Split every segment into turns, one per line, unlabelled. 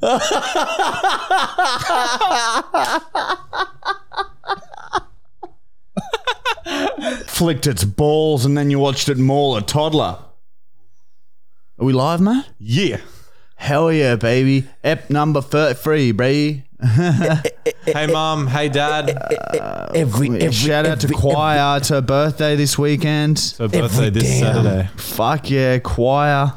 Flicked its balls and then you watched it maul a toddler.
Are we live, mate?
Yeah.
Hell yeah, baby. Ep number 33, baby.
Hey, mum. Hey, dad.
every, every
Shout out to
every-
Choir. It's her birthday this weekend.
So birthday
Every
this
damn-
Saturday.
Fuck yeah, Choir.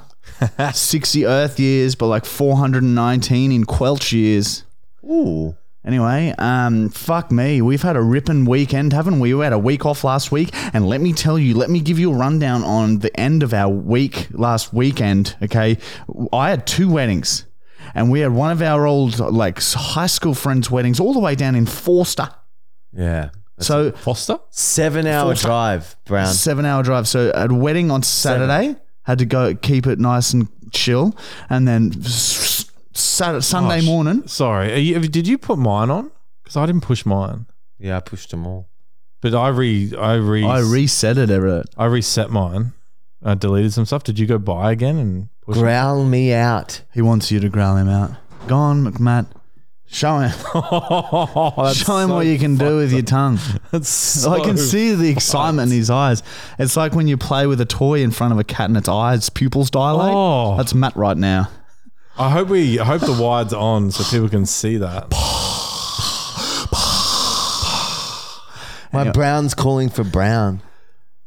60 Earth years, but like 419 in Quelch years.
Ooh.
Anyway, um, fuck me. We've had a ripping weekend, haven't we? We had a week off last week. And let me tell you, let me give you a rundown on the end of our week last weekend. Okay. I had two weddings, and we had one of our old, like, s- high school friends' weddings all the way down in Forster.
Yeah.
so,
Foster?
Seven hour drive, Brown.
seven hour drive. So, at a wedding on Saturday, had to go keep it nice and chill. And then s- Saturday, Sunday
sh-
morning,
Sorry. Are you, did you put mine on? Because I didn't push mine.
Yeah, I pushed them all.
But I re I re
I reset it, Everett.
I reset mine. I deleted some stuff. Did you go buy again and push? it?
Growl me out.
He wants you to growl him out. Go on, McMatt. Show him.
Oh, That's
Show him
so-
what you can do with your tongue.
That's so
I can see the excitement in his eyes. It's like when you play with a toy in front of a cat and its eyes pupils dilate.
Oh.
That's Matt right now.
I hope we I hope the wired's on so people can see that.
My Brown's calling for Brown.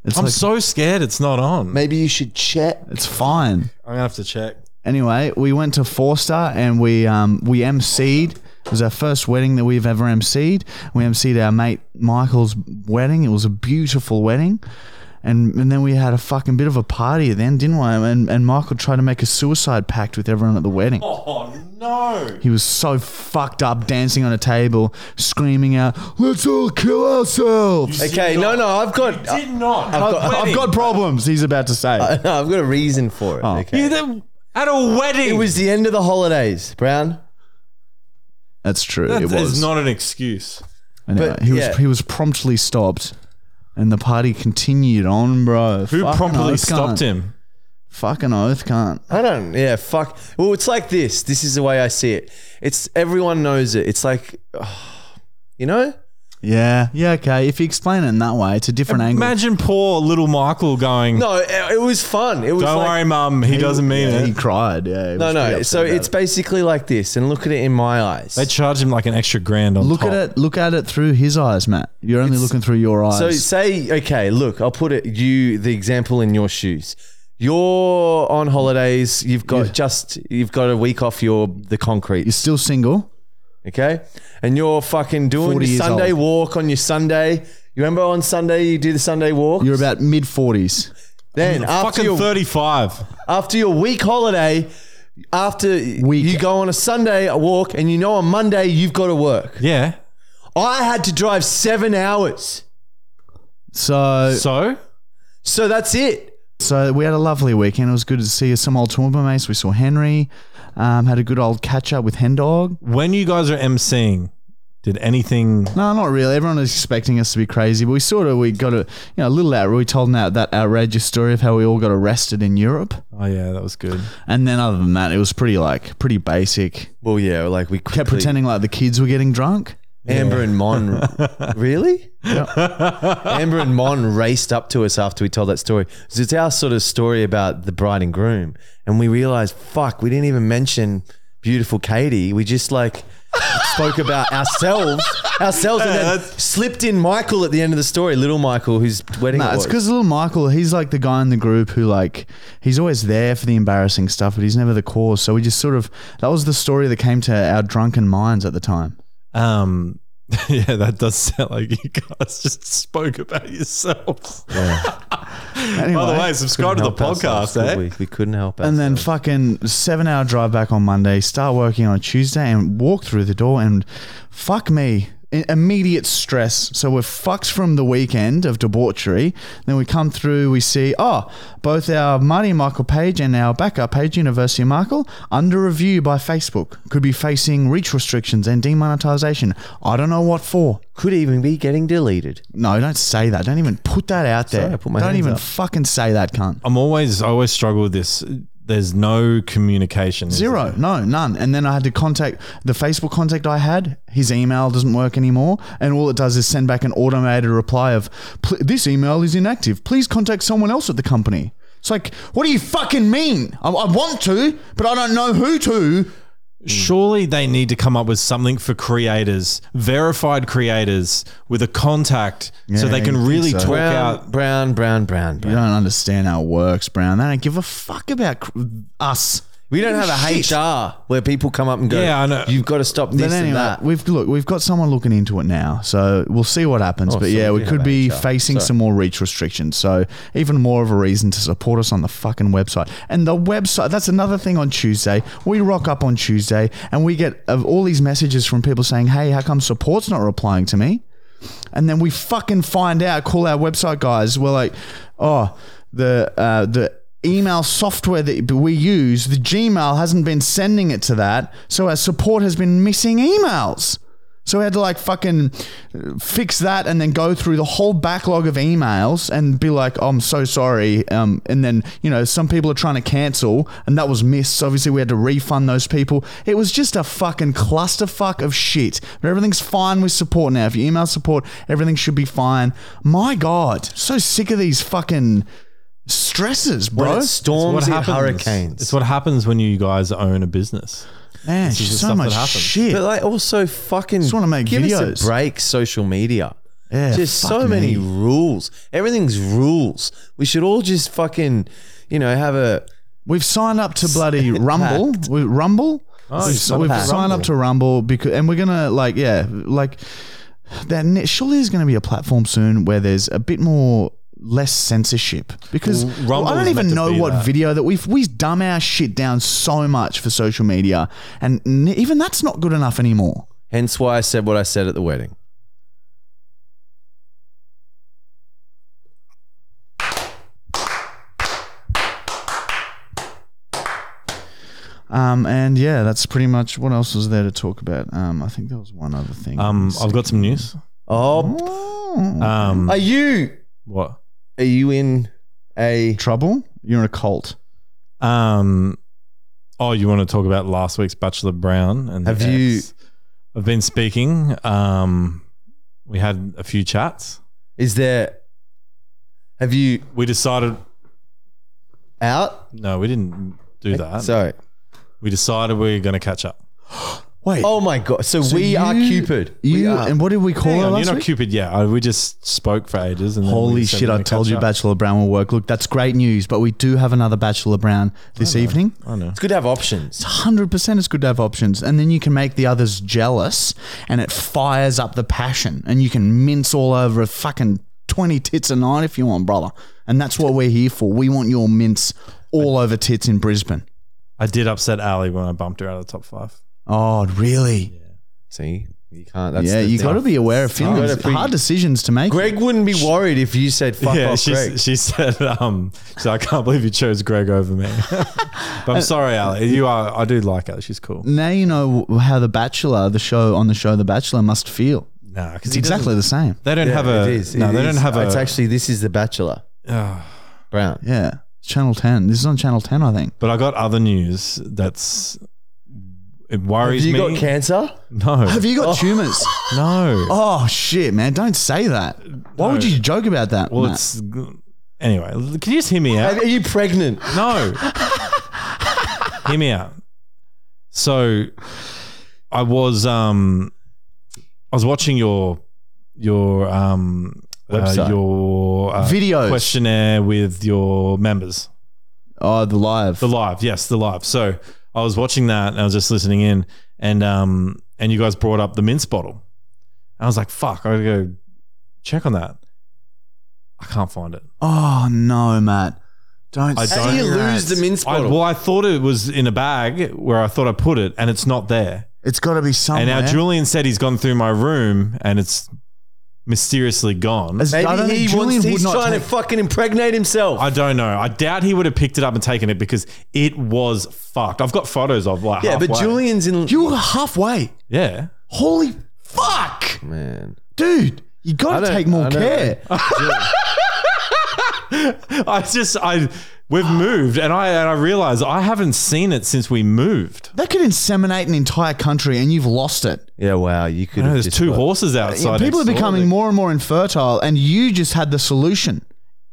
It's
I'm
like,
so scared it's not on.
Maybe you should check.
it's fine.
I'm gonna have to check.
Anyway, we went to Forster and we um, we emceed. It was our first wedding that we've ever emceed. We emceed our mate Michael's wedding. It was a beautiful wedding. And, and then we had a fucking bit of a party at the end, didn't we? And, and Michael tried to make a suicide pact with everyone at the wedding.
Oh no!
He was so fucked up dancing on a table, screaming out, Let's all kill ourselves!
Okay, no, no, I've got, I-
not.
I've got-
I've got problems, he's about to say.
I've got a reason for it. Okay.
at a wedding.
Oh. It was the end of the holidays, Brown.
That's true,
That
it was.
is not an excuse.
anyway,
but,
he, was
yeah.
he was promptly stopped, and the party continued on, bro.
Who
Fucking
promptly
oath
stopped
cunt.
him?
Fucking oath can't.
I don't. Yeah, fuck. Well, it's like this. This is the way I see it. It's everyone knows it. It's like, you know,
Yeah, yeah, okay. If you explain it in that way, it's a different angle.
Imagine poor little Michael going.
no, it, it was fun. It was.
Don't
like,
worry, mum. He doesn't mean
Yeah, he
it.
cried. Yeah, he
No,
was pretty
no.
upset
So
about
it's
it.
basically like this, and look at it in my eyes.
They charge him like an extra grand on
look
top.
at it. Look at it through his eyes, Matt. You're only looking through your eyes.
So say, okay, look, I'll put it you the example in your shoes. You're on holidays. You've got just you've got a week off your the
You're
concrete,
still single.
okay? And you're fucking doing
40
your
years
Sunday
old.
walk on your Sunday. You remember on Sunday you do the Sunday walk.
You're about mid 40s.
then after
Fucking
your
35.
after your week holiday, after
Week.
you go on a Sunday walk, and you know on Monday you've got to work.
Yeah.
I had to drive seven hours,
So
So?
so that's it.
So we had a lovely weekend. It was good to see some old tour mates. We saw Henry, um, had a good old catch up with Hendog.
When you guys are emceeing, did anything.
No, not really. Everyone was expecting us to be crazy, but we sort of we got a you know a little out. We told them that, that outrageous story of how we all got arrested in Europe,
Oh, yeah, that was good.
and then other than that, it was pretty like pretty basic.
Well, yeah, like we
Kept
quickly-
pretending like the kids were getting drunk.
Amber and Mon, really? Amber and Mon raced up to us after we told that story. 'Cause It's our sort of story about the bride and groom, and we realized, fuck, we didn't even mention beautiful Katie. We just like spoke about ourselves, ourselves, and then slipped in Michael at the end of the story, little Michael, whose wedding.
No,
it
it's
was.
because little Michael, he's like the guy in the group who like he's always there for the embarrassing stuff, but he's never the cause. So we just sort of that was the story that came to our drunken minds at the time.
Um, yeah, that does sound like you guys just spoke about yourselves.
Anyway,
By the way, subscribe to the
Couldn't help ourselves,
podcast,
could
eh?
We? we couldn't help
and then
ourselves.
fucking seven hour drive back on Monday, start working on Tuesday, and walk through the door and fuck me. I- Immediate stress. So we're fucked from the weekend of debauchery. Then we come through, we see, oh, both our Marty and Michael page and our backup page, University of Michael, under review by Facebook. Could be facing reach restrictions and demonetization. I don't know what for.
could even be getting deleted.
No, don't say that. Don't even put that out there.
Sorry, I put my
don't
hands
even
up.
fucking say that, cunt.
I'm always, I always struggle with this. There's no communication. is
Zero, no, none. And then I had to contact the Facebook contact I had. His email doesn't work anymore, and all it does is send back an automated reply of, "Pl- "This email is inactive. Please contact someone else at the company." It's like, what do you fucking mean? I, I want to, but I don't know who to.
Surely they need to come up with something for creators, verified creators with a contact so
Yeah,
they
you'd
can
think
really
so.
talk
Brown,
out.
brown, brown, brown,
You
brown.
don't understand how it works, Brown. They don't give a fuck about cr- us.
We don't have a
Shit.
HR where people come up and go,
Yeah, I know.
you've got to stop this
But anyway,
and that.
we've look, we've got someone looking into it now, so we'll see what happens.
Oh,
but
so
yeah,
we
we
do
could
have
be
HR.
facing
Sorry.
some more reach restrictions, so even more of a reason to support us on the fucking website. And the website—that's another thing. On Tuesday, we rock up on Tuesday, and we get of all these messages from people saying, "Hey, how come support's not replying to me?" and then we fucking find out. Call our website guys. We're like, oh, the uh, the email software that we use, the Gmail hasn't been sending it to that, so our support has been missing emails. So we had to like fucking uh, fix that and then go through the whole backlog of emails and be like, oh, I'm so sorry. Um, and then, you know, some people are trying to cancel and that was missed. So obviously we had to refund those people. It was just a fucking clusterfuck of shit. But everything's fine with support now. If you email support, everything should be fine. My God, so sick of these fucking stresses,
When
bro.
it's storms and hurricanes.
It's what happens when you guys own a business.
Man,
is the
so
stuff that
much
happens.
shit.
But like also fucking
Just wanna make
give us
videos.
a break social media.
Yeah,
just
fuck
so
me.
many rules. Everything's rules. We should all just fucking, you know, have a
We've signed up to bloody Rumble. We, Rumble.
Oh,
we've
you signed
we've
up to
signed up
Rumble.
to Rumble because, and we're gonna like, yeah, like that. ne- Surely there's gonna be a platform soon where there's a bit more less censorship because
Well, Rumble
I don't
was meant
even
to
know
be
what
that.
video that we've we dumb our shit down so much for social media, and n- even that's not good enough anymore.
hence why I said what I said at the wedding.
Um, and yeah, that's pretty much what else was there to talk about. Um, I think there was one other thing.
Um, I've got some news.
Oh,
Oh.
Um,
are you
what?
are you in a
trouble. You're in a cult.
Um, oh, you want to talk about last week's Bachelor Brown? And the
Have you-
ex? I've been speaking. Um, we had a few chats.
is there have you
We decided.
out? Eh,
No, we didn't do that.
Sorry.
we decided we are going to catch up.
Wait.
Oh my god. So,
So
we are
you-
Cupid.
You
we are.
and what did we call
Hang
her
on, you're
last
not
week?
Cupid yet. I, we just spoke for ages. And then we
Holy
said
shit!
we're
I
gonna
told
catch
you,
up.
Bachelor Brown will work. Look, that's great news, but we do have another Bachelor Brown this evening.
I know.
it's good to have options.
Hundred percent, it's good to have options, and then you can make the others jealous, and it fires up the passion, and you can mince all over a fucking twenty tits a night if you want, brother. And that's what we're here for. We want your mince all over tits in Brisbane.
I did upset Ali when I bumped her out of the top five.
Oh, really?
See? You can't that's
yeah,
the
you
thing.
got to be aware of
You
feelings.
gotta be-
Hard decisions to make.
Greg wouldn't be worried if you said fuck
yeah,
off
she,
Greg.
she said,
Oh.
um, she said, I can't believe you chose Greg over me. but I'm sorry, Ali. You are. I do like Ali. She's cool.
now you know how the Bachelor, the show on the show, the Bachelor must feel.
No, because
It's exactly the same.
They don't have a.
it is.
No,
it
they
is.
don't have
It's
a.
actually this is the Bachelor Ah.
Ugh.
Brown.
Yeah, Channel Ten. This is on Channel Ten, I think.
but I got other news that's. It
Have
worries
you
me.
got cancer? Oh.
no,
Have you got tumors?
no.
Oh shit, man! Don't say that. Why would you joke about that?
well,
Matt?
it's anyway. Can you just hear me out?
Are you pregnant?
No. Hear me out. So I was um I was watching your your um uh,
Website.
your uh,
Videos.
questionnaire with your members.
oh the live.
The live, yes, the live. So I was watching that and I was just listening in and um and you guys brought up the mince bottle. I was like, fuck, I gotta go check on that. I can't find it.
Oh no, Matt. Don't
I
How do
don't-
you lose the mince
I,
bottle?
well, I thought it was in a bag where I thought I put it, and it's not there.
It's got to be somewhere.
And now Julian said he's gone through my room, and it's mysteriously gone.
As- I
Maybe
don't
he
think Julian
wants,
would
he's
not
trying
take-
to fucking impregnate himself.
I don't know. I doubt he would have picked it up and taken it because it was fucked. I've got photos of like
yeah, but
halfway.
Julian's in.
you were halfway.
yeah.
Holy fuck,
Man.
dude! You got to
don't- uh,
take more
I don't-
care.
I just I we've moved and I and I realize I haven't seen it since we moved.
That could inseminate an entire country, and you've lost it.
Yeah, wow. You could
You know,
have
there's
just
two
got-
horses outside.
People are
next door.
becoming more and more infertile, and you just had the solution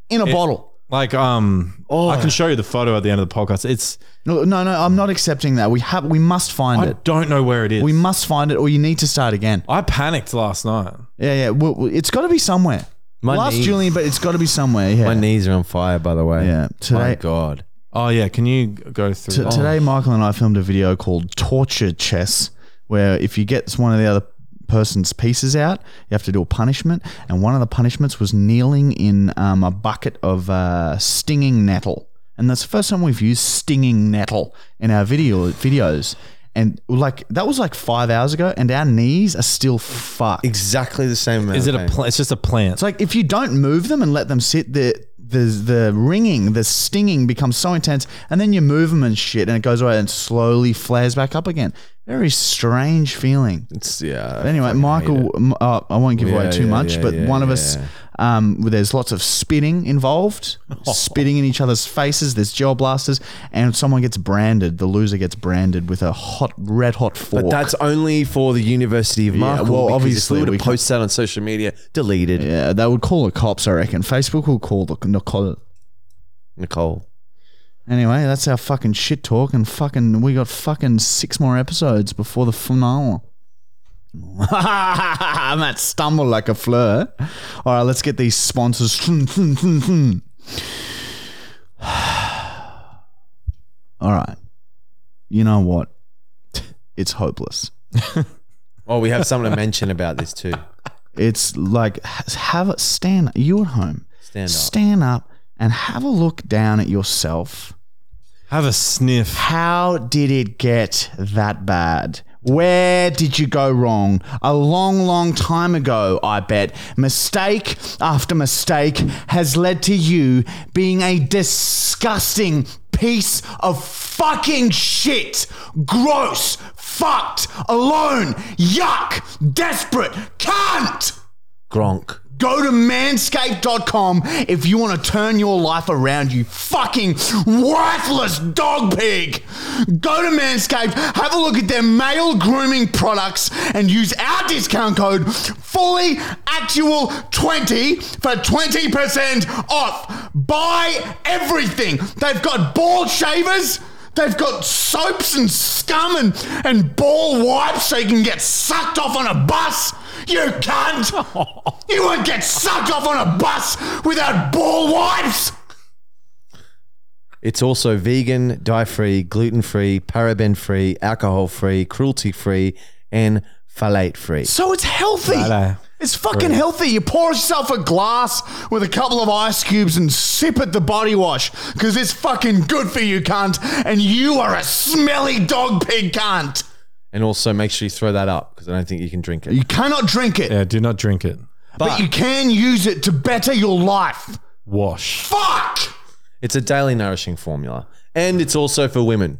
in a bottle.
like um I
Oh.
can show you the photo at the end of the podcast. It's
No, no, no, I'm not accepting that. We have, we must find
I
it.
don't know where it is.
We must find it, or you need to start again.
I panicked last night.
Yeah, yeah. Well, well, it's got to be somewhere.
My
Last
knee-
Julian, but it's got to be somewhere. Yeah.
My knees are on fire, by the way.
Yeah, today-
My God.
Oh yeah, can you go through Oh.
T-
that?
Today, Michael and I filmed a video called Torture Chess, where if you get one of the other person's pieces out, you have to do a punishment. And one of the punishments was kneeling in um, a bucket of uh, stinging nettle. And that's the first time we've used stinging nettle in our video videos. And like that was like five hours ago, and our knees are still fucked.
Exactly the same amount.
Is it
of
a
pain.
plant? It's just a plant.
It's like if you don't move them and let them sit, the the the ringing, the stinging becomes so intense, and then you move them and shit, and it goes away and slowly flares back up again. Very strange feeling.
It's, yeah.
But anyway, Michael, m- uh, I won't give away
Yeah,
too
yeah,
much,
yeah,
but
yeah,
one of us, um, there's lots of spitting involved, spitting in each other's faces. There's gel blasters, and someone gets branded. The loser gets branded with a hot, red hot fork.
But that's only for the University of Michael.
well,
because
obviously
if we
we
would
can't-
post that on social media. Deleted.
yeah, they would call the cops, I reckon. Facebook will call the Nicole.
Nicole.
Anyway, that's our fucking shit talk, and fucking we got fucking six more episodes before the finale. Matt stumbled like a fleur. All right, let's get these sponsors. All right, you know what? It's hopeless.
Oh, we have something to mention about this too.
It's like h- have a stand. You at home,
Stand up.
stand up and have a look down at yourself.
Have a sniff.
How did it get that bad? Where did you go wrong? A long, long time ago, I bet. Mistake after mistake has led to you being a disgusting piece of fucking shit. Gross, fucked, alone, yuck, desperate, cunt!
Gronk.
Go to manscaped.com if you want to turn your life around, you fucking worthless dog pig. Go to Manscaped, have a look at their male grooming products, and use our discount code fully actual 20 for 20% off. Buy everything. They've got ball shavers. They've got soaps and scum and, and ball wipes so you can get sucked off on a bus. You cunt! You won't get sucked off on a bus without ball wipes!
It's also vegan, dye free, gluten free, paraben free, alcohol free, cruelty free, and phthalate free.
So it's healthy.
Righto.
It's fucking healthy. You pour yourself a glass with a couple of ice cubes and sip at the body wash because it's fucking good for you, cunt. And you are a smelly dog pig, cunt.
And also make sure you throw that up because I don't think you can drink it.
You cannot drink it,
Yeah, do not drink it.
but you can use it to better your life.
Wash.
Fuck!
It's a daily nourishing formula. And it's also for women.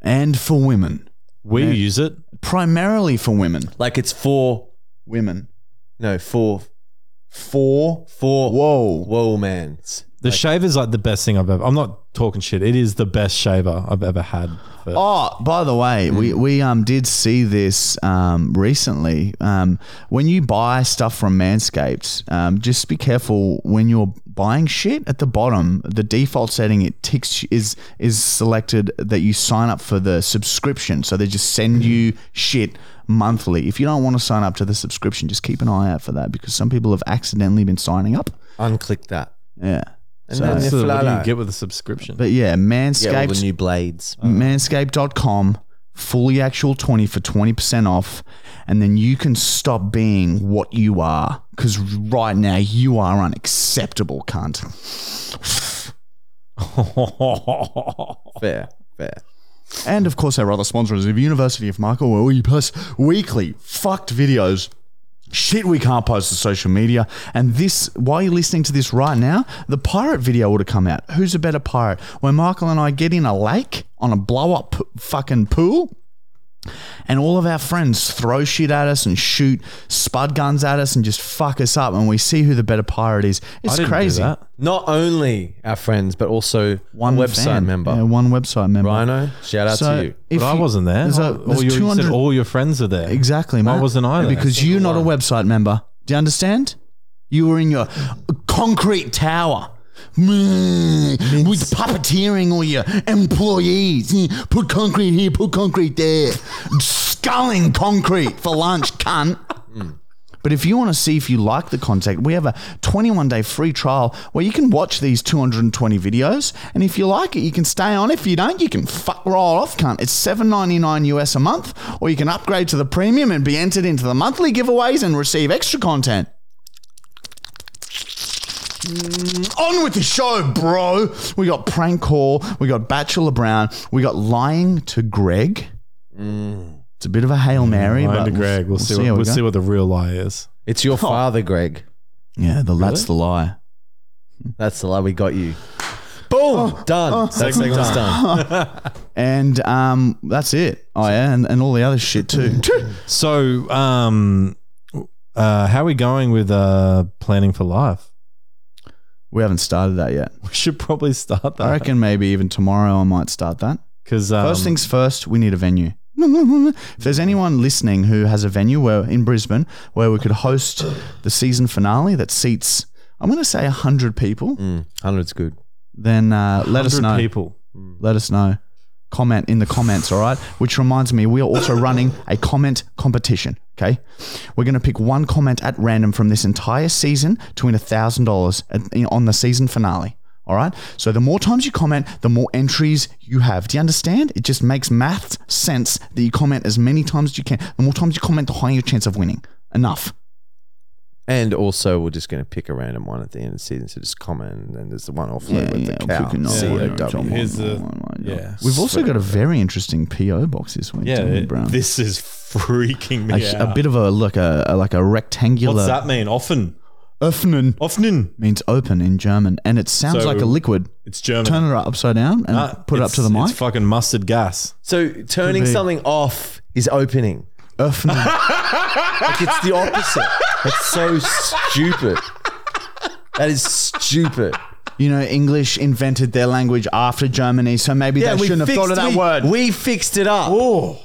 And for women.
We use it.
Primarily for women.
Like it's for,
Women.
no, for,
For.
for,
Whoa.
whoa, man. It's-
The shaver's like the best thing I've ever. I'm not talking shit. It is the best shaver I've ever had. But
Oh, by the way,
Hmm.
we, we um did see this um recently. Um, when you buy stuff from Manscaped, um, just be careful when you're buying shit. At the bottom, the default setting it ticks is is selected that you sign up for the subscription, so they just
Hmm.
send you shit monthly. If you don't want to sign up to the subscription, just keep an eye out for that because some people have accidentally been signing up.
Unclick that.
Yeah.
And then
So
you
what do
fly
you get with a subscription?
But yeah, Manscaped
Get all the new blades.
manscaped.com fully actual 20 for 20% off and then you can stop being what you are because right now you are unacceptable cunt
Fair, fair.
and of course our other sponsor is the university of michael where we post weekly fucked videos shit we can't post to social media and this while you're listening to this right now the pirate video would have come out who's a better pirate where michael and i get in a lake on a blow up p- fucking pool and all of our friends throw shit at us and shoot spud guns at us and just fuck us up and we see who the better pirate is it's
didn't do
crazy
that.
Not only our friends, but also one website
fan.
member.
yeah, one website member
Rhino, shout out
So
to you.
if
But I
you-
wasn't there.
there's a-
all,
there's
your, you said
200
all your friends are there.
Exactly, mate.
Why wasn't I there?
Because you're not a website member. Do you understand? You were in your concrete tower. Mm, With puppeteering all your employees. Mm, Put concrete here, put concrete there. Sculling concrete for lunch, cunt. But if you want to see if you like the content, we have a 21 day free trial where you can watch these 220 videos. And if you like it, you can stay on. If you don't, you can fuck roll off, cunt. It's $7.99 US a month, or you can upgrade to the premium and be entered into the monthly giveaways and receive extra content. Mm, On with the show, bro. We got prank call, we got Bachelor Brown, we got lying to Greg. It's a bit of a hail mary,
Mind
but
Mm. to Greg. We'll, see. What,
how
we'll
we go. Oh.
see what the real lie is.
It's your father, Greg.
Yeah, the that's the lie.
That's the lie we got you. Boom!
Oh,
done. That's done. done.
And um, that's it. Oh yeah, and, and all the other shit too.
So, um, uh, how are we going with uh, planning for life?
we haven't started that yet.
We should probably start
I
that
reckon maybe even tomorrow I might start that.
because um,
First things first, we need a venue. If there's anyone listening who has a venue where in Brisbane where we could host the season finale that seats, I'm going to say hundred people,
Mm, 100's good.
then uh, let us
100
know.
People.
Let us know. Comment in the comments, all right? Which reminds me, we are also running a comment competition, okay? We're going to pick one comment at random from this entire season to win $1,000 at- in- on the season finale, all right? So the more times you comment, the more entries you have. Do you understand? It just makes math sense that you comment as many times as you can. The more times you comment, the higher your chance of winning. Enough.
And also, we're just going to pick a random one at the end of the season. So just comment, and then there's the one offload with the cow.
we can-
C-O-W.
Here's the- yeah.
Oh We've also got a very interesting PO box this week.
Yeah,
don't we,
it-
Brown?
this is freaking
a,
me
sh-
out.
a bit of a like a, a- like a rectangular.
What's that mean? Often,
Öffnen
often.
means open in German, and it sounds
So-
like a liquid.
It's German.
Turn it upside down and
Ah,
put it up
it's-
to the mic.
It's fucking mustard gas.
So turning something off is opening.
Öffnen.
Like it's the opposite. That's so stupid. That is stupid.
you know, English invented their language after Germany, so maybe they shouldn't have thought of that
we,
word.
We fixed it up.
Oh,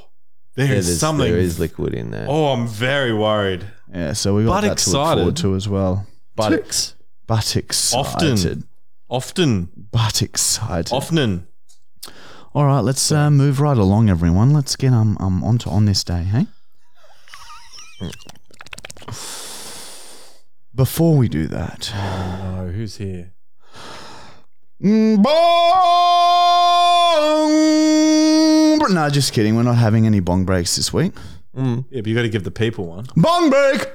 there
Yeah,
is
there's-
something.
There is liquid in there.
Oh, I'm very worried.
yeah, so we got
But
that to look forward
excited.
to as well.
Buttocks.
But excited.
Often,
But excited.
often.
All right, let's uh, move right along, everyone. Let's get um, um onto on this day, hey? Before we do that,
Oh, who's here?
Bong! br- No, just kidding. We're not having any bong breaks this week. Mm.
Yeah, but you got to give the people one.
Bong break!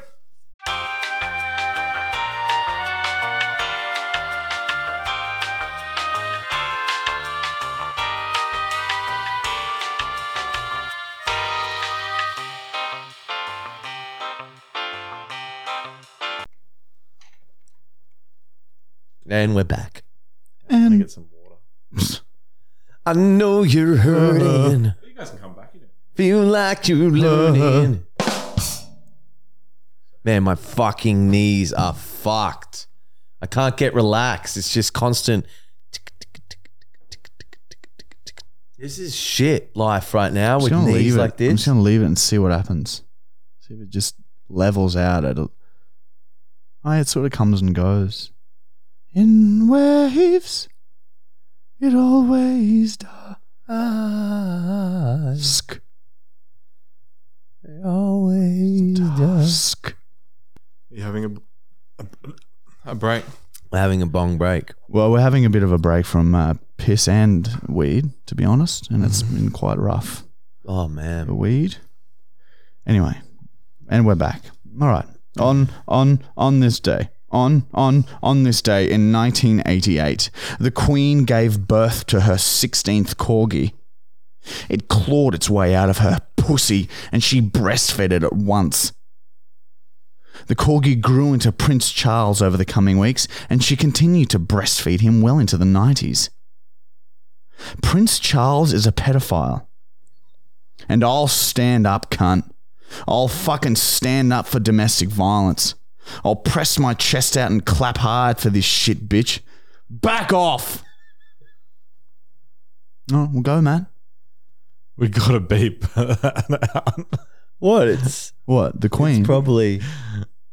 And we're back.
I
And
get some water.
I know you're
Uh-huh.
hurting.
You guys can come back. You know.
Feel like you're learning. Man, my fucking knees are fucked. I can't get relaxed. It's just constant. tick, tick, tick, tick, tick, tick, tick, tick. This is shit life right now
I'm just
with
gonna
knees
leave
like
it. I'm just
this.
gonna leave it and see what happens. See if it just levels out at. a- Oh, it sort of comes and goes. In waves, it always
Eyes
dusk,
always does.
dusk.
You're having a, a, a break.
We're having a bong break.
Well, we're having a bit of a break from uh, piss and weed, to be honest, and it's been quite rough.
A Mm-hmm. Oh man.
weed. Anyway, and we're back. All right. On on on this day. On on on this day in 1988, the queen gave birth to her 16th corgi. It clawed its way out of her pussy and she breastfed it at once. The corgi grew into Prince Charles over the coming weeks and she continued to breastfeed him well into the 90s. Prince Charles is a pedophile. And I'll stand up, cunt. I'll fucking stand up for domestic violence. I'll press my chest out and clap hard for this shit, bitch. Back off! Oh, we'll go, man.
We got a beep
What? It's
What? The Queen?
probably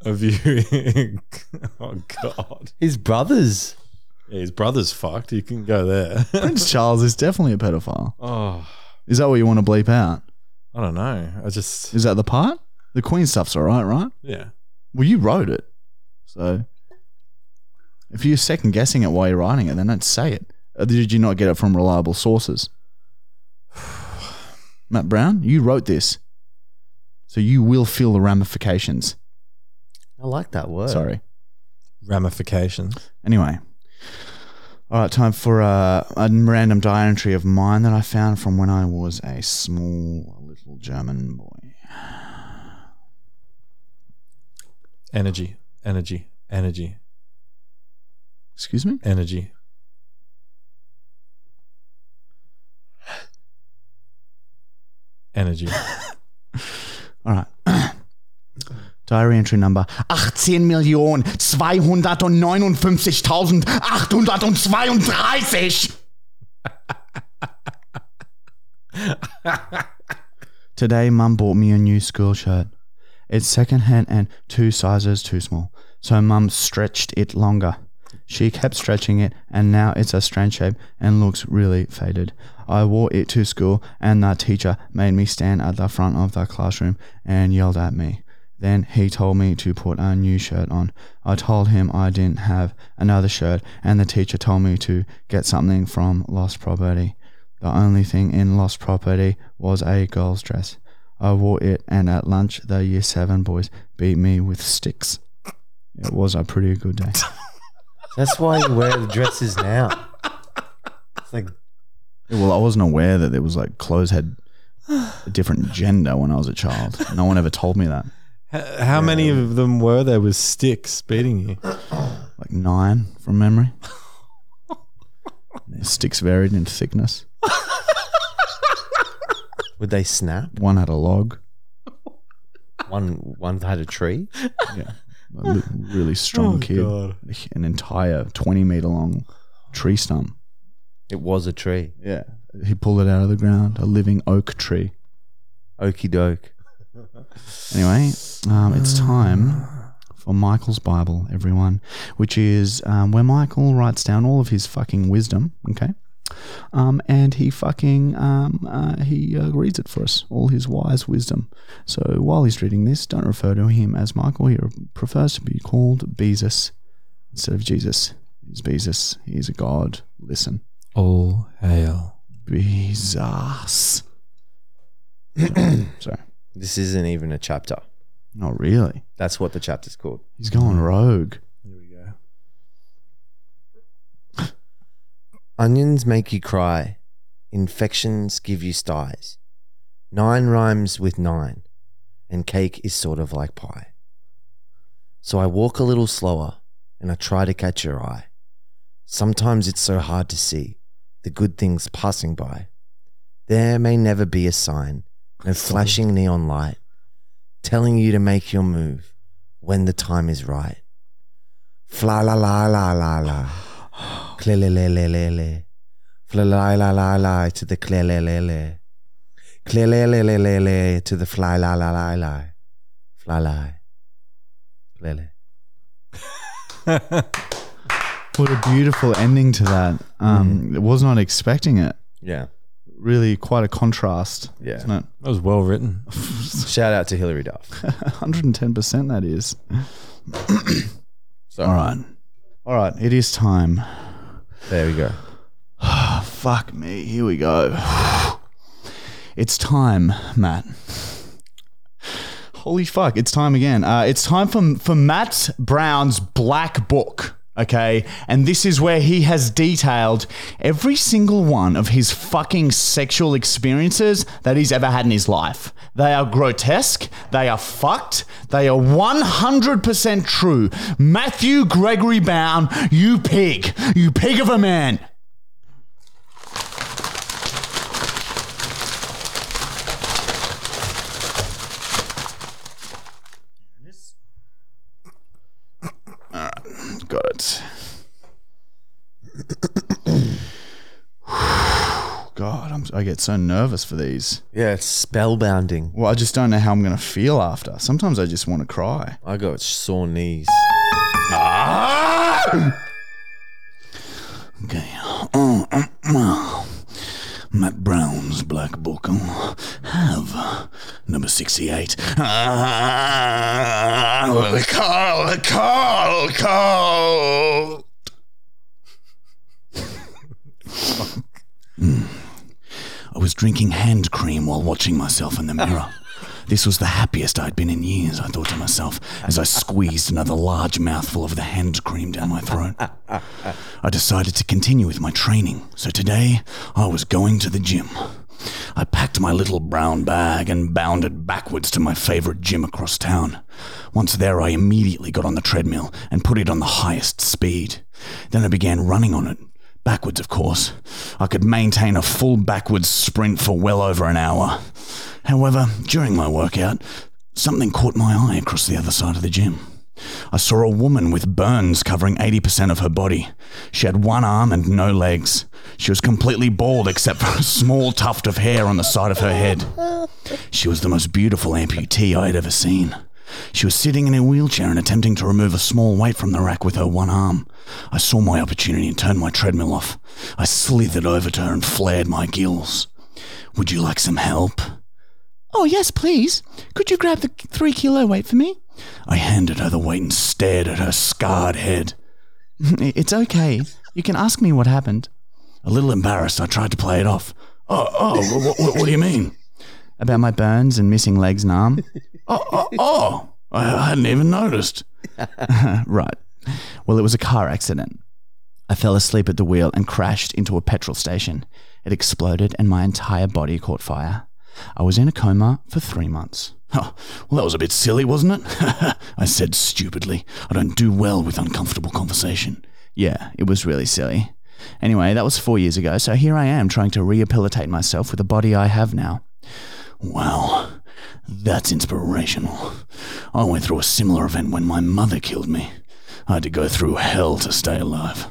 of you. oh god,
his brothers.
yeah, his brother's fucked. You can go there.
Prince Charles is definitely a pedophile.
oh,
Is that what you want to bleep out?
I don't know. I just
Is that the part? The Queen stuff's all right, right?
yeah.
Well, you wrote it. So if you're second guessing it while you're writing it, then don't say it. Or did you not get it from reliable sources? Matt Brown, you wrote this. So you will feel the ramifications.
I like that word.
Sorry.
Ramifications.
Anyway. All right, time for uh, a random diary entry of mine that I found from when I was a small little German boy.
Energy. Energy. Energy.
Excuse me?
Energy. Energy.
All right. Diary entry number 18,259,832. Today, Mum bought me a new school shirt. It's secondhand and two sizes too small, so Mum stretched it longer. She kept stretching it, and now it's a strange shape and looks really faded. I wore it to school, and the teacher made me stand at the front of the classroom and yelled at me. Then he told me to put a new shirt on. I told him I didn't have another shirt, and the teacher told me to get something from lost property. The only thing in lost property was a girl's dress. I wore it, and at lunch, the year seven boys beat me with sticks. It was a pretty good day.
That's why you wear the dresses now. It's like
Yeah, Well, I wasn't aware that there was like clothes had a different gender when I was a child. No one ever told me that.
H- How many of them were there with sticks beating you?
Like nine from memory. Their sticks varied in thickness.
would they snap?
One had a log,
One one had a tree.
a li- really strong kid,
God.
an entire twenty meter long tree stump.
It was a tree.
Yeah, he pulled it out of the ground, a living oak tree.
Okie doke.
Anyway, um, it's time for Michael's Bible, everyone, which is um, where Michael writes down all of his fucking wisdom. Okay. Um, and he fucking um, uh, he uh, reads it for us, all his wise wisdom. So while he's reading this, don't refer to him as Michael. He prefers to be called Beezus instead of Jesus. He's Beezus. He's a god. Listen,
All hail.
Beezus. Sorry,
This isn't even a chapter.
not really.
That's what the chapter's called.
He's
Mm.
going rogue.
Here we go.
Onions make you cry. Infections give you styes. Nine rhymes with nine. And cake is sort of like pie. So I walk a little slower and I try to catch your eye. Sometimes it's so hard to see the good things passing by. There may never be a sign, no flashing neon light, telling you to make your move when the time is right. Fla la la la la la. Clelelelelele. Fly la la la to the clelelele. Clelelelelele to the fly la la la la. Fly la. Clele.
What a beautiful ending to that. Um, Was not expecting it.
Mm. Yeah.
Really, quite a contrast.
Yeah.
Isn't it?
That was well written.
Shout out to Hilary Duff.
110% that is. All right. All right. It is time.
There we go.
Fuck me. Here we go.
It's time, Matt. Holy fuck, it's time again. Uh, it's time for, for Matt Brown's Black Book. Okay, and this is where he has detailed every single one of his fucking sexual experiences that he's ever had in his life. They are grotesque, they are fucked, they are 100% true. Matthew Gregory Baum, you pig, you pig of a man. Got it. God, I'm, I get so nervous for these.
Yeah, it's spellbounding.
Well, I just don't know how I'm going to feel after. Sometimes I just want to cry.
I got sore knees.
Ah! Okay. Uh,
Oh,
uh, uh. Matt Brown's Black Book. uh, Have. Number 68. Ah, Carl, Carl, Carl. Hmm. I was drinking hand cream while watching myself in the mirror. This was the happiest I'd been in years, I thought to myself, as I squeezed another large mouthful of the hand cream down my throat. I decided to continue with my training, so today I was going to the gym. I packed my little brown bag and bounded backwards to my favorite gym across town. Once there, I immediately got on the treadmill and put it on the highest speed. Then I began running on it. Backwards, of course. I could maintain a full backwards sprint for well over an hour. However, during my workout, something caught my eye across the other side of the gym. I saw a woman with burns covering 80% of her body. She had one arm and no legs. She was completely bald except for a small tuft of hair on the side of her head. She was the most beautiful amputee I had ever seen. She was sitting in a wheelchair and attempting to remove a small weight from the rack with her one arm. I saw my opportunity and turned my treadmill off. I slithered over to her and flared my gills. Would you like some help? Oh, yes, please. Could you grab the three kilo weight for me? I handed her the weight and stared at her scarred head. it's okay. You can ask me what happened. A little embarrassed, I tried to play it off. Oh, oh, what, what, what do you mean? About my burns and missing legs and arm. oh, oh, oh, I I hadn't even noticed. right. Well, it was a car accident. I fell asleep at the wheel and crashed into a petrol station. It exploded and my entire body caught fire. I was in a coma for three months. Oh, well, that was a bit silly, wasn't it? I said stupidly. I don't do well with uncomfortable conversation. Yeah, it was really silly. Anyway, that was four years ago, so here I am trying to rehabilitate myself with the body I have now. Wow, that's inspirational. I went through a similar event when my mother killed me. I had to go through hell to stay alive.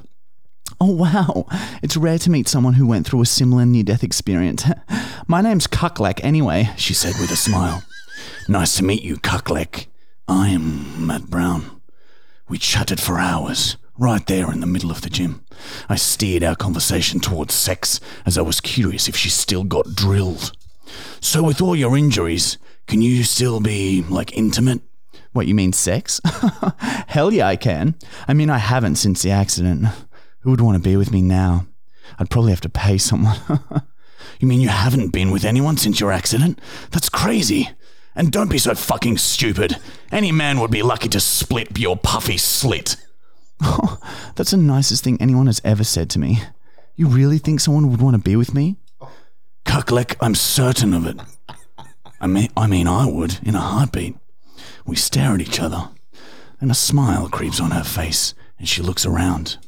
Oh, wow. It's rare to meet someone who went through a similar near death experience. My name's Kuklek, anyway, she said with a smile. Nice to meet you, Kuklek. I am Matt Brown. We chatted for hours, right there in the middle of the gym. I steered our conversation towards sex as I was curious if she still got drilled. So, with all your injuries, can you still be, like, intimate? What, you mean sex? Hell yeah, I can. I mean, I haven't since the accident. Who would want to be with me now? I'd probably have to pay someone. you mean you haven't been with anyone since your accident? That's crazy. And don't be so fucking stupid. Any man would be lucky to split your puffy slit. that's the nicest thing anyone has ever said to me. You really think someone would want to be with me? Kuklek, I'm certain of it. I mean, I mean, I would in a heartbeat. We stare at each other, and a smile creeps on her face, and she looks around.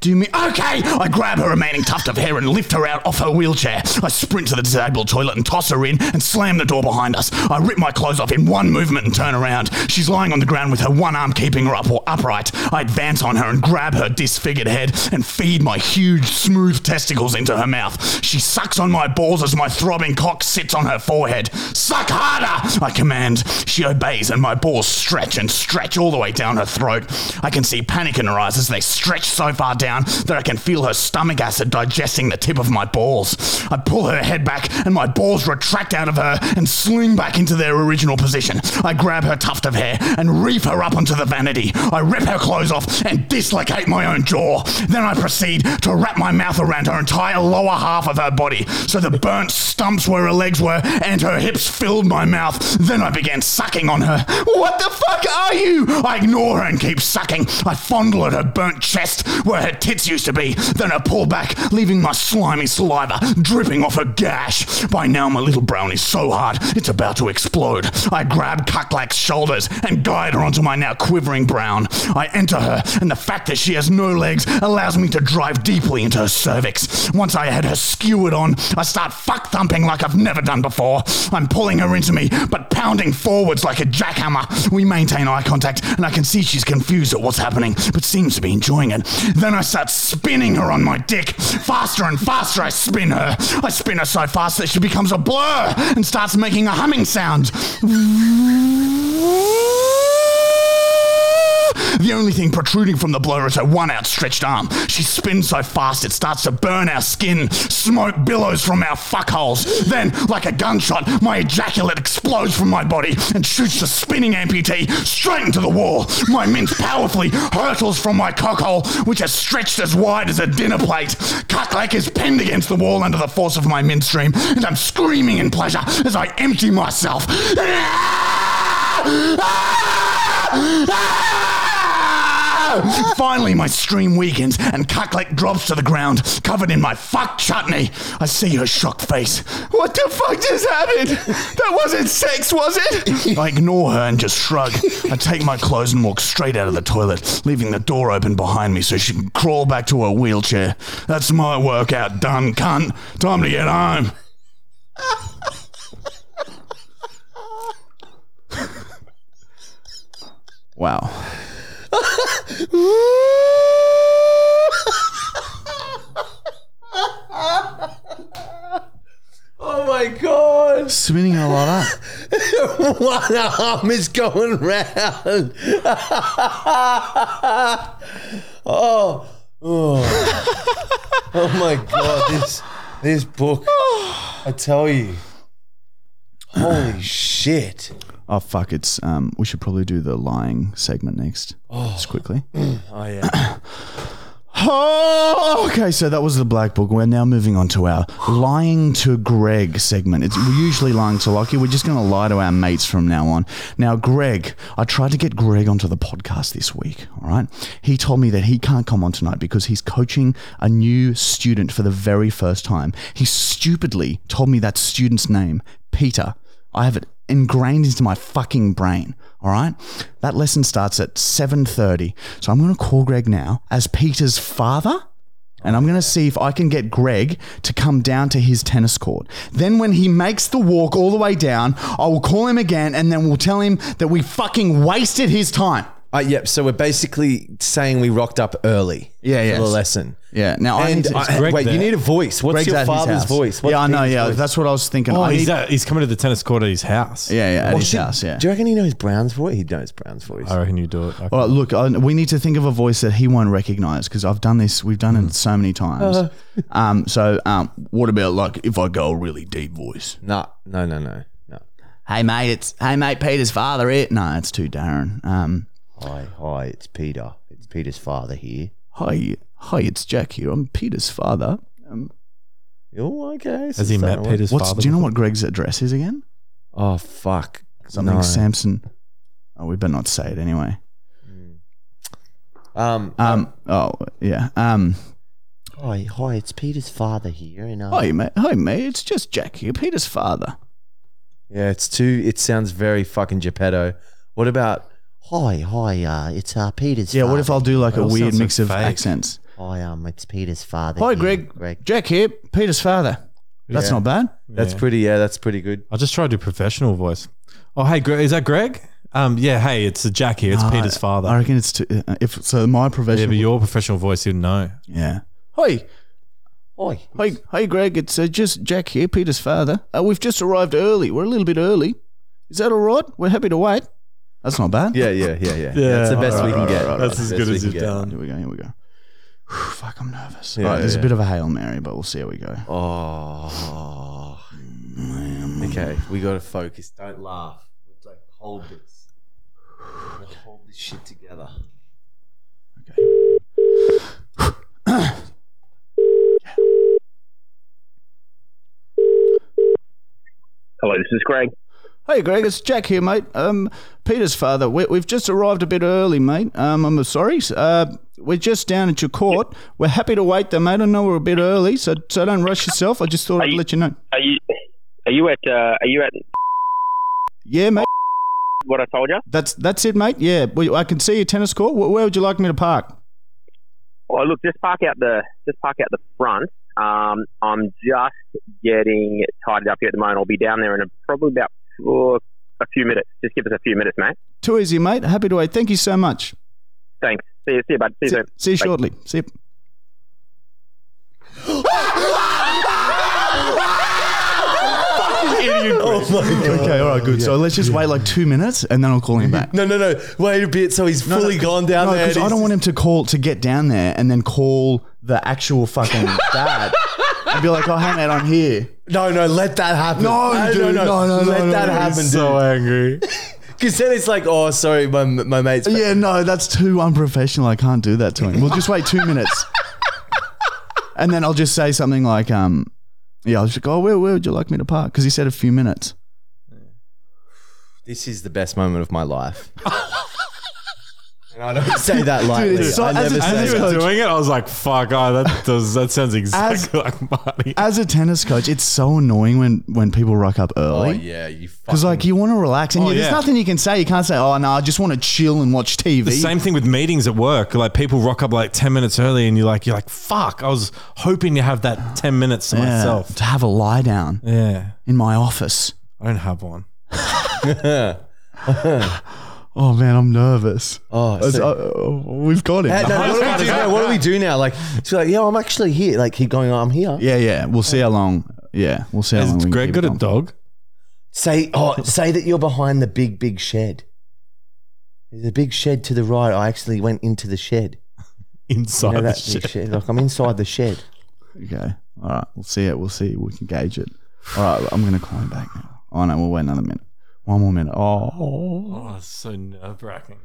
Do me okay. I grab her remaining tuft of hair and lift her out off her wheelchair. I sprint to the disabled toilet and toss her in and slam the door behind us. I rip my clothes off in one movement and turn around. She's lying on the ground with her one arm keeping her up or upright. I advance on her and grab her disfigured head and feed my huge, smooth testicles into her mouth. She sucks on my balls as my throbbing cock sits on her forehead. Suck harder! I command. She obeys and my balls stretch and stretch all the way down her throat. I can see panic in her eyes as they stretch so far down down that I can feel her stomach acid digesting the tip of my balls. I pull her head back, and my balls retract out of her and sling back into their original position. I grab her tuft of hair and reef her up onto the vanity. I rip her clothes off and dislocate my own jaw. Then I proceed to wrap my mouth around her entire lower half of her body so the burnt stumps where her legs were and her hips filled my mouth. Then I began sucking on her. What the fuck are you? I ignore her and keep sucking. I fondle at her burnt chest where her tits used to be. Then I pull back, leaving my slimy saliva dripping off her gash. By now, my little brown is so hard, it's about to explode. I grab Cucklack's shoulders and guide her onto my now quivering brown. I enter her, and the fact that she has no legs allows me to drive deeply into her cervix. Once I had her skewered on, I start fuck thumping like I've never done before. I'm pulling her into me, but pounding forwards like a jackhammer. We maintain eye contact, and I can see she's confused at what's happening, but seems to be enjoying it. Then I start spinning her on my dick. Faster and faster I spin her. I spin her so fast that she becomes a blur and starts making a humming sound. The only thing protruding from the blur is her one outstretched arm. She spins so fast it starts to burn our skin. Smoke billows from our fuckholes. Then, like a gunshot, my ejaculate explodes from my body and shoots the spinning amputee straight into the wall. My mince powerfully hurtles from my cockhole, which is stretched as wide as a dinner plate. Cutlake is pinned against the wall under the force of my mince stream, and I'm screaming in pleasure as I empty myself. Finally, my stream weakens and Cucklake drops to the ground, covered in my fuck chutney. I see her shocked face. What the fuck just happened? That wasn't sex, was it? I ignore her and just shrug. I take my clothes and walk straight out of the toilet, leaving the door open behind me so she can crawl back to her wheelchair. That's my workout done, cunt. Time to get home. Wow.
Oh my god!
Spinning a lot up.
One arm is going round. oh, oh, oh my god! This this book, I tell you, holy shit!
Oh fuck! It's um. We should probably do the lying segment next, just quickly.
Oh yeah,
Oh, okay. So that was the black book. We're now moving on to our lying to Greg segment. It's we're usually lying to Lockie. We're just going to lie to our mates from now on. Now, Greg, I tried to get Greg onto the podcast this week. All right, he told me that he can't come on tonight because he's coaching a new student for the very first time. He stupidly told me that student's name, Peter. I have it ingrained into my fucking brain. All right, that lesson starts at seven thirty. So I'm going to call Greg now as Peter's father, and I'm going to see if I can get Greg to come down to his tennis court. Then when he makes the walk all the way down, I will call him again, and then we'll tell him that we fucking wasted his time.
uh, yep. So we're basically saying we rocked up early.
Yeah, yeah.
For the lesson.
Yeah. Now I need
And
to.
I,
Greg
wait,
there?
you need a voice. What's
Greg's at
your
his
father's
house.
voice? What's
yeah, I know.
Peter's
Yeah,
voice?
that's what I was thinking.
Oh,
I
he's,
need,
at, he's coming to the tennis court at his house.
yeah, yeah, at his
What's it-
house. Yeah.
Do you reckon he knows Brown's voice? He knows Brown's voice.
I reckon you do it. I
All right, look, I, we need to think of a voice that he won't recognize because I've done this. We've
Mm.
done it so many times.
Uh-huh.
Um, so, um, what about like if I go a really deep voice?
No, no, no, no, no.
Hey mate, it's hey mate, Peter's father. It no, it's too Darren. Um,
Hi, hi, it's Peter. It's Peter's father here.
hi, hi, it's Jack here. I'm Peter's father.
Oh, okay. so
Has he
it's
met
that one.
Peter's
What's
father?
do you know what Greg's address is again?
Oh, fuck.
Something
No.
Samson. Oh, we better not say it anyway.
Um,
Hmm. Um, oh yeah. Um,
hi, hi, it's Peter's father here. And, uh,
hi mate, hi mate, it's just Jack here, Peter's father.
Yeah, it's too, it sounds very fucking Geppetto. What about, hi, hi, uh, it's uh, Peter's
Yeah, what if I'll do like a
all
weird
sounds so
mix of
fake.
accents?
Hi, um, it's Peter's father.
Hi,
here,
Greg. Jack here, Peter's father. That's not bad.
That's pretty, yeah, that's pretty good.
I'll just try to do professional voice. Oh, hey, Greg, is that Greg? Um, yeah, hey, it's Jack here. It's Peter's father.
Uh, I reckon it's too, uh, if so. My
yeah,
profession.
but
Yeah.
your professional voice, you didn't know.
Hi,
Hi.
hi, hi, Greg. It's uh, just Jack here, Peter's father. Uh, we've just arrived early. We're a little bit early. Is that all right? We're happy to wait. That's not bad.
Yeah, yeah, yeah, yeah.
Yeah,
that's the best
alright,
we can
alright,
get.
alright, That's as
Best
good
we
as
can
you've
get.
done.
Here we go. Here we go.
Fuck, I'm nervous. All right, there's a bit of a hail mary, but we'll see how we go. Mm.
Oh. Okay, we gotta focus. Don't laugh. It's like hold this. Let's Hold this shit together.
Hello, this is Greg.
Hey, Greg, it's Jack here, mate. Um, Peter's father. We, we've just arrived a bit early, mate. Um, I'm sorry. Uh, we're just down at your court. We're happy to wait, though, mate. I know we're a bit early, so so don't rush yourself. I just thought I'd
you-
let you know.
Are you are you at uh, are you at
Yeah, mate.
what I told you?
That's that's it, mate. Yeah, we, I can see your tennis court. Where, where would you like me to park?
Oh, look, just park out the just park out the front. Um, I'm just getting tidied up here at the moment. I'll be down there in a, probably about oh, a few minutes. Just give us a few minutes, mate.
Too easy, mate. Happy to wait. Thank you so much.
Thanks. See you, see you, bud. See you
See,
soon.
see you
Bye.
shortly. See you.
Oh
Okay, all right, good. So let's just wait like two minutes, and then I'll call him back.
No, no, no. Wait a bit. So he's fully gone down
No,
there.
because I don't want him to call to get down there and then call the actual fucking dad and be like, "Oh, hang out, I'm here."
No, no. Let that happen.
No, dude, no, no, no,
Let
no,
that
no,
happen,
he's
dude.
so angry.
Because then it's like, oh, sorry, my my mate's.
Yeah, no, that's too unprofessional. I can't do that to him. We'll just wait two minutes, and then I'll just say something like, "Um, yeah, I was like, oh, where, where would you like me to park?" Because he said a few minutes.
This is the best moment of my life. and I don't say that lightly.
it's so-
I
as
never
a-
say
As
that.
you were
Coach.
doing it, I was like, "Fuck! Oh, that does that sounds exactly
As-
like Marty."
As a tennis coach, it's so annoying when when people rock up
Oh
early.
yeah, you. Fucking,
Because like you want to relax, and
Oh,
you, there's
yeah.
nothing you can say. You can't say, "Oh no, I just want to chill and watch TV."
the same thing with meetings at work. Like people rock up like ten minutes early, and you're like, "You're like, fuck! I was hoping to have that ten minutes to
Yeah,
myself."
to have a lie down
Yeah,
in my office.
I don't have one.
Oh man, I'm nervous.
Oh,
It's-
so-
uh, uh, we've got it.
Hey, no, what, do we do now? what do we do now? Like, she's like, yeah, I'm actually here. Like, keep going, I'm here.
yeah, yeah. We'll see how long. Yeah, we'll see how long.
Has
we can
Greg
keep
got
it
a
going.
dog?
Say, oh, say that you're behind the big, big shed. There's a big shed to the right. I actually went into the shed. You
Inside
know
the
that
shit.
big shed? Like, I'm inside the shed.
Okay. All right. We'll see it. We'll see. We can gauge it. All right. I'm gonna climb back now. Oh no, we'll wait another minute. One more minute. Oh
Oh, it's so nerve wracking.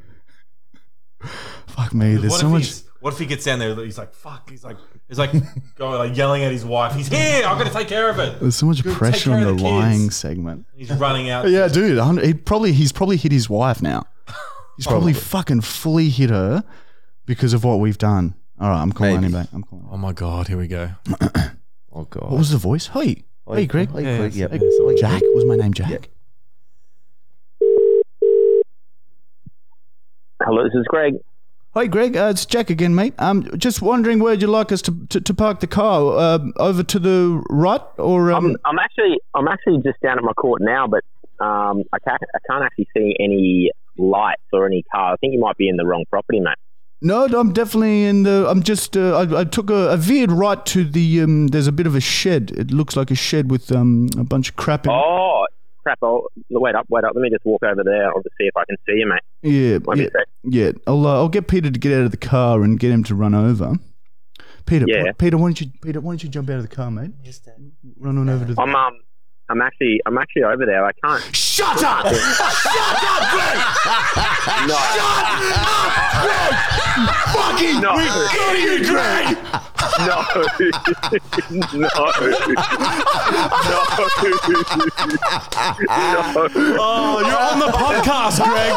fuck me. There's
What
so
if
much.
he's- What if he gets down there? He's like, "Fuck!" He's like, he's like going like yelling at his wife. He's here. I'm gonna take care of it.
There's so much
Good, take
pressure
care
on
of
the,
the
lying
kids.
segment.
He's running out.
Yeah, dude. a hundred- He probably he's probably hit his wife now. He's probably, fucking fully hit her because of what we've done. All right, I'm calling
Maybe.
him back. I'm calling. Him.
Oh my god! Here we go.
Oh god.
What was the voice? Hey, hey, Greg.
Hey, Greg. Yeah.
Hey, Jack was my name. Jack.
Hello, this is Greg.
Hey, Greg. Uh, it's Jack again, mate. Um, just wondering where'd you like us to to, to park the car? Um, over to the right or um?
I'm, I'm actually I'm actually just down at my court now, but um, I can't I can't actually see any lights or any cars. I think you might be in the wrong property, mate.
no, I'm definitely in the. I'm just. Uh, I, I took a I veered right to the. Um, there's a bit of a shed. It looks like a shed with um a bunch of crap in. it.
Oh crap! I'll, wait up, wait up. Let me just walk over there. I'll just see if I can see you, mate.
Yeah,
Won't be
yeah,
a sec.
yeah. I'll uh, I'll get Peter to get out of the car and get him to run over. Peter,
Yeah.
Peter, why don't you Peter, why don't you jump out of the car, mate? Yes, Dad. Run on over to the.
I'm um I'm actually I'm actually over there. I can't.
Shut up!
No, no, no, no, no.
Oh, you're on the podcast, Greg.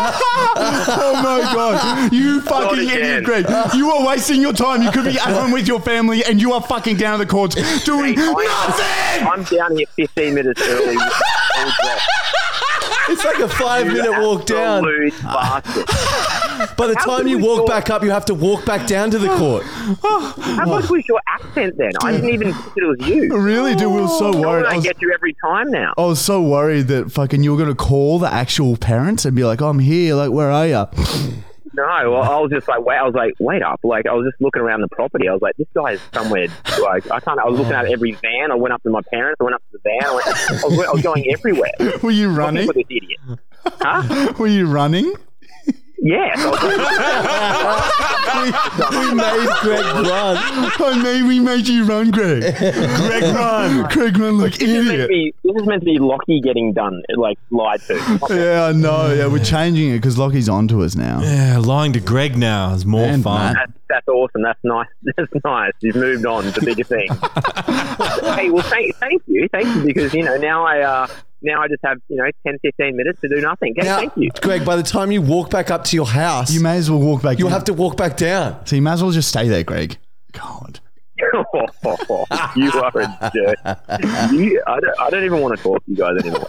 Oh my god! You fucking
Not
idiot,
again.
Greg! You are wasting your time. You could be at home with your family, and you are fucking down at the courts doing nothing.
I'm down here 15 minutes early. with all drop.
It's like a five
You
minute walk down.
absolute bastard.
By the time
could
you
we
walk
talk-
back up, you have to walk back down to the court.
How much was your accent then? I didn't even think it was you. Oh,
Really, dude? We were so worried. I
I
was,
get you every time now.
I was so worried that fucking you were gonna call the actual parents and be like, "I'm here. Like, where are you?"
No, well, I was just like, wait. I was like, wait up. Like, I was just looking around the property. I was like, this guy is somewhere. Like, I can't. I was
Oh.
looking at every van. I went up to my parents. I went up to the van. I, went, I, was, I was going everywhere.
Were you
Looking
running?
for this idiot. Huh?
Were you running?
Yeah. So I was like,
we made Greg run.
I mean, we made you run, Greg. Greg run. Greg run like
this, is meant to
idiot.
be, this is meant to be Lockie getting done, like lied to.
Yeah, I know. Yeah, we're changing it because Lockie's onto us now.
Yeah, lying to Greg now is more
And
fun.
Matt.
That's, that's awesome. That's nice. That's nice. You've moved on to bigger things. hey, well, thank, thank you, thank you, because you know now I uh, now I just have you know 10, 15 minutes to do nothing. Okay,
Now,
thank you.
Greg, by the time you walk back up to your house,
You
you
may as well walk back.
will
down.
have to walk back down.
So you may as well just stay there, Greg. God.
you are a jerk. You, I, don't, I don't even want to talk to you guys anymore.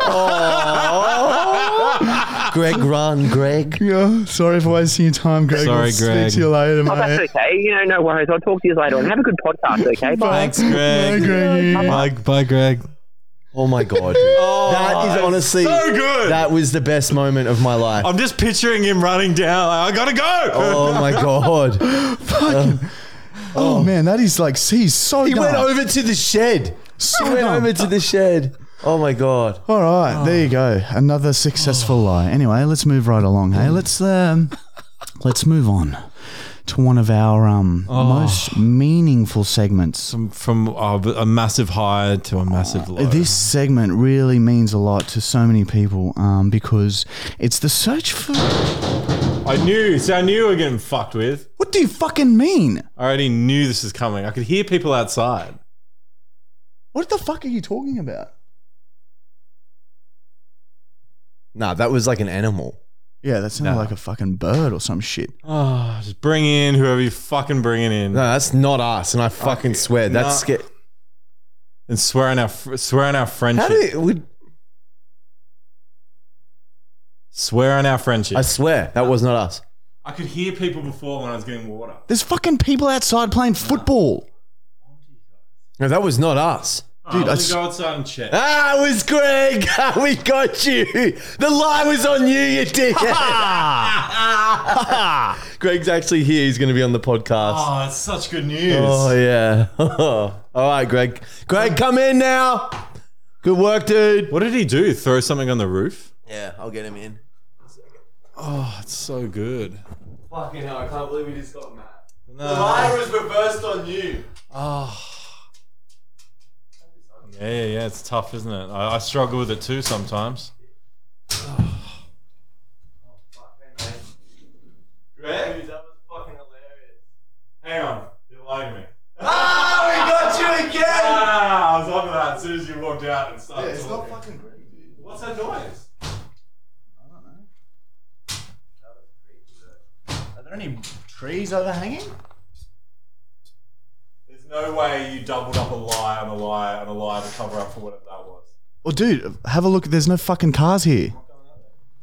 Greg, run, Greg.
Yeah. Sorry for wasting your time, Greg.
Sorry, Greg.
Speak to you later,
Oh, that's
mate.
okay. You know, no worries. I'll talk to you later and have a good podcast, okay?
Thanks, Greg.
Bye, Greggy.
Bye, bye, Greg.
Oh my god, that is honestly
so good.
That was the best moment of my life.
I'm just picturing him running down. Like, I gotta go.
oh my god,
Fucking. Oh, man, that is like he's so
he went
dark.
over to the shed.
So
He went
dumb.
over to the shed. Oh my god.
All right, there you go. Another successful lie. Anyway, let's move right along. Hey, let's um, let's move on to one of our um most meaningful segments. Oh,
From, from uh, a massive high to a massive low.
This segment really means a lot to so many people um, because it's the search for.
Um,
I knew. See, I knew we were getting fucked with.
What do you fucking mean?
I already knew this was coming. I could hear people outside.
What the fuck are you talking about?
Nah, that was like an animal.
Yeah, that sounded
No.
like a fucking bird or some shit. Ah.
Oh, just bring in whoever you fucking bringing in,
No, that's not us, and I fucking swear that's
nah.
sca-
and swear on our fr- swear on our
How
friendship.
do you- would
swear on our friendship.
I
I
swear that was not us.
could hear people before when I was getting water.
There's fucking people outside playing football.
No, that was not us.
Dude,
I
I
s-
Ah, go outside and check.
Ah, it was Greg. we got you. The lie was on you, you
Ah.
dickhead. Greg's actually here. He's going to be on the podcast.
Oh, it's such good news.
Oh, yeah. All right, Greg. Greg, come in now. Good work, dude.
What did he do? Throw something on the roof?
Yeah, I'll get him in.
Oh, it's so good.
Fucking hell, I can't believe we just got Matt.
No.
was reversed on you.
Ah. Yeah, yeah, yeah. It's tough, isn't it? I, I struggle with it too sometimes. Greg? That was fucking hilarious. Hang on. You're lying to me.
Ah, we got you again.
Ah, I was on to that as soon as you walked out and started. Yeah, Oh, it's not fucking Greg, dude. What's that noise?
Are there any trees overhanging?
There's no way you doubled up a lie on a lie on a lie to cover up for whatever that was.
Well, dude, have a look. There's no fucking cars here.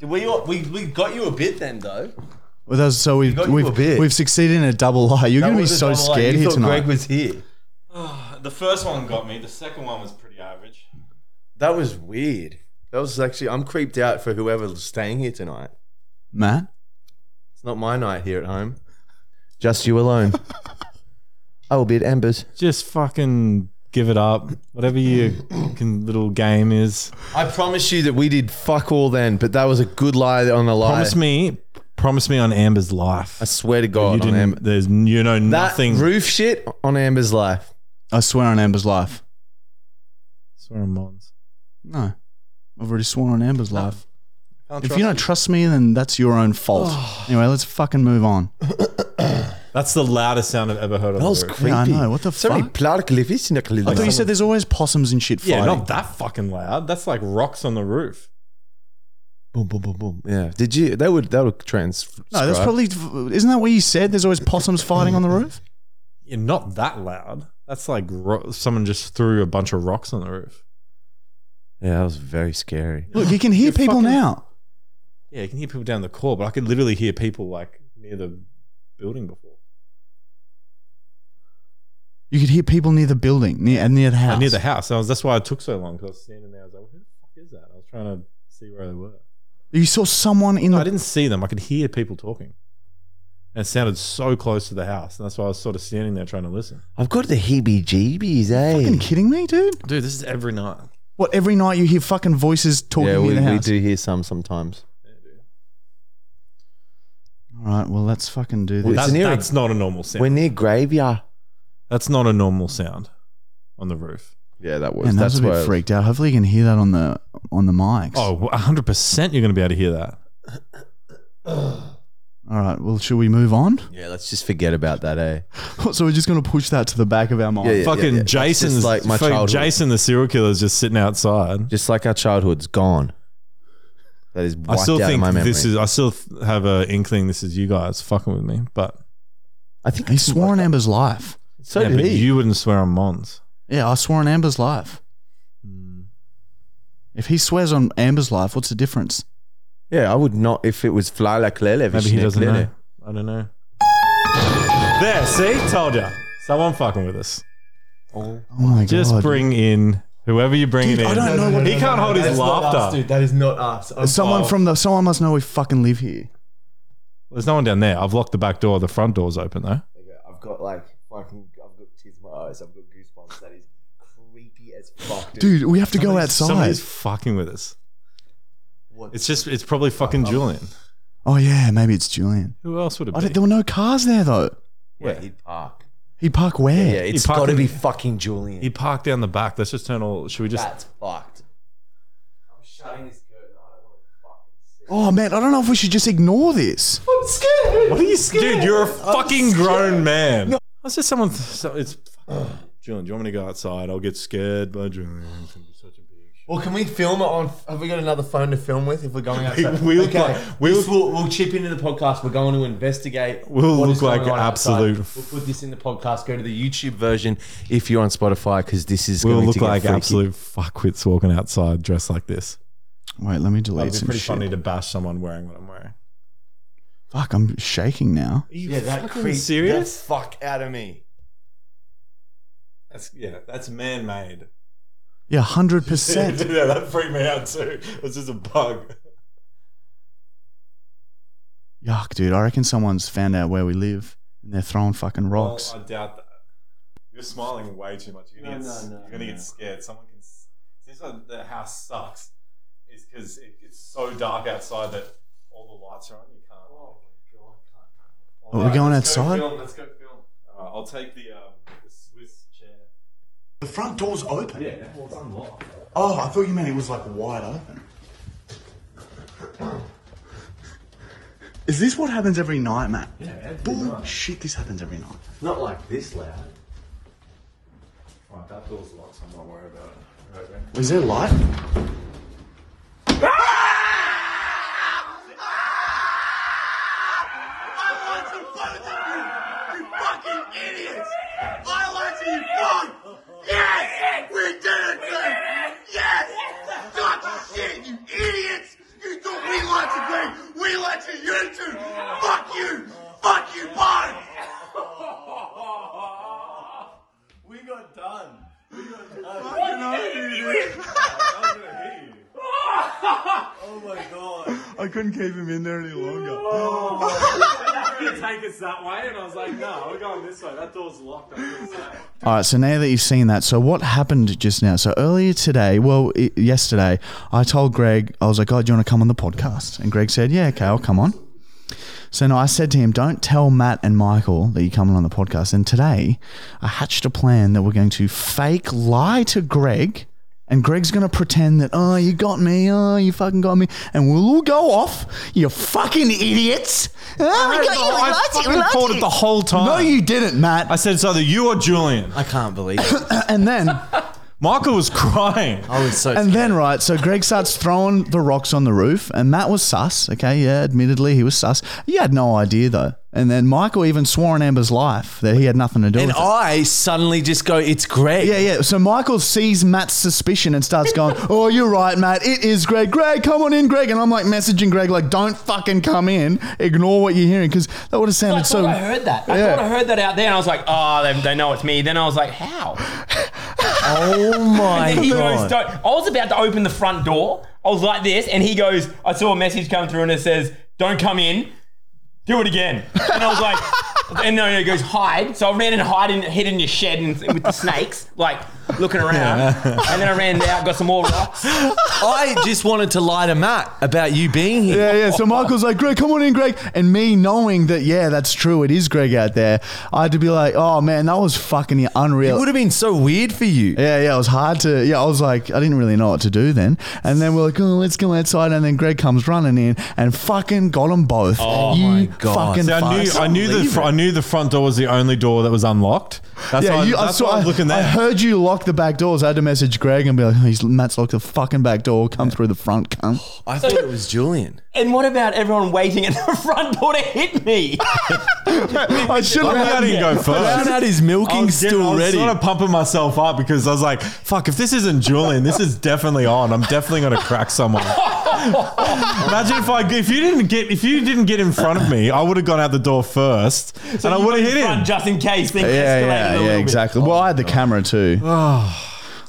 We, we, we got you a bit then, though.
Well, that's, so we've
got you a
we've,
bit.
we've succeeded in a double lie. You're going to be so scared here tonight.
Greg was here.
Ah, The first one got me. The second one was pretty average.
That was weird. That was actually I'm creeped out for whoever's staying here tonight.
Matt,
It's not my night here at home. Just you alone. I will be at Amber's.
Just fucking give it up. Whatever your can, little game is.
I promise you that we did fuck all then, but that was a good lie on a lie.
Promise me. Promise me on Amber's life.
I swear to God,
you
on Amber.
didn't. There's you know
That
nothing.
roof shit on Amber's life.
I swear on Amber's life.
Swear on Mons.
No, I've already sworn on Amber's life.
Can't
If
trust
you don't trust me, then that's your own fault. anyway, let's fucking move on.
That's the loudest sound I've ever heard on
That
the
was
roof.
creepy.
Yeah, I know. What the
so many
fuck?
plaque leaves in a
I thought you
clinic.
said there's always possums and shit
yeah,
fighting.
not that fucking loud. That's like rocks on the roof.
Boom, boom, boom, boom. Yeah. Did you? That would that would trans.
no, that's probably isn't that what you said? There's always possums fighting on the roof.
Yeah, not that loud. That's like ro- someone just threw a bunch of rocks on the roof.
Yeah, that was very scary.
Look, you can hear people
fucking-
now.
Yeah, you can hear people down the core, but I could literally hear people like near the building before.
You could hear people near the building, near and near the house.
Uh, near the house. I was, that's why it took so long because I was standing there. I was like, who the fuck is that? I was trying to see where they were.
You saw someone in
No,
the.
I didn't see them. I could hear people talking. And it sounded so close to the house. And that's why I was sort of standing there trying to listen.
I've got the heebie-jeebies,
Are
eh?
you fucking kidding me, dude?
Dude, this is every night.
What every night you hear fucking voices talking
yeah,
near
we,
the
we
house.
do hear some sometimes.
All right, well, let's fucking do this.
Well, It's
That's,
an eerie-
that's not a normal sound.
We're near graveyard.
that's not a normal sound on the roof.
Yeah, that was.
And that's a bit
where-
freaked out. Hopefully, you can hear that on the on the mics.
Oh, 100% you're going to be able to hear that.
All right, well, should we move on?
Yeah, let's just forget about that, eh?
So we're just going to push that to the back of our mind.
Yeah, yeah.
fucking
That's just
Jason's
like my
fucking
childhood.
Jason the serial killer is just sitting outside.
Just like our childhood's gone. That is
I
wiped
still
out of
think
my memory.
this is I still th- have a inkling this is you guys fucking with me, but
I think
He swore on Amber's life.
So
yeah,
did
but
he.
you wouldn't swear on Mons.
Yeah, I swore on Amber's life.
Hmm.
If he swears on Amber's life, what's the difference?
yeah, I would not if it was fly like Lelev.
Maybe he doesn't know. I don't know. There, see? Told ya. Someone fucking with us.
Oh my
Just
god!
bring in whoever you're bringing in.
I don't know
he can't hold his laughter.
That is not us.
someone from the someone must know we fucking live here.
There's no one down there. I've locked the back door. The front door's open though.
I've got like fucking. I've got tears in my eyes. I've got goosebumps. That is creepy as fuck,
Dude, we have to go outside.
Somebody's fucking with us. It's just it's probably fucking Julian.
Oh yeah, maybe it's Julian.
Who else would it
I don't-
be?
there were no cars there though.
Yeah, he'd park.
He park where?
Yeah, it's
parked
got to
in-
be fucking Julian.
He parked down the back. Let's just turn all. Should we just?
That's fucked.
Oh man, I don't know if we should just ignore this.
What are you scared? Dude, you're a fucking grown man. That's just someone. So it's. Julian, do you want me to go outside? I'll get scared by Julian. It's gonna be such a big shit.
Well, can we film it on? Have we got another phone to film with if we're going outside?
we look
okay.
like- we
This
look-
will- we'll chip into the podcast. We're going to investigate.
We'll
what
look
is going
like
on outside.
absolute-
We'll put this in the podcast. Go to the YouTube version if you're on Spotify because this is
We'll
going
look
to get
like
freaky.
absolute fuckwits walking outside dressed like this.
Wait, let me
It'd
delete
be
some
pretty
shit.
funny to bash someone wearing what I'm wearing.
Fuck, I'm shaking now.
Are you
Yeah, that creep,
serious?
The fuck out of me.
That's yeah, that's man made.
Yeah, hundred percent.
yeah, that freaked me out too. It was just a bug.
Yuck, dude. I reckon someone's found out where we live and they're throwing fucking rocks.
Well, Oh, I doubt that. You're smiling way too much. You're gonna, get, you're gonna get scared. Someone can. s- This is why the house sucks. Is because it, it's so dark outside that all the lights are on. You can't. Oh my god!
Are we going outside?
Go film, let's go film. All right, I'll take the, um, the Swiss chair.
The front door's open. Yeah, well, it's unlocked. Oh, I thought you meant it was like wide open. Is this what happens every night, Matt? Yeah. Bullshit, this happens every night.
Not like this loud.
Right, that door's locked. So I'm not worried about it. Right, right.
Is there light? I couldn't keep him in there any longer.
Oh
Take us that way, and I was like, no, we're going this way. That door's locked.
All right, so now that you've seen that, so what happened just now? So earlier today, well, i yesterday, I told Greg, I was like, oh, do you want to come on the podcast? And Greg said, yeah, okay, I'll come on. So now I said to him, don't tell Matt and Michael that you're coming on the podcast. And today, I hatched a plan that we're going to fake lie to Greg. And Greg's going to pretend that, oh, you got me. Oh, you fucking got me. And we'll all go off, you fucking idiots. Oh, we got you. We got
I
you. We
fucking
got
called
you.
it the whole time.
No, you didn't, Matt.
I said it's either you or Julian.
I can't believe it.
and then.
Michael was crying.
I was so.
And then, right, so Greg starts throwing the rocks on the roof, and Matt was sus. Okay, yeah, admittedly, he was sus. You had no idea, though. And then Michael even swore on Amber's life that he had nothing to do
and
with it.
I suddenly just go, it's Greg.
Yeah, yeah. So Michael sees Matt's suspicion and starts going, Oh, you're right, Matt. It is Greg. Greg, come on in, Greg. And I'm like messaging Greg, like, Don't fucking come in. Ignore what you're hearing because that would have sounded
I thought
so.
I heard that. I
Yeah.
thought I heard that out there, and I was like, "Oh, they, they know it's me." Then I was like, "How?"
Oh my
And he goes,
god.
"Don't." I was about to open the front door. I was like this, and he goes, "I saw a message come through, and it says, don't come in. Do it again." And I was like, and no, no, he goes hide. So I ran and hide and hid in your shed and, with the snakes, like looking around. And then I ran out, got some more rocks.
I just wanted to lie to Matt about you being here.
Yeah, yeah. So Michael's like, Greg, come on in, Greg. And me knowing that, yeah, that's true. It is Greg out there. I had to be like, oh, man, that was fucking
It
unreal.
would have been so weird for you.
Yeah, yeah, it was hard to. Yeah, I was like, I didn't really know what to do then. And then we're like, oh, let's go outside. And then Greg comes running in and fucking got them both. Oh, you
my God.
fucking
See, I knew,
fucks.
I knew the fr- I knew the front door was the only door that was unlocked. That's
Yeah,
why,
you, I
that's why
saw.
I was looking
I
there.
heard you lock the back doors. I had to message Greg and be like, oh, he's, "Matt's locked the fucking back door. Come through the front, cunt."
I thought it was Julian.
And what about everyone waiting at the front door to hit me?
I should
I'm glad I didn't go
Brown
first.
had his
I
milking
was, getting- I
still
was
ready.
sort of pumping myself up because I was like, fuck, if this isn't Julian, this is definitely on. I'm definitely going to crack someone.
Oh,
Imagine if I, if you didn't get, if you didn't get in front of me, I would have gone out the door first and I
You
would
went
have hit
in front
him.
Just in case things
Yeah,
escalated a
yeah,
little
yeah,
bit.
exactly. Well, I had the camera too.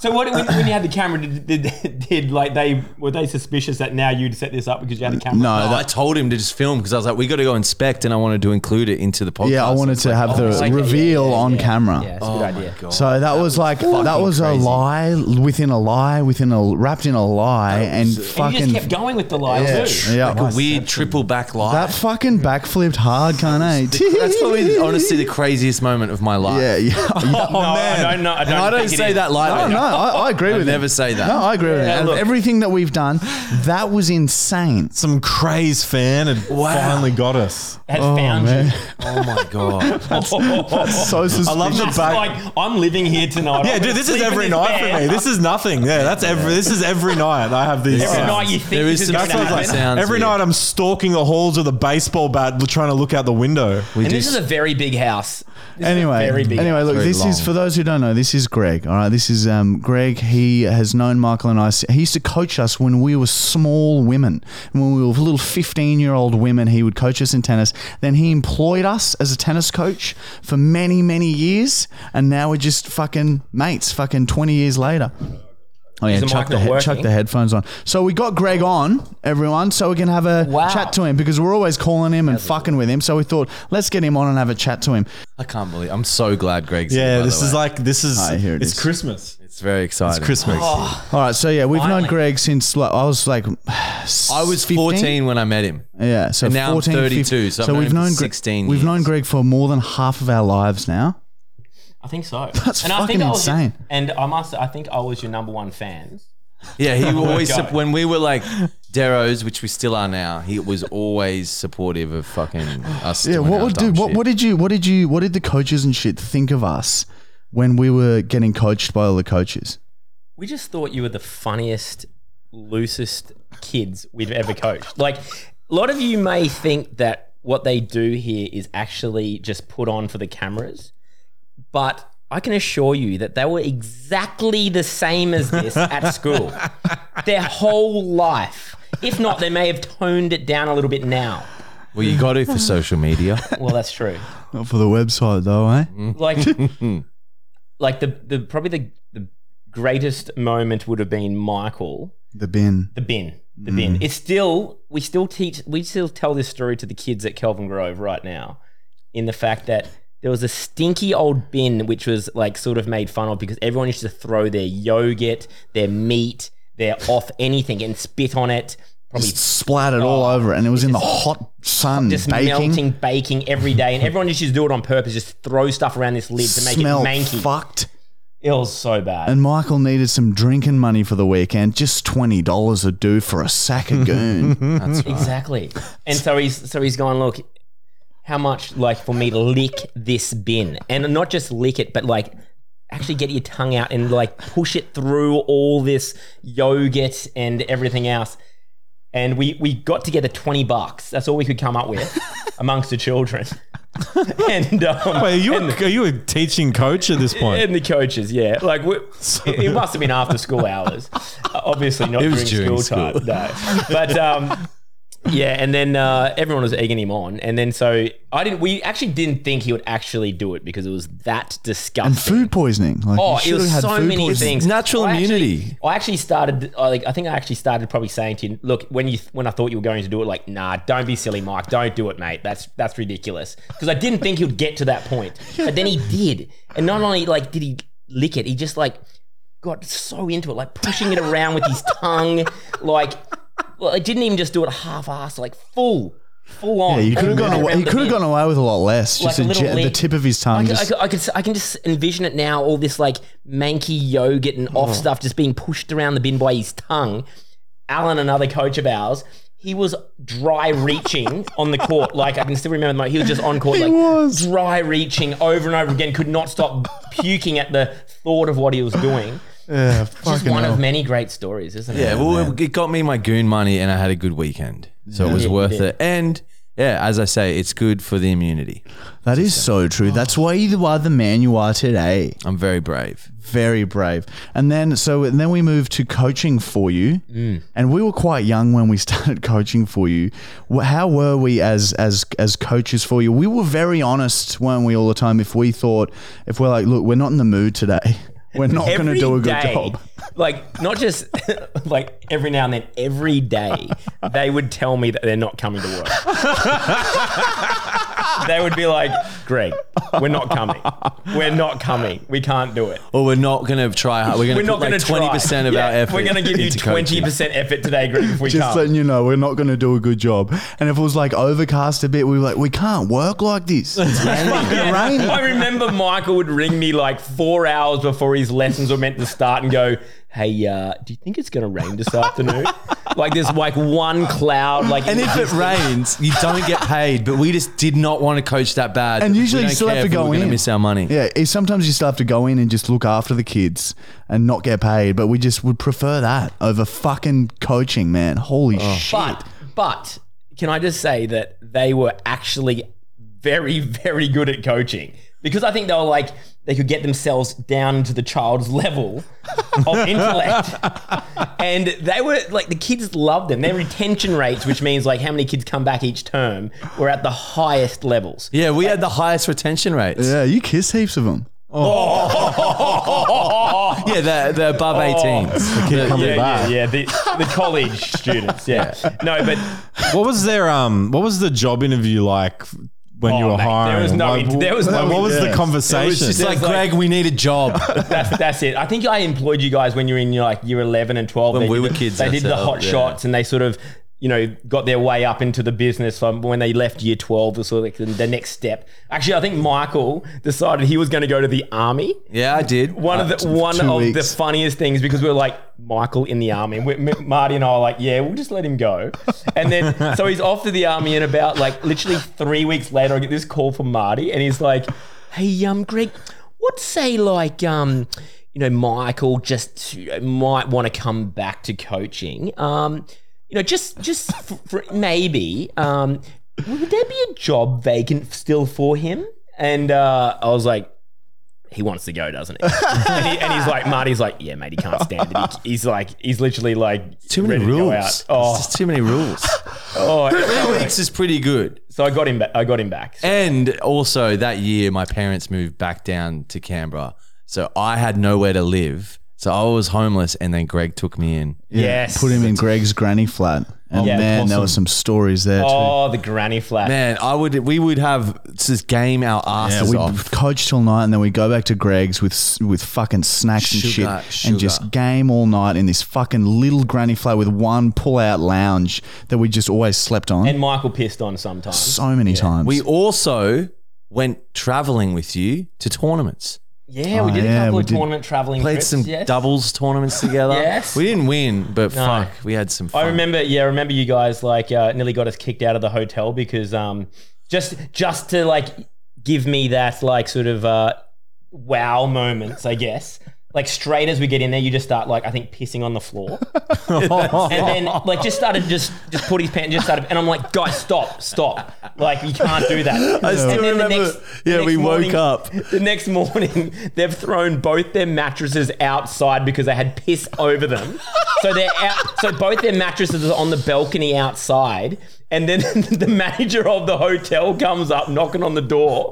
So what when, when you had the camera, did, did, did like they were they suspicious that now you'd set this up because you had a camera?
No,
I told him to just film because I was like, we got to go inspect, and I wanted to include it into the podcast.
Yeah, I wanted
It's
to
like,
have
oh,
the reveal on camera.
Yeah, it's a good idea.
So that, was, like that was a
crazy.
lie within a lie within a wrapped in a lie and
And you
fucking
just kept going with the lie
yeah,
too.
yeah.
like a weird triple back
that
life.
fucking backflipped hard, can't I?
That's probably honestly the craziest moment of my life. Oh,
yeah, yeah. yeah.
no, I don't know. I don't,
And I don't
think it
say
is.
that
No,
lightly.
no, I, I agree
I'd
with
never
him.
say that.
No, I agree with him. Out of
look.
everything that we've done, that was insane.
Some craze fan had finally got us.
Has found you.
Oh my god!
So
I love the
It's
back.
like I'm living here tonight.
yeah,
I'm
dude, this is
sleeping
every
in
night
bed.
for me. This is nothing. Yeah, that's every. This is every night. I have these.
Every
sounds.
night you think
There
this
is
is
some
going to
sort of
happen.
like sound. Sounds
Every
weird.
night I'm stalking the halls with a baseball bat, l- trying to look out the window.
We
And this
just
is a very big house. This is a
anyway,
very big
anyway, look,
Very
this is
long.
for those who don't know. This is Greg. All right, this is um, Greg. He has known Michael and I. s- He used to coach us when we were small women, and when we were little fifteen-year-old women. He would coach us in tennis. Then he employed us as a tennis coach for many, many years, and now we're just fucking mates. Fucking twenty years later. Oh yeah,
the
chuck
mic
the,
not
head, chuck
working?
the headphones on. So we got Greg on, everyone, so we can have a
Wow.
chat to him because we're always calling him and fucking with him. So we thought, let's get him on and have a chat to him.
I can't believe. I'm so glad Greg's. here,
Yeah,
by
this
the
is
way.
like this is.
Ah, here it
it's
is.
Christmas. It's
It's very exciting.
Christmas.
All right, so yeah, we've known
Oh. Finally.
Greg since like, I was like,
I was 14 when I met him.
Yeah, so
and now I'm
14,
32,
15
so I've known him for
known Gre-
16
We've
years.
known Greg for more than half of our lives now.
I think so.
That's
I
fucking
I was-
insane.
and I must. I think I was your number one fan.
Yeah,
Oh
he always
God.
when we were like Darrows, which we still are now. He was always supportive of fucking us.
Yeah,
doing
what
our
would
dumb
dude? What,
shit.
what did you? What did you? What did the coaches and shit think of us when we were getting coached by all the coaches?
We just thought you were the funniest, loosest kids we've ever coached. Like, a lot of you may think that what they do here is actually just put on for the cameras, but I can assure you that they were exactly the same as this at school. Their whole life. If not, they may have toned it down a little bit now.
Well, you got it for social media.
Well, that's true.
Not for the website though, eh?
Mm.
like like the, the probably the, the greatest moment would have been michael
The bin.
the bin the bin
Mm.
it's still we still teach we still tell this story to the kids at kelvin grove right now in the fact that there was a stinky old bin which was like sort of made fun of because everyone used to throw their yogurt their meat their off anything and spit on it probably
Splattered all over, it, and it was in the hot sun,
Oh. just
baking.
melting, baking every day, and everyone just used to do it on purpose. Just throw stuff around this lid to make
smell
it manky.
fucked.
It was so bad.
And Michael needed some drinking money for the weekend. Just twenty dollars would do for a sack of goon.
Exactly. And so he's so he's gone, look, how much like for me to lick this bin? And not just lick it, but like actually get your tongue out and like push it through all this yogurt and everything else. And we we got together twenty bucks. That's all we could come up with amongst the children. and um,
Wait, are you a, are you a teaching coach at this point?
and the coaches, yeah. Like, we, it, it must have been after school hours. Uh, Obviously, not
It was
during,
during
school, time. No. But um, Yeah, and then uh, everyone was egging him on, and then so I didn't. We actually didn't think he would actually do it because it was that disgusting.
and food poisoning. Like,
Oh,
you
it
should've
was
had
so
food
many
poisoning.
things.
natural
I actually-
immunity.
I actually started. I Like, I think I actually started probably saying to you, "Look, when you when I thought you were going to do it, like, nah, don't be silly, Mike. Don't do it, mate. That's that's ridiculous." Because I didn't think he'd get to that point, but then he did. And not only like did he lick it, he just like got so into it, like pushing it around with his tongue, like. Well, it didn't even just do it half-assed, like full, full on.
Yeah, you could have
all
gone
the way
away.
around
He
the
could have
end.
gone away with a lot less.
Like
Just
a
a
little
jet- the
link.
tip of his tongue.
I can, I,
just,
can, I, can, I can just envision it now. All this like manky yogurt and
Oh.
off stuff just being pushed around the bin by his tongue. Alan, another coach of ours, he was dry reaching on the court. Like I can still remember, the moment. he was just on court, like dry reaching over and over again. Could not stop puking at the thought of what he was doing.
yeah,
Just
fucking
one
hell.
of many great stories, isn't it?
Yeah, well, it got me my goon money, and I had a good weekend, so it was worth it. And yeah, as I say, it's good for the immunity.
That is so true. That's why you are the man you are today.
I'm very brave.
Very brave. And then so and then we moved to coaching for you.
Mm.
And we were quite young when we started coaching for you. Wh- How were we as as as coaches for you? We were very honest, weren't we, all the time? If we thought, if we're like, look, we're not in the mood today. We're not going to
Every
do a good
day,
job.
Like not just like every now and then, every day they would tell me that they're not coming to work. they would be like, "Greg, we're not coming. We're not coming. We can't do it.
Or we're not going to try hard. We're going
We're
to
not
put
going
like
to try.
twenty percent of
Yeah,
our effort.
We're going to give you
into coaching.
twenty percent effort today, Greg. If we
Just
can't."
letting you know, we're not going to do a good job. And if it was like overcast a bit, we were like, we can't work like this. It's raining. It's raining.
I remember Michael would ring me like four hours before his lessons were meant to start and go, "Hey, uh, do you think it's going to rain this afternoon?" like there's like one cloud, like
And
in
if
the
it rains, you don't get paid. But we just did not want to coach that bad.
And
We
usually you
don't
still have
care
to
if we
go
were gonna
in.
miss our money.
Yeah, it- sometimes you still have to go in and just look after the kids and not get paid, but we just would prefer that over fucking coaching, man. Holy
Oh.
shit.
But but can I just say that they were actually very very good at coaching because I think they were like they could get themselves down to the child's level of intellect, and they were like the kids loved them. Their retention rates, which means like how many kids come back each term, were at the highest levels.
Yeah, we had the highest retention rates.
yeah, you kiss heaps of them.
Oh,
Yeah, they're, they're above 18s.
yeah, yeah, yeah, the, the college students. Yeah, no, but
What was their um? What was the job interview like when you
Oh, mate,
were
there
hiring?
was no
Like,
in- there was
like,
no
What was
in-
the conversation?
It's like, Greg, we need a job.
That's that's it. I think I employed you guys when you were in your, like year eleven and twelve.
When
They
we
did
were
the-
kids
they did the
ourselves,
hot
yeah.
shots and they sort of, you know, got their way up into the business from when they left year twelve was sort of like the, the next step. Actually, I think Michael decided he was going to go to the army.
yeah, I did. Uh,
One of the one
two
of the
weeks.
funniest things because we were like Michael in the army. We, M- Marty and I were like, yeah, we'll just let him go. And then so he's off to the army, and about like literally three weeks later, I get this call from Marty, and he's like, hey, um, Greg, what say like um. You know, Michael just you know, might want to come back to coaching. Um, you know, just just f for maybe, um, would there be a job vacant still for him? And uh, I was like, he wants to go, doesn't he? and, he and he's like, Marty's like, yeah, mate, he can't stand it. He, he's like, he's literally like,
Too many
ready to go
rules.
out. Oh,
There's too many rules.
oh.
Three weeks is pretty good.
so I got him back. I got him back. So-
And also that year, my parents moved back down to Canberra, so I had nowhere to live. So I was homeless, and then Greg took me in.
yes.
Put him in Greg's granny flat. And
Yeah.
man, there were some stories there too.
Oh, the granny flat.
Man, I would we would have just game our
Yeah,
asses
we
off.
coach till night, and then we go back to Greg's with s- with fucking snacks and
Sugar,
shit,
sugar.
and just game all night in this fucking little granny flat with one pull out lounge that we just always slept on
And Michael pissed on
Oh,
sometimes.
so many times.
We also went traveling with you to tournaments.
Yeah, we
Oh,
did a
yeah,
couple
we
of
did.
tournament traveling
Played
trips,
some
yes.
doubles tournaments together.
Yes.
We didn't win, but
No.
fuck, we had some fun.
I remember, yeah, I remember you guys like uh, nearly got us kicked out of the hotel because um, just just to like give me that like sort of uh, wow moments, I guess. Like straight as we get in there, you just start like I think pissing on the floor, and then like just started just just put his pants just started, and I'm like, guys, stop, stop, like you can't do that.
I still
and then the
remember-
next- the
yeah,
next
we woke
morning-
up.
The next morning, they've thrown both their mattresses outside because they had piss over them. So they're out, so both their mattresses are on the balcony outside, and then the manager of the hotel comes up knocking on the door.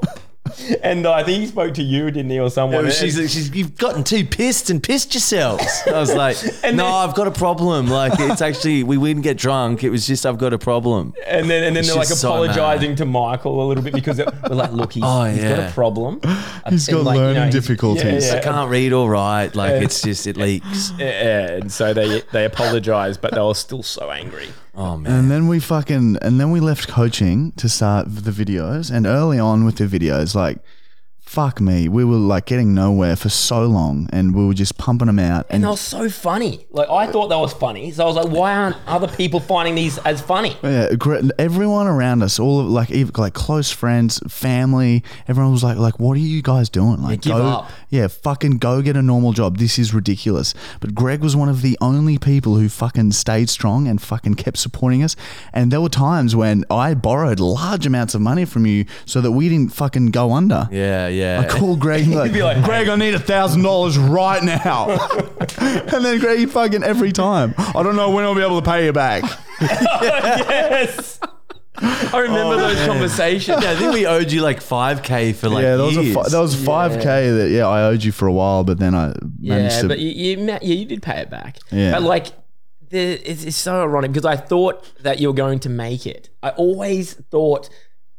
And I think he spoke to you, didn't he, or someone?
Well, she's, like, she's, you've gotten too pissed and pissed yourselves. I was like,
And
no,
then-
I've got a problem. Like, it's actually, we didn't get drunk. It was just, I've got a problem.
And then and then they're like
She's so
apologizing to Michael a little bit because they're- we're like, look, he's,
Oh,
he's got
yeah.
a problem.
He's
And,
got
like, you know,
learning
he's-
difficulties.
yeah,
I can't read or write. Like, it's just, it leaks.
Yeah, and so they they apologized, but they were still so angry.
Oh, man.
And then we fucking and then we left coaching to start the videos. And early on with the videos, like fuck me, we were like getting nowhere for so long, and we were just pumping them out.
And
And,
they were so funny. Like I thought that was funny, so I was like, why aren't other people finding these as funny?
yeah, gr- everyone around us, all of, like even, like close friends, family, everyone was like, like, what are you guys doing? Like,
give
go,
up.
yeah, fucking go get a normal job. This is ridiculous. But Greg was one of the only people who fucking stayed strong and fucking kept supporting us. And there were times when I borrowed large amounts of money from you so that we didn't fucking go under.
Yeah, yeah.
I call Greg and like,
like,
Greg, I need a thousand dollars right now. and then Greg, you fucking every time. I don't know when I'll be able to pay you back.
yes, I remember those conversations.
Oh, Yeah, I think we owed you like 5K for like
yeah, that was
years.
a fi- that was five k that yeah I owed you for a while, but then I managed
Yeah,
to.
but you, you ma- yeah you did pay it back.
Yeah.
but like. The, it's, it's so ironic because I thought that you were going to make it. I always thought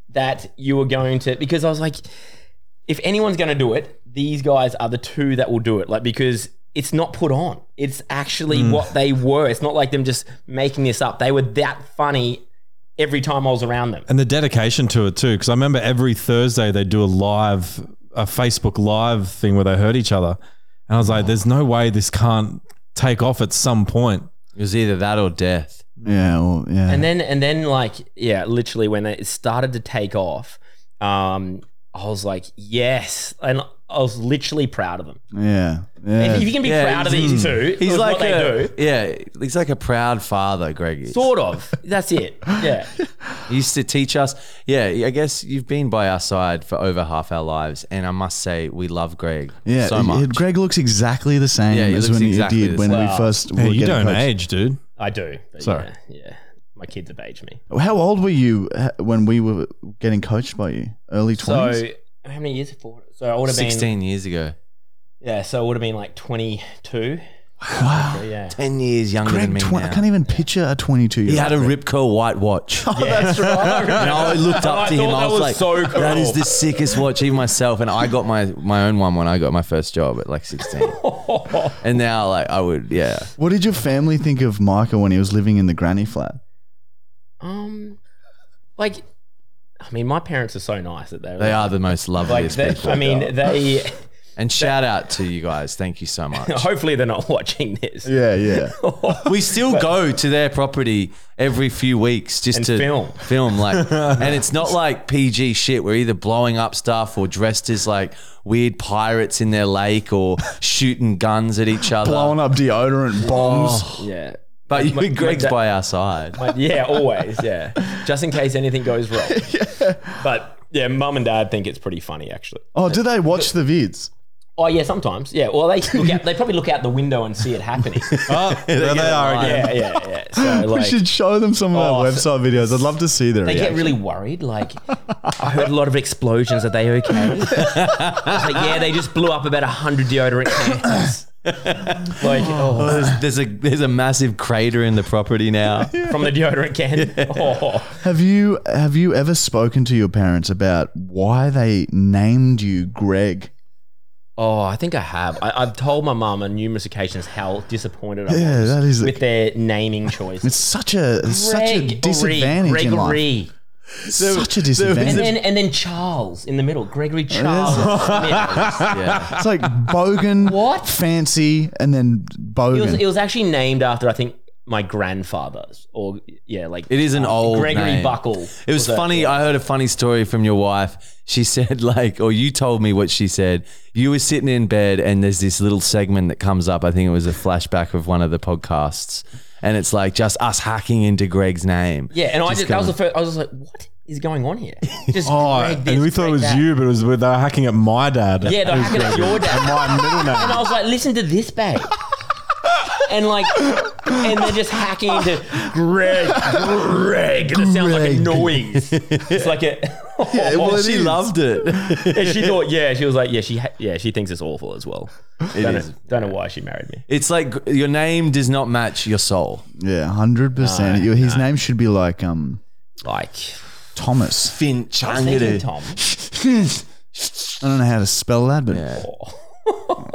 that you were going to because I was like, if anyone's going to do it, these guys are the two that will do it. Like because it's not put on. It's actually
Mm.
what they were. It's not like them just making this up. They were that funny every time I was around them.
And the dedication to it too, because I remember every Thursday they do a live, a Facebook live thing where they hurt each other, and I was like, "There's no way this can't take off at some point."
It was either that or death.
yeah, well, yeah.
And then and then like yeah, literally when it started to take off, um, I was like, yes. And I was literally proud of them.
yeah, yeah.
If you can be proud of
he's-
these two,
mm. He's like
what they
a,
do.
yeah, he's like a proud father, Greg. Is.
Sort of. That's it. Yeah.
He used to teach us. Yeah, I guess you've been by our side for over half our lives, and I must say we love Greg
yeah,
so much.
Greg looks exactly the same
Yeah, he
as
looks
when
exactly
he
the
did when
same.
we first.
Hey,
were
you
getting
don't
coached.
age, dude.
I do. but
Sorry.
Yeah, yeah. My kids have aged me.
How old were you h- when we were getting coached by you? Early twenties.
So how many years before? So I would have been
Sixteen years ago,
Yeah, so I would have been like twenty two.
wow,
Yeah.
ten years younger than
Greg,
me
tw-
now.
I can't even picture a twenty-two.
he
year
had
old
a Rip Curl white watch.
That's right.
And I looked up to
I
him.
thought
I
that
was,
was
like,
so cool.
"That is the sickest watch, even myself." And I got my my own one when I got my first job at like sixteen. and now, like, I would, yeah.
What did your family think of Michael when he was living in the granny flat?
Um like I mean my parents are so nice that they're
They are the most
like
loveliest
they,
people.
I mean they
and shout out to you guys. Thank you so much.
hopefully they're not watching this.
Yeah, yeah.
We still go to their property every few weeks just
And
to
film.
film like, and it's not like PG shit. We're either blowing up stuff or dressed as like weird pirates in their lake or shooting guns at each other.
Blowing up deodorant bombs.
Yeah.
Oh. but you,
my-
Greg's
my dad-
by our side.
But yeah, always, yeah. Just in case anything goes wrong. But yeah, mum and dad think it's pretty funny actually.
Oh, do they watch the vids?
Oh yeah, sometimes. Yeah. Well, they look out, they probably look out the window and see it happening.
Oh, there they are again.
yeah, yeah, yeah. So
we
like
should show them some of our
Oh,
website videos. I'd love to see their
they get
reaction.
really worried. Like I heard a lot of explosions. Are they okay? It's like yeah, they just blew up about hundred deodorant cans. like oh,
Oh, there's, there's a there's a massive crater in the property now.
from the deodorant can. Oh.
have you have you ever spoken to your parents about why they named you Greg?
Oh, I think I have. I, I've told my mum on numerous occasions how disappointed I
Yeah,
was
that is a-
with their naming choice.
It's such a it's such a disadvantage in life.
Gregory.
such a disadvantage.
And then, and then Charles in the middle. Gregory Charles. Smith.
Yeah.
it's like bogan,
What?
fancy, and then
It was,
bogan.
it was actually named after, I think, my grandfather's or yeah, like
It is an old
Gregory
name.
Buckle.
It was
a-
funny. I heard a funny story from your wife. She said, like, or you told me what she said. You were sitting in bed, and there's this little segment that comes up. I think it was a flashback of one of the podcasts, and it's like just us hacking into Greg's name.
Yeah, and I just, that was the
going-
first. I was just like, what is going on here? Just
Oh,
Greg this,
and we thought it
Greg
was
that.
you, but it was they were hacking at my dad.
Yeah, they're hacking at your dad.
my middle name.
And I was like, listen to this, babe. And like, and they're just hacking into Greg, Greg, and it sounds like a noise. It's like a. Yeah,
she loved it. it
and she thought, yeah, she was like, yeah, she, ha- yeah, she thinks it's awful as well. Don't,
is.
know, don't know why she married me.
It's like your name does not match your soul.
Yeah, hundred percent. His name should be like um
Like,
Thomas.
Finch. I'm
thinking
gonna-
Tom.
I don't know how to spell that, but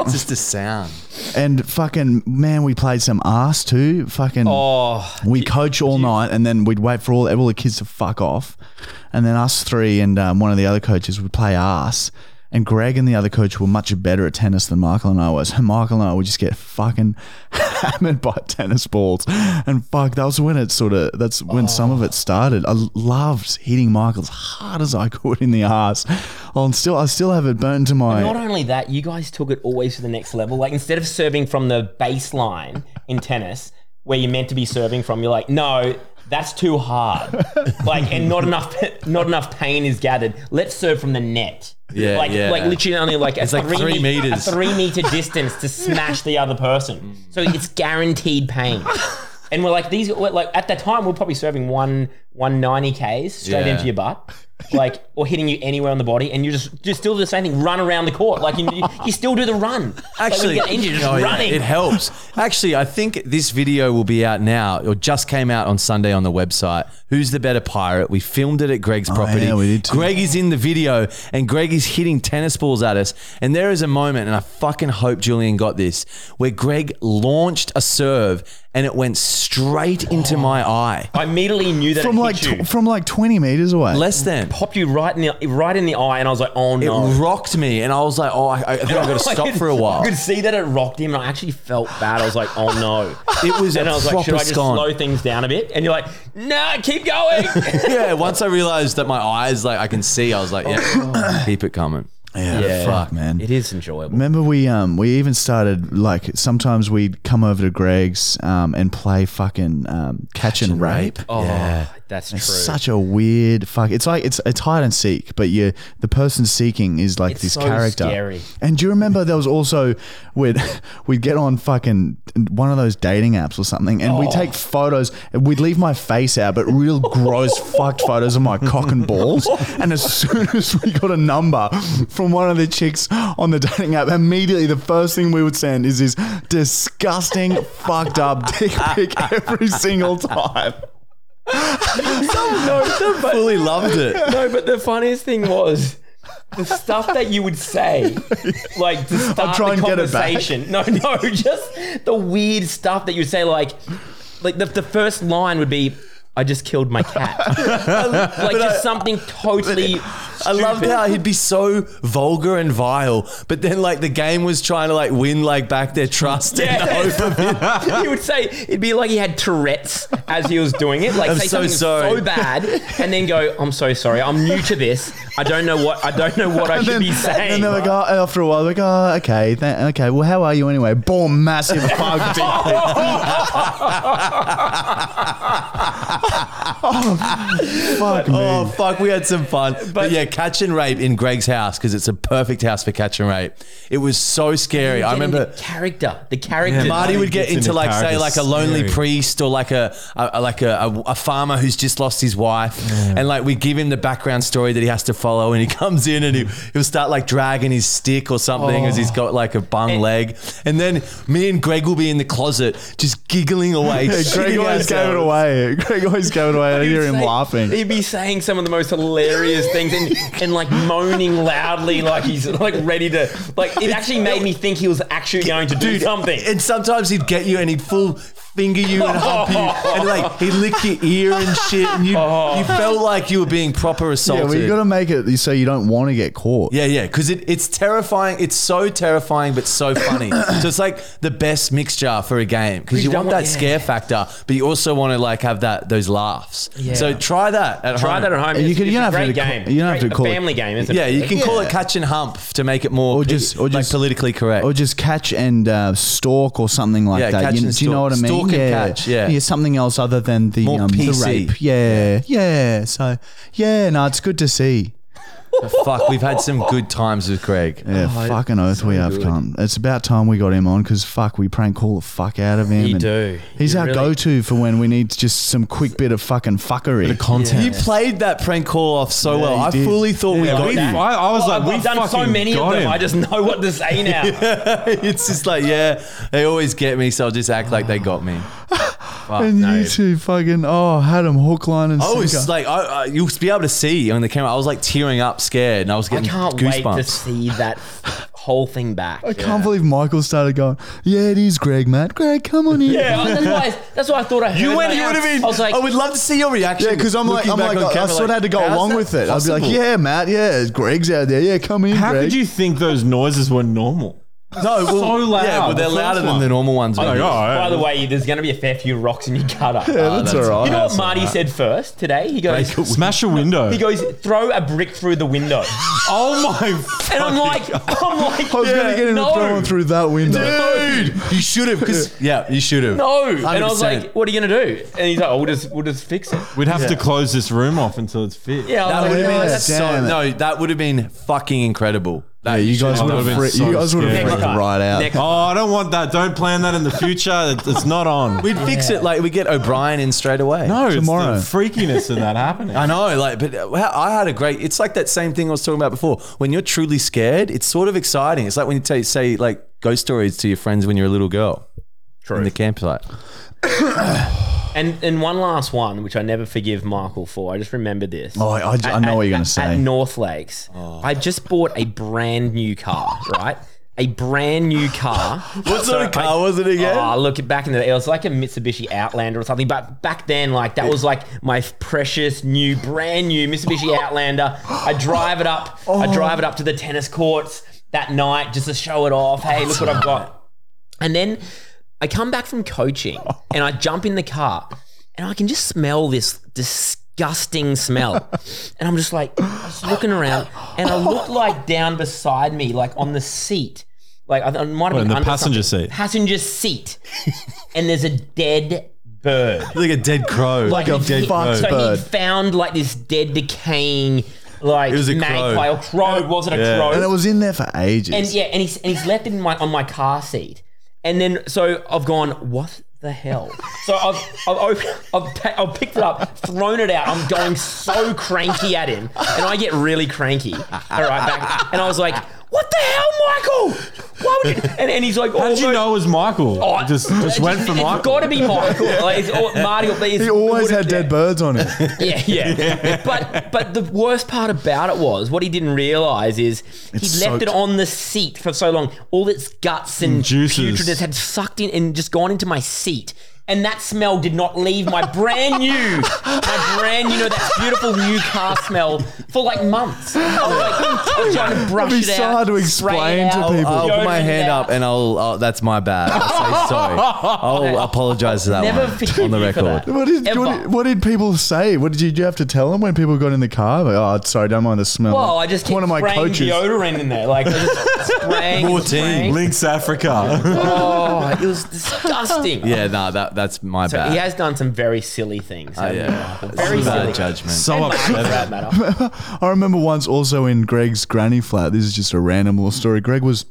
It's just a sound.
and fucking man, we played some ass too. Fucking
Oh,
we coach all night, and then we'd wait for all all the kids to fuck off, and then us three and um, one of the other coaches would play ass. And Greg and the other coach were much better at tennis than Michael and I was. And Michael and I would just get fucking hammered by tennis balls. And fuck, that was when it sort of, that's when
Oh.
some of it started. I loved hitting Michael as hard as I could in the ass. i still, I still have it burnt to my.
not only that, you guys took it always to the next level. Like, instead of serving from the baseline in tennis, where you're meant to be serving from, you're like, no, that's too hard. like, and not enough, not enough pain is gathered. Let's serve from the net.
Yeah,
like,
yeah.
like literally only like a
It's like three
me-
meters.
a three meter distance to smash the other person. So it's guaranteed pain. And we're like these, we're like at that time, we're probably serving one one ninety k's straight
Yeah.
into your butt, like or hitting you anywhere on the body, and you just just still do the same thing, run around the court, like you, you still do the run.
Actually,
like when you get injured, you're just
oh, yeah,
running.
it helps. Actually, I think this video will be out now or just came out on Sunday on the website. Who's the better pirate? We filmed it at Greg's property.
Oh, yeah, we did too.
Greg is in the video and Greg is hitting tennis balls at us. And there is a moment, and I fucking hope Julian got this, where Greg launched a serve and it went straight into my eye.
I immediately knew that
from
it
like
hit you.
tw- from like 20 meters away.
Less than.
popped you right in the right in the eye, and I was like, oh
It
no.
rocked me, and I was like, "Oh, I, I think I've got to
I
stop
could-
for a while."
I could see that it rocked him, and I actually felt bad. I was like, "Oh no!"
It was
and
a
I was like,
proper
"Should I just
scone.
slow things down a bit?" And you're like, "Nah, keep going."
yeah, once I realized that my eyes, like I can see, I was like, yeah, keep it coming.
Oh. yeah, fuck, man.
It is enjoyable.
Remember, we um we even started like sometimes we'd come over to Greg's um and play fucking um, catch, and rape.
Oh, that's true.
It's such a weird fuck. It's like it's it's hide and seek, but you the person seeking is like
It's
this
so
character.
scary.
And do you remember there was also we'd we'd get on fucking one of those dating apps or something, and we'd
Oh.
take photos. And we'd leave my face out, but real gross fucked photos of my cock and balls. And as soon as we got a number from one of the chicks on the dating app, immediately the first thing we would send is this disgusting fucked up dick pic every single time.
Fully loved it.
no, but the funniest thing was the stuff that you would say, like to start
try
the
and get it back.
conversation. No, no, just the weird stuff that you'd say, like, like the, the first line would be. I just killed my cat. like just something totally.
I loved how he'd be so vulgar and vile, but then like the game was trying to like win like back their trust and
Yeah.
hope of it.
he would say it'd be like he had Tourette's as he was doing it, like
I'm
say
so
something
sorry.
so bad, and then go, "I'm so sorry, I'm new to this. I don't know what I don't know what I should
then,
be saying."
And then we go after a while. We go oh, okay, th- okay. Well, how are you anyway? Boom, massive hug. dick pic. Fuck me.
Oh fuck, we had some fun. But, yeah, catch and rape in Greg's house because it's a perfect house for catch and rape. It was so scary. I
Get into
remember
character, the character.
Marty would get
gets
into
into
like say
characters.
like a lonely
Yeah.
priest or like a, a a- like a, a, a farmer who's just lost his wife, and like we give him the background story that he has to follow, and he comes in and he he'll start like dragging his stick or something as
Oh.
he's got like a bum leg, and then me and Greg will be in the closet just giggling away.
Yeah, Greg
shitting
always gave it
ourselves.
away. Greg always gave it away. I hear him
say-
laughing.
He'd be saying some of the most hilarious things and, and like moaning loudly, like he's like ready to like. It actually made me think he was actually going to do something.
And sometimes he'd get you and he'd full finger you and hump you, and like he licked your ear and shit, and you you felt like you were being proper
Oh. Yeah,
assaulted.
well, you got to make it so you don't want to get caught.
Yeah, yeah, because it, it's terrifying. It's so terrifying, but so funny. so it's like the best mixture for a game because you,
don't
want that
want-
scare factor, but you also want to like have that those laughs. So try that at
Try
home.
that at home.
You
It's,
can-
it's
you
a
don't have
great
to call-
game.
you don't have
Great-
to call
a
it-
family game, isn't
Yeah,
it?
you can call it catch and hump to make it more
Or
pe-
just- or
like,
just-
politically correct.
Or just catch and uh, stalk or something like
Yeah,
that.
catch
you,
and
do you know
stalk.
what I mean?
Stalk and
yeah.
catch, yeah.
something else other than the,
More
um, the
PC.
rape. Yeah, yeah. So, yeah, no, it's good to see.
Fuck, we've had some good times with Oh, Greg.
Yeah, fucking oath we have come. It's about time we got him on because fuck, we prank call the fuck out of him.
You
and
do.
He's
You
our
really-
go-to for when we need just some quick bit of fucking fuckery.
Content.
You played that prank call off so well. I
you did.
fully thought we got
we,
you.
I, I was
Well,
like,
I've
we
done so
fucking
many of
got
them.
him.
I just know what to say now.
it's just like, yeah, they always get me, so I'll just act like they got me.
and you two fucking oh had him hook line and
I
Oh,
was
sinker.
like, I, I, you'll be able to see on the camera. I was like tearing up, scared, and I was
I
getting
can't
goosebumps.
wait to see that whole thing back.
I can't believe Michael started going. Yeah, it is Greg, Matt. Greg, come on in.
Yeah, that's why. That's why I thought I heard.
you went,
my
you would have
aunt.
been.
I was like,
I would love to see your reaction.
Yeah, because I'm like,
Looking
I'm
back
like,
on
I,
camera,
sort of
like,
had to go
how's
along
that
with it. I'd be
possible?
like, yeah, Matt, yeah, Greg's out there. Yeah, come in,
How
Greg.
could you think those noises were normal?
No, well,
So loud,
Yeah, well, they're
the first
louder than
one.
the normal ones.
Like,
maybe.
by
oh,
the way, there's going to be a fair few rocks in your gutter.
Uh,
yeah, that's, all right.
you know what Marty said first today? He goes,
smash a window.
he goes, throw a brick through the window,
oh my!
and I'm
fucking
like, I'm like,
I was going to get him
no,
to throw him through that window.
dude, you should have. Because yeah, you should have.
no, and I was
100%.
like, what are you going to do? And he's like, oh, we'll just, we'll just fix it.
We'd have to close this room off until it's fixed.
Yeah, I
That
was
would
like,
have
Yeah,
been so.
damn it.
No, that would have been fucking incredible. That
Yeah, you
should
guys
Oh,
would
that
have,
would've been
fre- you
so
guys would have
scary.
freaked
Next
right out.
Next
Oh, I don't want that. Don't plan that in the future. It- It's not on.
We'd fix it like we get O'Brien in straight away.
no,
tomorrow.
It's the freakiness of that happening.
I know, like, but how- I had a great. It's like that same thing I was talking about before. When you're truly scared, it's sort of exciting. It's like when you t- say like ghost stories to your friends when you're a little girl. True. In the campsite.
And and one last one, which I never forgive Michael for. I just remembered this.
Oh, I- I- I know what you're gonna
at-
say. Oh.
At North Lakes, I just bought a brand new car. Right, a brand new car.
What sort of car was it again?
Oh, look, back in the day, it was like a Mitsubishi Outlander or something. But back then, like that was like my precious new, brand new Mitsubishi Outlander. I drive it up.
Oh.
I drive it up to the tennis courts that night just to show it off. Hey, look what I've got. And then I come back from coaching and I jump in the car and I can just smell this disgusting smell. And I'm just like, I was looking around and I look like down beside me, like on the seat. Like I, I might have been
in the
under
passenger
something.
seat?
Passenger seat. and there's a dead bird.
like a Oh, dead crow.
Like a dead
fucked
so
bird.
he found like this dead decaying like
was a
magpie or crow. Was it a crow?
And it was in there for ages.
and yeah, and he's and he's left it in my on my car seat, and then so I've gone what the hell? So I've I've opened, I've, ta- I've picked it up, thrown it out. I'm going so cranky at him, and I get really cranky. All right, back, and I was like, what the hell, Michael? Why would you? And, and he's like,
How did you know it was Michael?
Oh,
It just just went for Michael.
It's got to be Michael. Like, it's, or Marty. Or, it's-
he always had dead birds on him.
yeah, yeah. But but the worst part about it was what he didn't realize is
It's
he left it
soaked.
on the seat for so long. All its guts and
Juices.
putridness had sucked in and just gone into my seat. And that smell did not leave my brand new, my brand, you know, that beautiful new car smell for like months. I was like, I was trying to brush
It'd be
it
so
out,
hard to
spray it
explain to
out, Oh,
people.
I'll put my
deodorant it
hand
out.
up and I'll, I'll. That's my bad. I'll say sorry. I'll apologize to that
Never
one on
forgive
the
you for
record.
that.
What did, what,
Ever.
did, what did people say? What did you, did you have to tell them when people got in the car? Like, oh, sorry, don't mind the smell.
Well, I just
It's
kept
one of my
spraying
coaches.
deodorant in there, like I was just spraying, and
14.
spraying.
Links Africa.
Oh, it was disgusting.
Yeah, no, that that's my
So
bad.
he has done some very silly things.
Oh,
hasn't he,
yeah.
Michael?
Very
Very silly.
bad judgment.
so
For that
upset.
matter.
I remember once also in Greg's granny flat. This is just a random little story. Greg was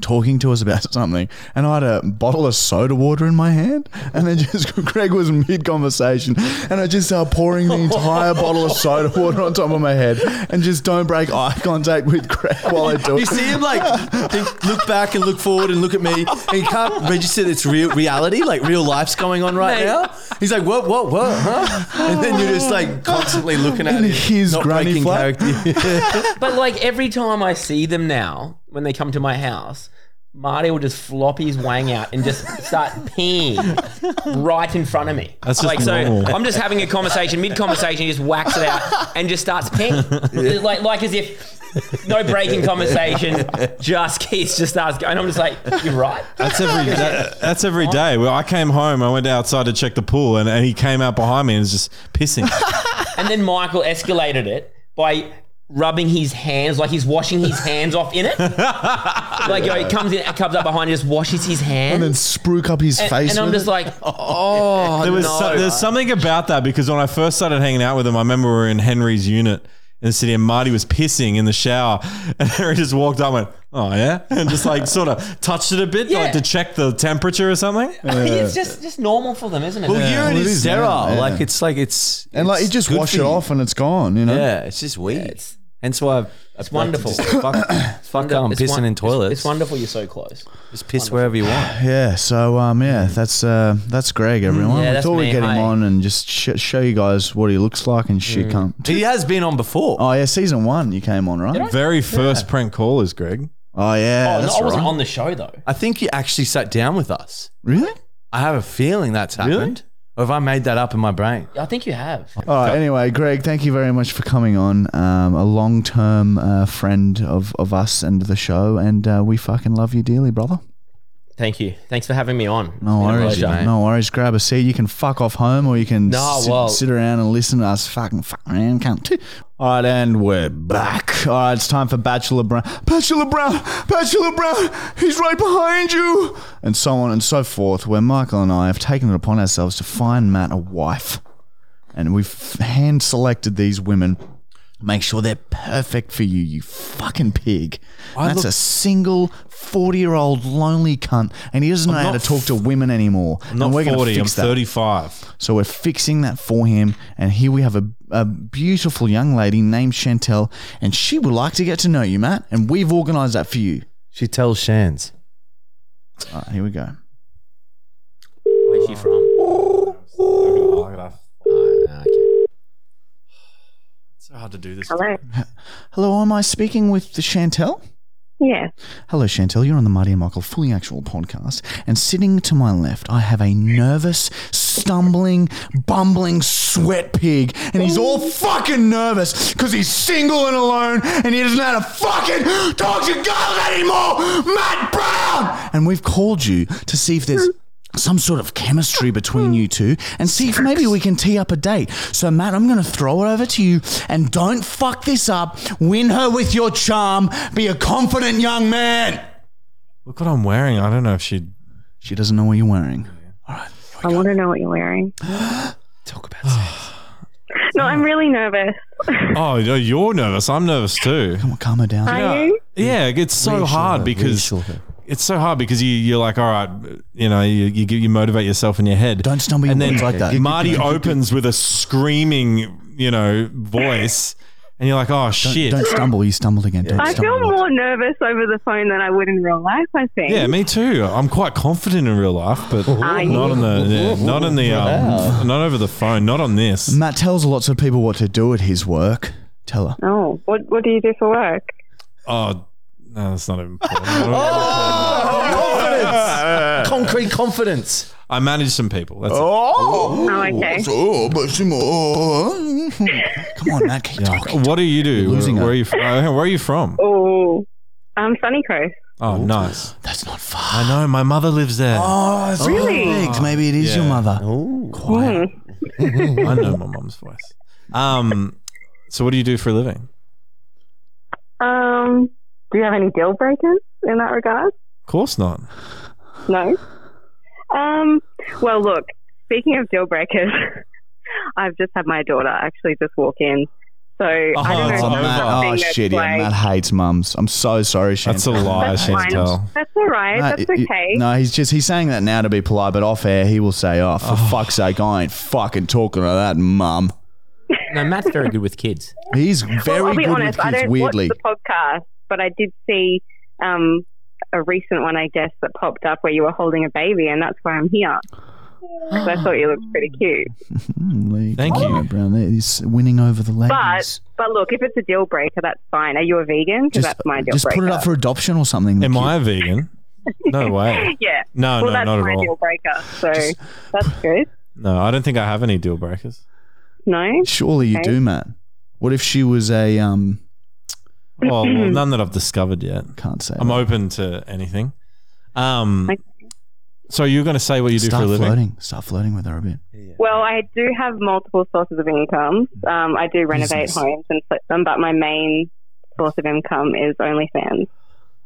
talking to us about something, and I had a bottle of soda water in my hand, and then just Greg was mid conversation, and I just started pouring the entire bottle of soda water on top of my head, and just don't break eye contact with Greg while I do
You
it.
see him like think, look back and look forward and look at me, and he can't register that it's real reality, like real life's going on right
Mate.
now. He's like, what, what, what, huh? And then you're just like constantly looking at
In
him,
his granny
breaking
flat.
character.
But like every time I see them now, when they come to my house, Marty will just flop his wang out and just start peeing right in front of me.
That's just
like so.
normal.
I'm just having a conversation, mid conversation, he just whacks it out and just starts peeing, like like as if no breaking conversation. Just Keith just starts going. I'm just like, you're right.
That's every that, that's every day. Well, I came home, I went outside to check the pool, and, and he came out behind me and was just pissing.
And then Michael escalated it by rubbing his hands, like he's washing his hands off in it. like you know, he comes in, comes up behind, and just washes his hands.
and then spruik up his
And-
face.
and I'm just
with it.
like, oh,
There was
no.
so- there's something about that because when I first started hanging out with him, I remember we were in Henry's unit in the city, and Marty was pissing in the shower, and Henry just walked up and went, "Oh yeah," and just like sort of touched it a bit,
Yeah.
like to check the temperature or something.
it's just just normal for them, isn't it?
Well, urine
Well, it
is,
is,
sterile.
man. Yeah.
Like it's like it's
and like
it's
you just
good
wash
for
it
you.
off and it's gone. You know.
Yeah, it's just weed.
it's-
Hence why I've,
It's
I'd like to
wonderful.
just fuck fuck um,
It's one-
pissing in
it's-
toilets.
It's, wonderful you're so close.
Just piss wherever you want.
Yeah, so um, yeah, that's uh, that's Greg, everyone.
yeah,
we
that's
thought we'd
me,
get him
hi.
on and just sh- show you guys what he looks like and shit. Come,
He has been on before.
oh yeah, season one you came on, right?
Very first prank callers, Greg.
Oh yeah,
oh, no,
that's
I wasn't
right.
on the show though.
I think you actually sat down with us.
Really?
I have a feeling that's happened. Or have I made that up in my brain?
I think you have.
All right. Anyway, Greg, thank you very much for coming on. Um, a long-term uh, friend of of us and the show, and uh, we fucking love you dearly, brother.
Thank you. Thanks for having me on.
No worries,
pleasure.
no worries. Grab a seat. You can fuck off home, or you can
No,
sit,
well-
sit around and listen to us fucking fuck around, cunt. All right, and we're back. All right, it's time for Bachelor Brown. Bachelor Brown, Bachelor Brown, he's right behind you, and so on and so forth. Where Michael and I have taken it upon ourselves to find Matt a wife, and we've hand selected these women. Make sure they're perfect for you, you fucking pig. That's a single 40 year old lonely cunt, and he doesn't know how to
not
talk to women anymore.
I'm not
and we're gonna
40, I'm
fix that.
35.
So we're fixing that for him. And here we have a, a beautiful young lady named Chantel, and she would like to get to know you, Matt. And we've organized that for you.
She tells Shans.
All right, here we go.
Where's she from?
Oh, Ah, It's so hard to do this.
Hello.
Hello, am I speaking with the Chantel?
Yes.
Hello, Chantel. You're on the Marty and Michael Fully Actual podcast. And sitting to my left, I have a nervous, stumbling, bumbling sweat pig. And he's all fucking nervous because he's single and alone and he doesn't know how to fucking talk to girls anymore. Matt Brown! And we've called you to see if there's. Some sort of chemistry between you two, and see if maybe we can tee up a date. So, Matt, I'm going to throw it over to you, and don't fuck this up. Win her with your charm. Be a confident young man.
Look what I'm wearing. I don't know if she'd.
She doesn't know what you're wearing.
I want to know what you're wearing. Talk about sex. no, I'm really nervous.
Oh, no, you're nervous. I'm nervous too.
Come on, calm her down.
Are you?
Yeah, it's so hard because it's so hard because you you're like, all right, you know, you you, give- you motivate yourself in your head.
Don't stumble your
and then
words like that.
Marty opens with a screaming, you know, voice, and you're like, oh shit.
Don't stumble. You stumbled again. Don't
I
stumble.
feel more nervous over the phone than I would in real life. I think.
yeah, me too. I'm quite confident in real life, but
Are you?
not on the yeah, not on the um, not over the phone, not on this.
Matt tells lots of people what to do at his work. Tell her.
Oh, what what do you do for work?
Oh, no, that's not important. I
Concrete confidence.
manage some people. That's it.
Oh, okay.
Oh, but some more. Come on, Matt. Keep talking.
What do you do?
losing
where,
her.
where are you from? Where are you from?
Oh, um, Sunny Coast.
Oh, nice.
That's not far.
I know. My mother lives there.
Oh, it's really? Maybe it is your
Yeah.
mother. Quiet.
Hmm.
I know my mum's voice. Um, so what do you do for a living?
Um, do you have any deal breakers in that regard?
Of course not.
No. Um. Well, look. Speaking of deal breakers, I've just had my daughter actually just walk in, so I don't know.
it's
if
Oh,
on
that's
Matt.
something
oh
that's
shit. Yeah,
like-
Matt hates mums. I'm so sorry, Shannon.
That's a lie,
That's fine.
Chantel.
That's all right.
No,
That's
it- it-
okay.
No, he's just he's saying that now to be polite, but off air he will say, "Oh, for fuck's sake, I ain't fucking talking to that mum."
No, Matt's very good with kids.
He's very
I'll be
good
honest.
with
I
kids.
don't
Weirdly,
watch the podcast, but I did see um, a recent one, I guess, that popped up where you were holding a baby, and that's why I'm here. 'Cause I thought you looked pretty cute.
Mm, there you
Thank
go,
you.
Matt Brown. There, He's winning over the
But
ladies.
but look, if it's a deal breaker, that's fine. Are you a vegan? Because that's my deal
just
breaker.
put it up for adoption or something.
Am I a vegan? No way.
yeah.
No,
well,
no,
that's
not at
my
all.
deal breaker. So that's good.
No, I don't think I have any deal breakers.
No.
Surely you
Okay.
do, Matt. What if she was a um?
Oh, well, none that I've discovered yet.
Can't say.
I'm
that.
open to anything. Um,
Okay.
so you're going to say what you do
Start
for a living?
flirting. Start flirting with her a bit.
Well, I do have multiple sources of income. Um, I do renovate
Business.
homes and flip them, but my main source of income is OnlyFans.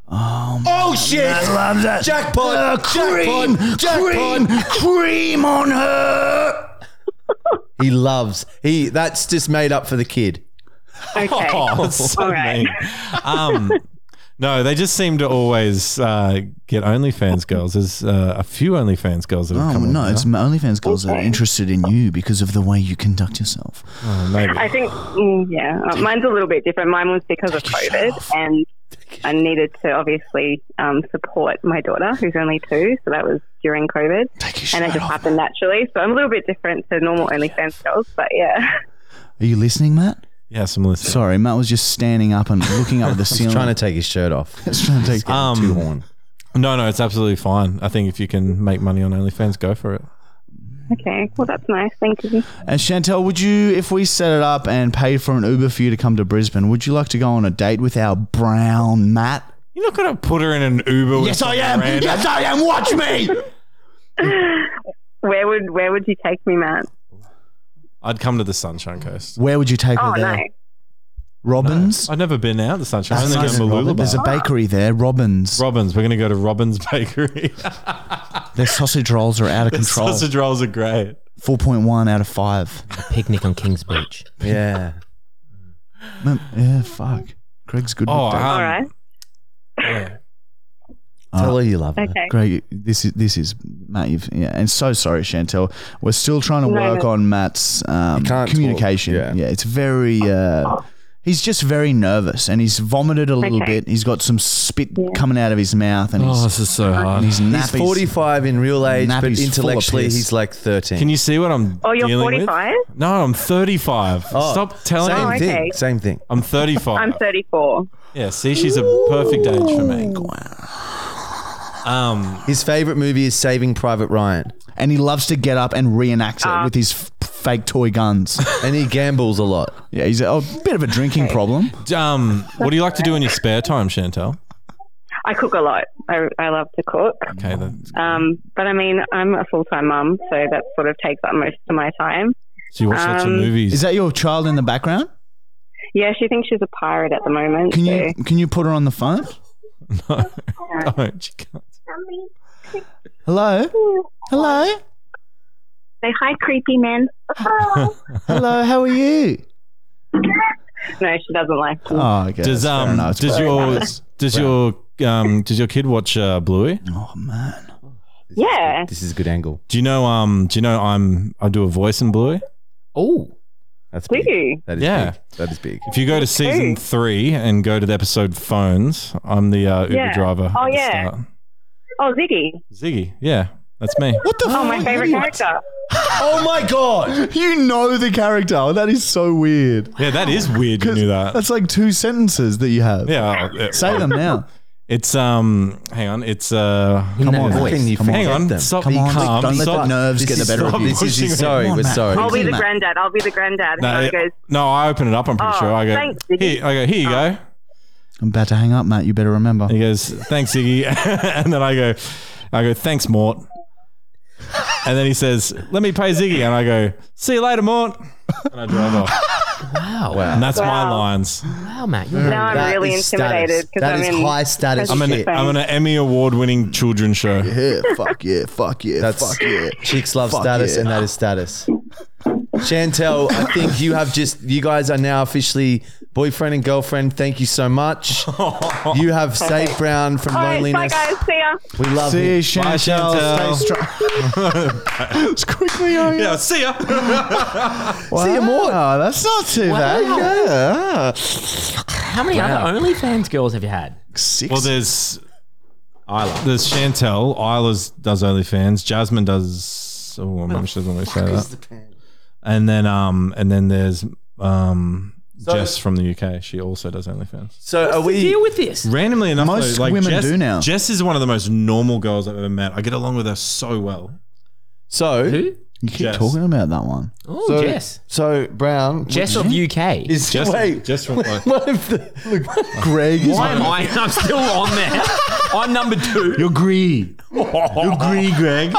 Oh, my
Oh shit!
I love that.
Jackpot!
Uh, cream,
Jackpot! Jackpot!
cream, cream on her.
He loves he. That's just made up for the kid.
Okay.
Oh, that's so
All right.
mean. Um, no, they just seem to always uh, get OnlyFans girls. There's uh, a few OnlyFans girls that have
Oh
come on
no,
now.
it's OnlyFans girls that are interested in you because of the way you conduct yourself.
Oh, maybe.
I think, mm, yeah, uh, mine's a little bit different. Mine was because of COVID, and I needed to obviously um, support my daughter, who's only two, so that was during COVID,
Take your
and it
shirt
just
off.
happened naturally. So I'm a little bit different to normal OnlyFans girls, but yeah.
Are you listening, Matt?
Yes, I'm listening.
Sorry, Matt was just standing up and looking up at the
He's
ceiling.
trying to take his shirt off.
Just trying to take.
Um,
Too horn.
No, no, it's absolutely fine. I think if you can make money on OnlyFans, go for it.
Okay, well that's nice. Thank you.
And Chantel, would you, if we set it up and paid for an Uber for you to come to Brisbane, would you like to go on a date with our brown Matt?
You're not going to put her in an Uber. Yes, with I am.
Yes, I am. Watch me.
Where would where would you take me, Matt?
I'd come to the Sunshine Coast.
Where would you take
Oh
her there?
no,
Robins.
I've never been out the Sunshine. I've only
nice.
been to Mooloolaba.
There's a bakery there, Robins.
Robbins. We're going to go to Robbins Bakery.
Their sausage rolls are out of control.
Sausage rolls are great.
4.1 out of 5.
A picnic on King's Beach.
Yeah.
Man, Mm, yeah, fuck. Craig's good.
Oh,
with that.
um,
all right,
yeah.
Tell her you love her.
okay.
Greg, Uh, this is this is Matt. You've, yeah, and so sorry, Chantel. We're still trying to
No,
work
no.
on Matt's um,
He can't
communication.
talk,
yeah.
yeah.
it's very. Uh, he's just very nervous, and he's vomited a little
Okay.
bit. He's got some spit coming out of his mouth, and he's,
Oh, this is so
and
hard.
he's
He's
nappy.
45 in real
Nappy's
age, but
full of
intellectually
piss.
he's like 13.
Can you see what I'm?
Oh, you're
dealing with?
45.
No, I'm 35.
Oh,
Stop telling
Same
Oh,
me.
thing.
okay.
Same thing.
I'm 35.
I'm 34.
yeah, see, she's a perfect age for me. Um,
His favorite movie is Saving Private Ryan,
and he loves to get up and reenact it
Ah.
with his f- fake toy guns.
and he gambles a lot.
yeah, he's a oh, bit of a drinking problem.
d- um, what do you like to do in your spare time, Chantel?
I cook a lot. I, I love to cook.
Okay, then.
Um, but I mean, I'm a full time mum, so that sort of takes up most of my time.
so you watch lots of
Um,
movies.
Is that your child in the background?
Yeah, she thinks she's a pirate at the moment.
Can
so.
you can you put her on the phone?
no, no, she can't.
Hello, hello,
Say hi, creepy man.
hello. How are you?
No, she doesn't like them.
Oh, okay.
Does
that's fair
um,
enough. It's
does
fair
your
enough.
does your um, does your kid watch uh, Bluey?
Oh man.
yeah.
This is a good angle.
Do you know um, do you know I'm I do a voice in Bluey?
Oh, that's
Do
big.
you?
That is
Yeah.
big. That is big.
If you go to season three and go to the episode phones, I'm the uh, Uber
Yeah.
driver.
Oh,
at the
yeah.
start.
Oh, Ziggy.
Ziggy. Yeah, that's me.
What the?
Oh, my
fuck?
favorite character.
Oh my god!
You know the character. That is so weird.
Yeah, that is weird. You knew that.
That's like two sentences that you have.
Yeah. uh, it-
Say them now.
It's um. Hang on. It's uh.
Come
that
on,
voice.
Matt.
Can you
Come
Hang
forget
on.
them?
Stop.
Come
be
on,
calm.
don't let
Stop.
the nerves
This
get the
is
better of
stop
you.
This
pushing
is
me.
sorry.
Come on,
We're
Matt.
sorry.
I'll be the
Matt.
granddad. I'll be the granddad.
No,
and
it-
I goes,
no, I open it up. I'm pretty
Oh,
sure. I go.
thanks, Ziggy. Oh.
Here, I go. Here you go.
I'm about to hang up, Matt. You better remember.
And he goes. Thanks, Ziggy. and then I go. I go. Thanks, Mort. And then he says, "Let me pay Ziggy." And I go, "See you later, Mort." And I drive off.
Wow.
And that's my
Wow.
lines.
Wow, Matt. You're
now I'm
That
really
is status.
intimidated because
That
I'm
is
in.
high status.
I'm
I'm an
Shit.
I'm an Emmy award winning children's show.
Yeah, fuck yeah, fuck yeah,
That's
fuck yeah.
chicks love
Fuck
status,
yeah.
and that is status. Chantel, I think you have just you guys are now officially boyfriend and girlfriend. Thank you so much. You have saved Brown from
All right, bye
loneliness.
guys. See ya.
We love
See you,
you.
Chantel.
Chantel.
Stay strong. it's quickly over.
Yeah, see ya.
See you more. Ah, That's not too bad. Yeah.
How many other OnlyFans girls have you had?
Six.
well, there's Isla. There's Chantel. Isla's does OnlyFans. Jasmine does. Oh, I'm not sure when we say that. And then um and then there's um Jess from the UK. She also does OnlyFans.
So are we?
Deal with this.
Randomly enough,
Most
though, like
women
Jess,
do now.
Jess is one of the most normal girls I've ever met. I get along with her so well.
So
Who?
You keep
Jess.
talking about that one.
Oh,
So-
Jess.
so Brown
Jess of UK.
is
Jess,
wait.
Jess from like,
What if the,
Greg is
Why am I? I'm still on there. I'm number two.
You're gree. You're gree, Greg.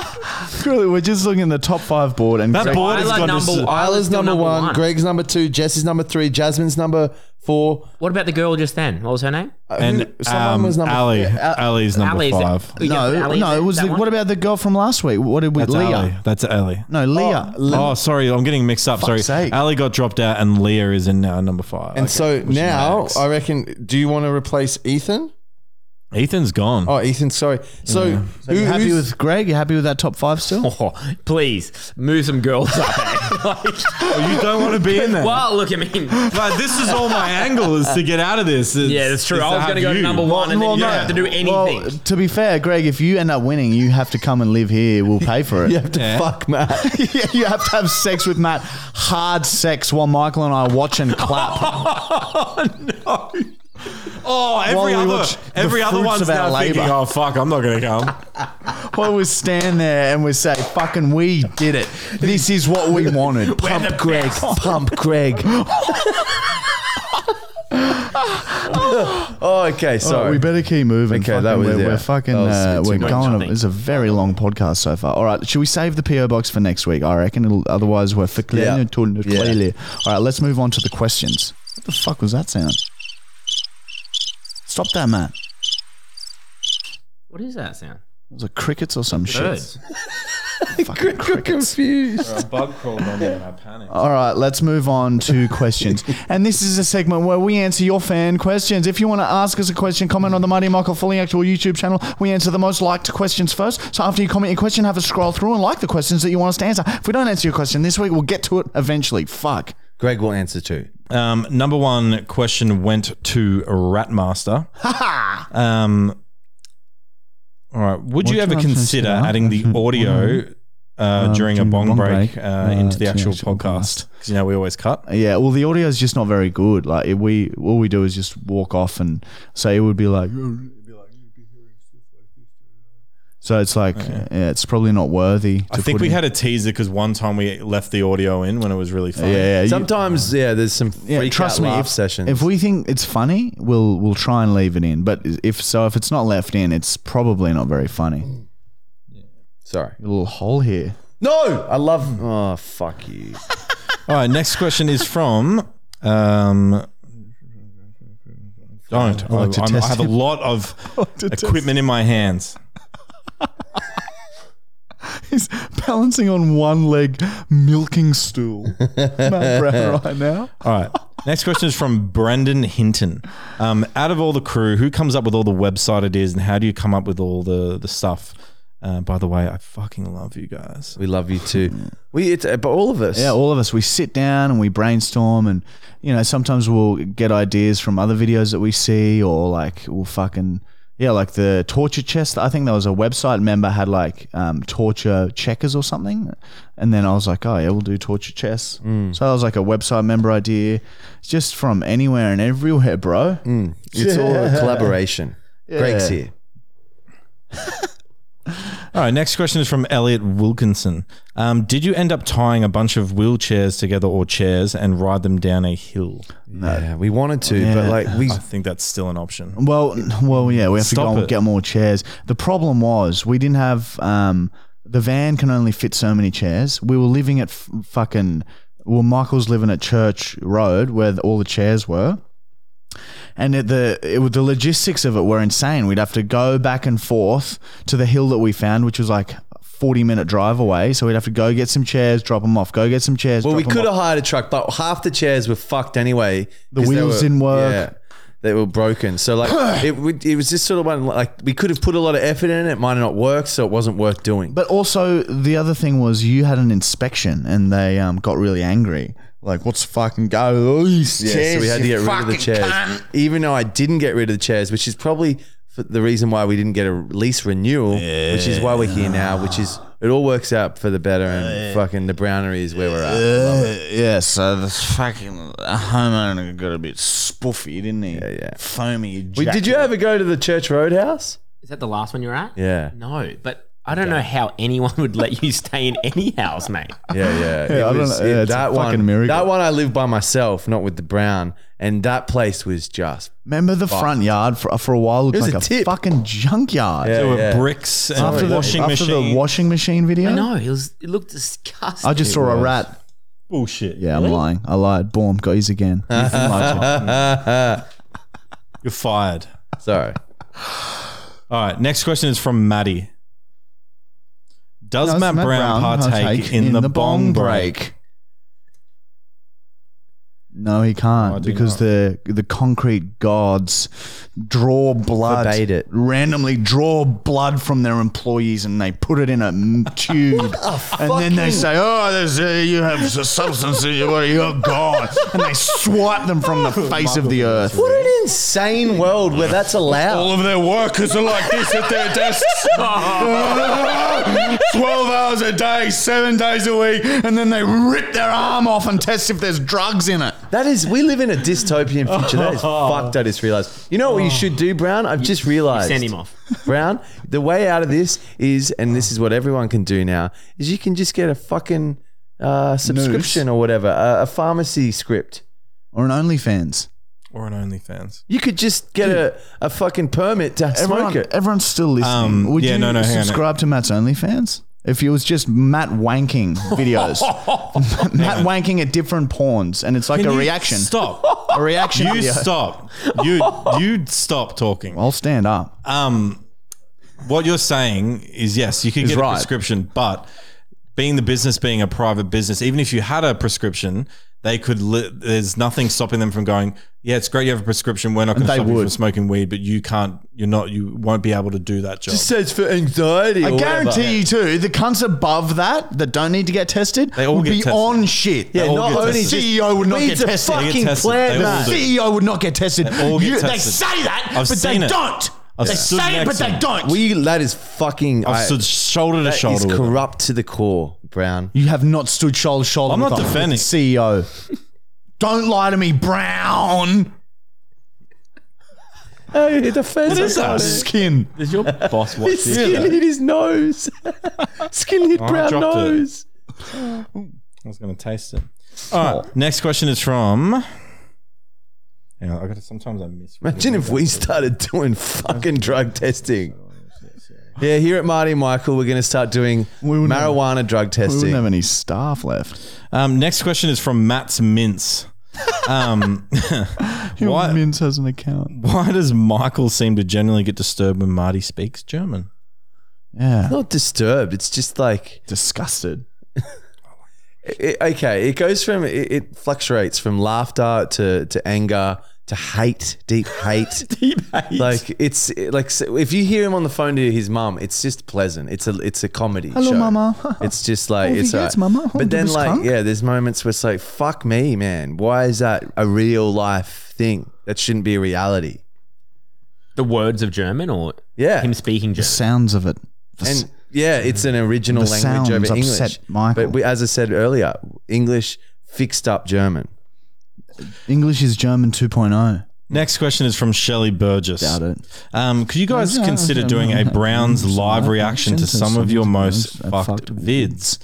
Really, we're just looking at the top five board and
that
Greg-
board has
Isla
got
number
number
one.
Isla's
still
number,
number
one,
one.
Greg's number two, Jess is number three, Jasmine's number four.
What about the girl just then? What was her name?
and
Someone
um,
was number-
Ali.
yeah,
Ali's number
Ali, is it- Oh,
five.
Yeah,
No,
Ali, is
no, it was
that
the,
one?
what about the girl from last week? What did we
That's
Leah?
Ali. That's Ali.
No, Leah.
oh, sorry, I'm getting mixed up. Sorry,
sake.
Ali got dropped out, and Leah is in now number five.
And
Okay,
so
which is
now
Max.
I reckon, do you want to replace Ethan?
Ethan's gone.
Oh, Ethan, sorry. So,
Are you
who,
happy
who's-
with Greg? You happy with that top five still?
Oh, please move some girls up. eh? like,
Oh, You don't want to be in there.
well, look, I mean,
But this is all my angle is to get out of this. It's-
yeah, that's true.
is
I was
have
going to go to
you.
number one, and then you don't have to do anything.
Well, to be fair, Greg, if you end up winning, you have to come and live here. We'll pay for it.
you have to
Yeah.
fuck Matt?
yeah, you have to have sex with Matt, hard sex, while Michael and I watch and clap.
Oh,
While we
every other
watch the
every other
fruits
one's
of our
now thinking,
labour.
oh fuck, I'm not going to come.
while we stand there and we say, "Fucking, we did it. This is what we wanted."
Pump Greg. Pump Greg. oh, okay.
All right,
Sorry.
we better keep moving.
Okay, that
Fucking,
was-
we're,
yeah.
we're fucking
That was
uh,
too
we're
much,
going.
I think.
It's a very long podcast so far. All right, should we save the PO box for next week? I reckon. It'll, otherwise, we're
Yeah.
verklemmt und verklemmt. All right, let's move on to the questions. What the fuck was that sound? Stop that, man.
what is that sound?
Was it crickets or some shit?
Birds.
Fucking crickets.
Or a bug crawled on me and I panicked.
All right, let's move on to questions. and this is a segment where we answer your fan questions. If you want to ask us a question, comment on the Mighty Michael Fully Actual YouTube channel. We answer the most liked questions first. So after you comment your question, have a scroll through and like the questions that you want us to answer. If we don't answer your question this week, we'll get to it eventually. Fuck.
Greg will answer too.
Um, number one question went to Ratmaster. um, all right. Would you
What
ever
do I consider
consider adding the
actual-
audio uh, during a bong, break, uh, into the
to the
actual
actual
podcast? Because you know we always cut.
Yeah, well, the audio is just not very good. Like it, we, all we do is just walk off, and so it would be like, so it's like, yeah, it's probably not worthy.
I
to
think
put
we
in.
had a teaser because one time we left the audio in when it was really
yeah,
funny.
yeah. you-
Sometimes, yeah, there's some
Yeah,
freak
trust
out
me.
laugh
If,
sessions.
if we think it's funny, we'll we'll try and leave it in. But if so, if it's not left in, it's probably not very funny.
Sorry.
A little hole here.
No, I love. Oh, fuck you.
All right. Next question is from. Um, don't. I,
like to
I'm- I
test
have a
him.
lot of equipment in my hands.
He's balancing on one leg, milking stool. Matt Brown right now.
All right. Next question is from Brendan Hinton. Um, out of all the crew, who comes up with all the website ideas and how do you come up with all the, the stuff? Uh, by the way, I fucking love you guys.
We love you too. We, it's, but all of us.
Yeah, all of us. We sit down and we brainstorm, and you know, sometimes we'll get ideas from other videos that we see, or like we'll fucking yeah, like the torture chest. I think there was a website member had like um, torture checkers or something, and then I was like, oh yeah, we'll do torture chests.
Mm.
So that was like a website member idea, It's just from anywhere and everywhere, bro.
Mm. It's all a collaboration. Greg's here.
All right. Next question is from Elliot Wilkinson. Um, did you end up tying a bunch of wheelchairs together or chairs and ride them down a hill?
Yeah, we wanted to, but
Yeah.
like we.
I think that's still an option.
Well, n- well, yeah, we have to
Stop
go
it.
and get more chairs. The problem was we didn't have um, the van can only fit so many chairs. We were living at f- fucking well, Michael's living at Church Road where the, all the chairs were. And it, the it, was- the logistics of it were insane. We'd have to go back and forth to the hill that we found, which was like forty minute drive away. So we'd have to go get some chairs, drop them off, go get some chairs.
Well, we
drop 'em
could
off.
have hired a truck, but half the chairs were fucked anyway.
The
'cause they
wheels
were-
didn't work.
they were broken. So like it, would- it was just sort of one like we could have put a lot of effort in it. It might have not worked, so it wasn't worth doing.
But also, the other thing was you had an inspection and they um, got really angry. Like, what's fucking go?
yeah, so we had to get rid of the chairs, even though I didn't get rid of the chairs, which is probably for the reason why we didn't get a lease renewal, which is why we're here now, which is It all works out for the better, and fucking the brownery is where we're at. Love it.
yeah, so this fucking homeowner got a bit spoofy, didn't he? Yeah,
yeah.
Foamy.
We- did you ever go to the Church Roadhouse?
Is that the last one you're at?
Yeah,
No, but I don't know how anyone would let you stay in any house, mate.
yeah, yeah.
Yeah, I
It
don't
was-
know. Yeah, it's a
that one,
fucking miracle.
that one, I lived by myself, not with the brown, and that place was just
Remember the front yard for, for a while looked
It was
like
a
a,
tip.
fucking junkyard.
Yeah,
There were
yeah.
bricks and
After, the,
washing
after
machine.
the washing machine video,
I know it was. It looked disgusting.
I just saw a rat.
Bullshit.
Yeah, I'm lying. I lied. Boom, got his again.
You're fired.
sorry.
All right. Next question is from Maddie. Does
Does
Matt, Brown, partake, in, the, bong break?
No, he
No, Oh, I
can't
do
because
not.
the the concrete gods draw blood,
Forbade it.
randomly draw blood from their employees, and they put it in a m- tube, and then they say, "Oh, there's uh, you have a substance in your body, you're gone," and they swipe them from the face "Oh, of the earth.
What an insane world where that's allowed.
All of their workers are like this at their desks.
12 hours a day, seven days a week, and then they rip their arm off and test if there's drugs in it.
That is, we live in a dystopian future. That is fucked. I just realized. You know what you
Oh.
should do, Brown? I've just realized.
Send him off.
Brown, the way out of this is, and this is what everyone can do now, is you can just get a fucking uh, subscription or whatever, a, a pharmacy script.
Or an OnlyFans.
Or an OnlyFans?
You could just get a, a fucking permit to
Everyone,
smoke it.
everyone's still listening.
Um,
Would
yeah,
you
no, no, hang on.
subscribe to Matt's OnlyFans? If it was just Matt wanking videos, Matt wanking at different pawns, and it's like
Can
a
you
reaction.
Stop.
A reaction
You
video.
stop. You you stop talking.
I'll stand up.
Um, what you're saying is yes, you can
Is
get a
right.
prescription, but being the business being a private business, even if you had a prescription, they could. Li- there's nothing stopping them from going. Yeah, it's great you have a prescription. We're not going to
they
stop you from
would.
smoking weed, but you can't. You're not. You won't be able to do that job.
Just says for anxiety.
I
or whatever.
guarantee you too. The cunts above that that don't need to get tested
They all
would
get
be
tested.
on shit.
They
Yeah,
all
not
get
only
tested.
just-
CEO would not
Weed's
get
a
tested.
They get
fucking
tested.
plant,
They all
man.
do.
CEO would not get tested.
They all
You-
get
They
tested.
say that,
I've
but they
seen it.
don't.
I've
they
stood
say it,
next
but
to
they
it.
don't.
We, that is fucking.
I've
I-
stood shoulder to
that is
shoulder. with them.
corrupt to the core, Brown.
you have not stood shoulder to shoulder.
I'm
with
not
the- E with
defending.
the CEO. don't lie to me, Brown.
Hey, the fence.
is that?
Skin.
Does your boss watch
His skin hit his nose. skin hit
Oh, I
brown
dropped it.
nose.
I was going to taste it. All right. Next question is from. Hang on, I got to. Sometimes I miss.
Imagine if we started doing fucking drug testing. Yeah, here at Marty and Michael, we're going to start doing
wouldn't have-
marijuana drug
We
testing.
wouldn't have any staff left.
Um, next question is from Matt's Mince. Um, why,
Mince has an account.
why does Michael seem to generally get disturbed when Marty speaks German?
Yeah.
Not disturbed. It's just like
Disgusted.
it, okay. It goes from it, it fluctuates from laughter to to anger to hate, deep hate, deep hate. Like it's like so if you hear him on the phone to his mum, it's just pleasant. It's a it's a comedy.
Hello,
show.
mama.
It's just like
Oh, wie
it's
geht's,
all right.
Mama?
But
Du
then
bist
like
krank?
yeah, there's moments where it's like fuck me, man. Why is that a real life thing? That shouldn't be a reality.
The words of German or
Yeah.
him speaking
The
German.
sounds of it. The s-
And yeah, it's an original
the
language over
sounds upset
English.
Michael.
But we, as I said earlier, English fixed up German.
English is German oh. 2.0.
Next question is from Shelley Burgess.
Doubt it.
Um, could you guys consider doing a Browns live reaction to some of your most fucked vids?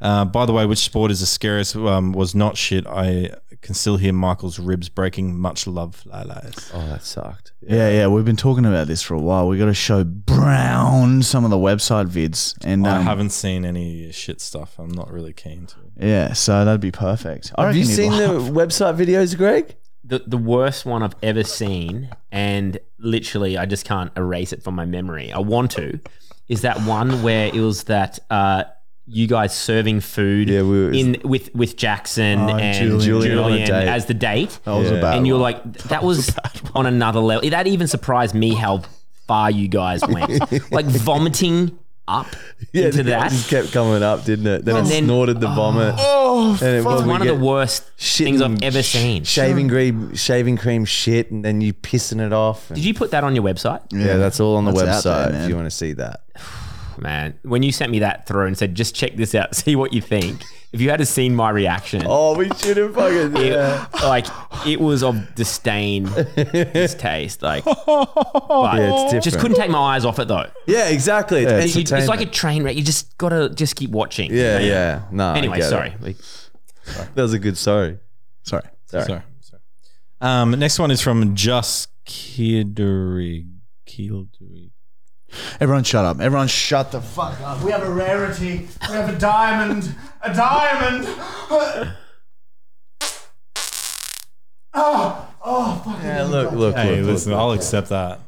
Uh, by the way, which sport is the scariest? Um, was not shit. I can still hear Michael's ribs breaking. Much love, Lilas.
Oh, that sucked.
Yeah, yeah. We've been talking about this for a while. We got to show Brown some of the website vids. And
I
um,
haven't seen any shit stuff. I'm not really keen to.
yeah, so that'd be perfect. I
Have you
reckon he'd
seen the
laugh.
website videos, Greg?
The, the worst one I've ever seen, and literally I just can't erase it from my memory. I want to. Is that one where it was that uh, you guys serving food
Yeah, we were-
in with with Jackson
Oh,
and
Julian.
Julian,
Julian on a date.
as the date?
That was a bad
and you're
one.
like, that was on another level. That even surprised me how far you guys went. like vomiting up into
the- it
that.
just kept coming up, didn't it? Then
And
it
then-
snorted the vomit. Oh, and it,
It's one of the worst things I've ever seen.
Shaving cream, shaving cream shit, and then you pissing it off. and-
Did you put that on your website?
yeah, that's all on the
That's out
website
there,
if you
man.
want to see that.
man. When you sent me that through and said, just check this out, see what you think. If you had have seen my reaction,
Oh, we should have fucking.
it-
Yeah.
like it was of disdain, distaste. Like, but
Yeah, it's
just
different.
couldn't take my eyes off it though.
Yeah, exactly.
You-
It's,
it's like a
entertainment.
train wreck. You just gotta just keep watching.
Yeah,
man.
yeah. No. I
Anyway,
get it.
sorry.
That was a good sorry.
Sorry.
Sorry.
Sorry. Sorry. Um, next one is from Just Kiddery. Kiddery.
Everyone shut up. Everyone shut the fuck up. We have a rarity. We have a diamond. A diamond. Oh, oh, fucking.
Yeah, look, look,
Hey,
look,
listen,
look.
I'll accept that.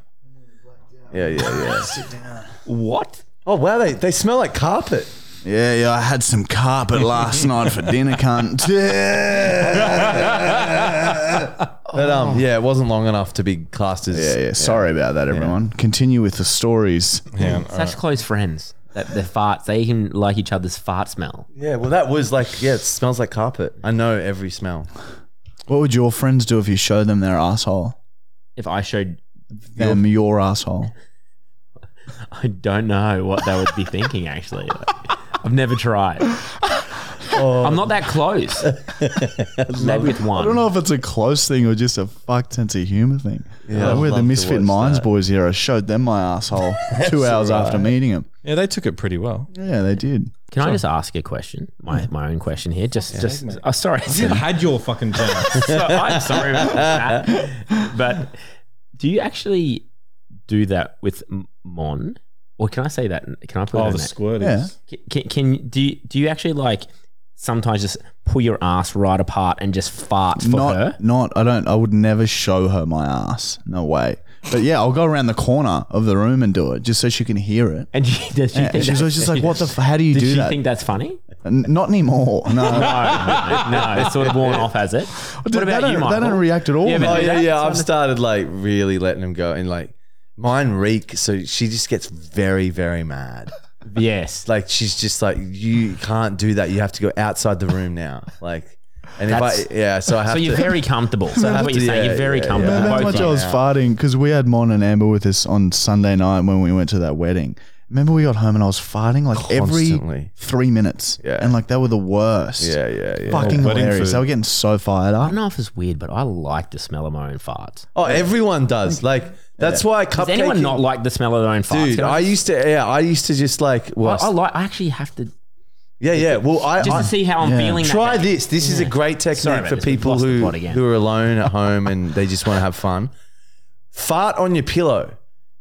Yeah, yeah, yeah.
What?
oh wow, they, they smell like carpet.
Yeah, yeah, I had some carpet last night for dinner, cunt. yeah,
But um, yeah, it wasn't long enough to be classed as.
yeah. Sorry about that, everyone. Continue with the stories.
Yeah, all
Such
right.
close friends. That the farts, they even like each other's fart smell.
Yeah, well, that was like, yeah, it smells like carpet. I know every smell.
What would your friends do if you showed them their asshole?
If I showed,
Them your asshole.
I don't know what they would be thinking. Actually, Like, I've never tried. I'm not that close. Maybe with one.
I don't know if it's a close thing or just a fuck sense of humor thing.
Yeah,
Yeah,
I'd
we're the
love to
Misfit
watch
Minds
that.
boys here. I showed them my asshole two hours after meeting them.
yeah, they took it pretty well.
Yeah, they did.
Can I just ask a question? My my own question here. Just just. Oh, sorry.
You had your fucking chance.
So, I'm sorry about that. But do you actually do that with M- Mon? Or can I say that? Can I put it
oh,
in
the
that?
squirt
Yeah.
is.
Can, can do you, do you actually like sometimes just pull your ass right apart and just fart for
not,
her?
not. I don't. I would never show her my ass. No way. But yeah, I'll go around the corner of the room and do it just so she can hear it.
And she, does she
Yeah,
think
she's
that-
always just like, "What the? F- how do you
Did
do
she
that?"
think that's funny?
N- Not anymore.
No,
No.
no, no, it's sort of worn off, has it? What
they,
about
don't,
you,
they
Michael?
don't react at all.
Yeah, but-
Oh
mate.
do
yeah,
that?
yeah. I've started like really letting them go, and like mine reek. So she just gets very, very mad.
yes,
Like she's just like, you can't do that. You have to go outside the room now. Like, and if I
That's-
yeah, so I have
so
to.
you're very comfortable. So that's
have
what you're
to-
saying.
yeah,
You're very
yeah, yeah.
comfortable.
Man,
both
how much
of
I
you.
was farting because we had Mon and Amber with us on Sunday night when we went to that wedding. Remember, we got home and I was farting like every
Constantly.
three minutes,
Yeah.
and like they were the worst.
yeah, yeah, yeah.
fucking
Oh, wedding
hilarious.
food.
They were getting so fired
I
up.
don't know if it's weird, but I like the smell of my own farts.
Oh, everyone does. Like that's why cupcake.
Does anyone not like the smell of their own farts?
Dude,
Can
I used to yeah, I used to just like
I,
well,
I like. I actually have to
yeah, yeah. Well, I
just
I,
to see how I'm
yeah.
feeling. that
Try
day.
this. This is a great technique
Sorry, mate,
for
just
people
lost the
who,
plot again.
who are alone at home and they just want to have fun. Fart on your pillow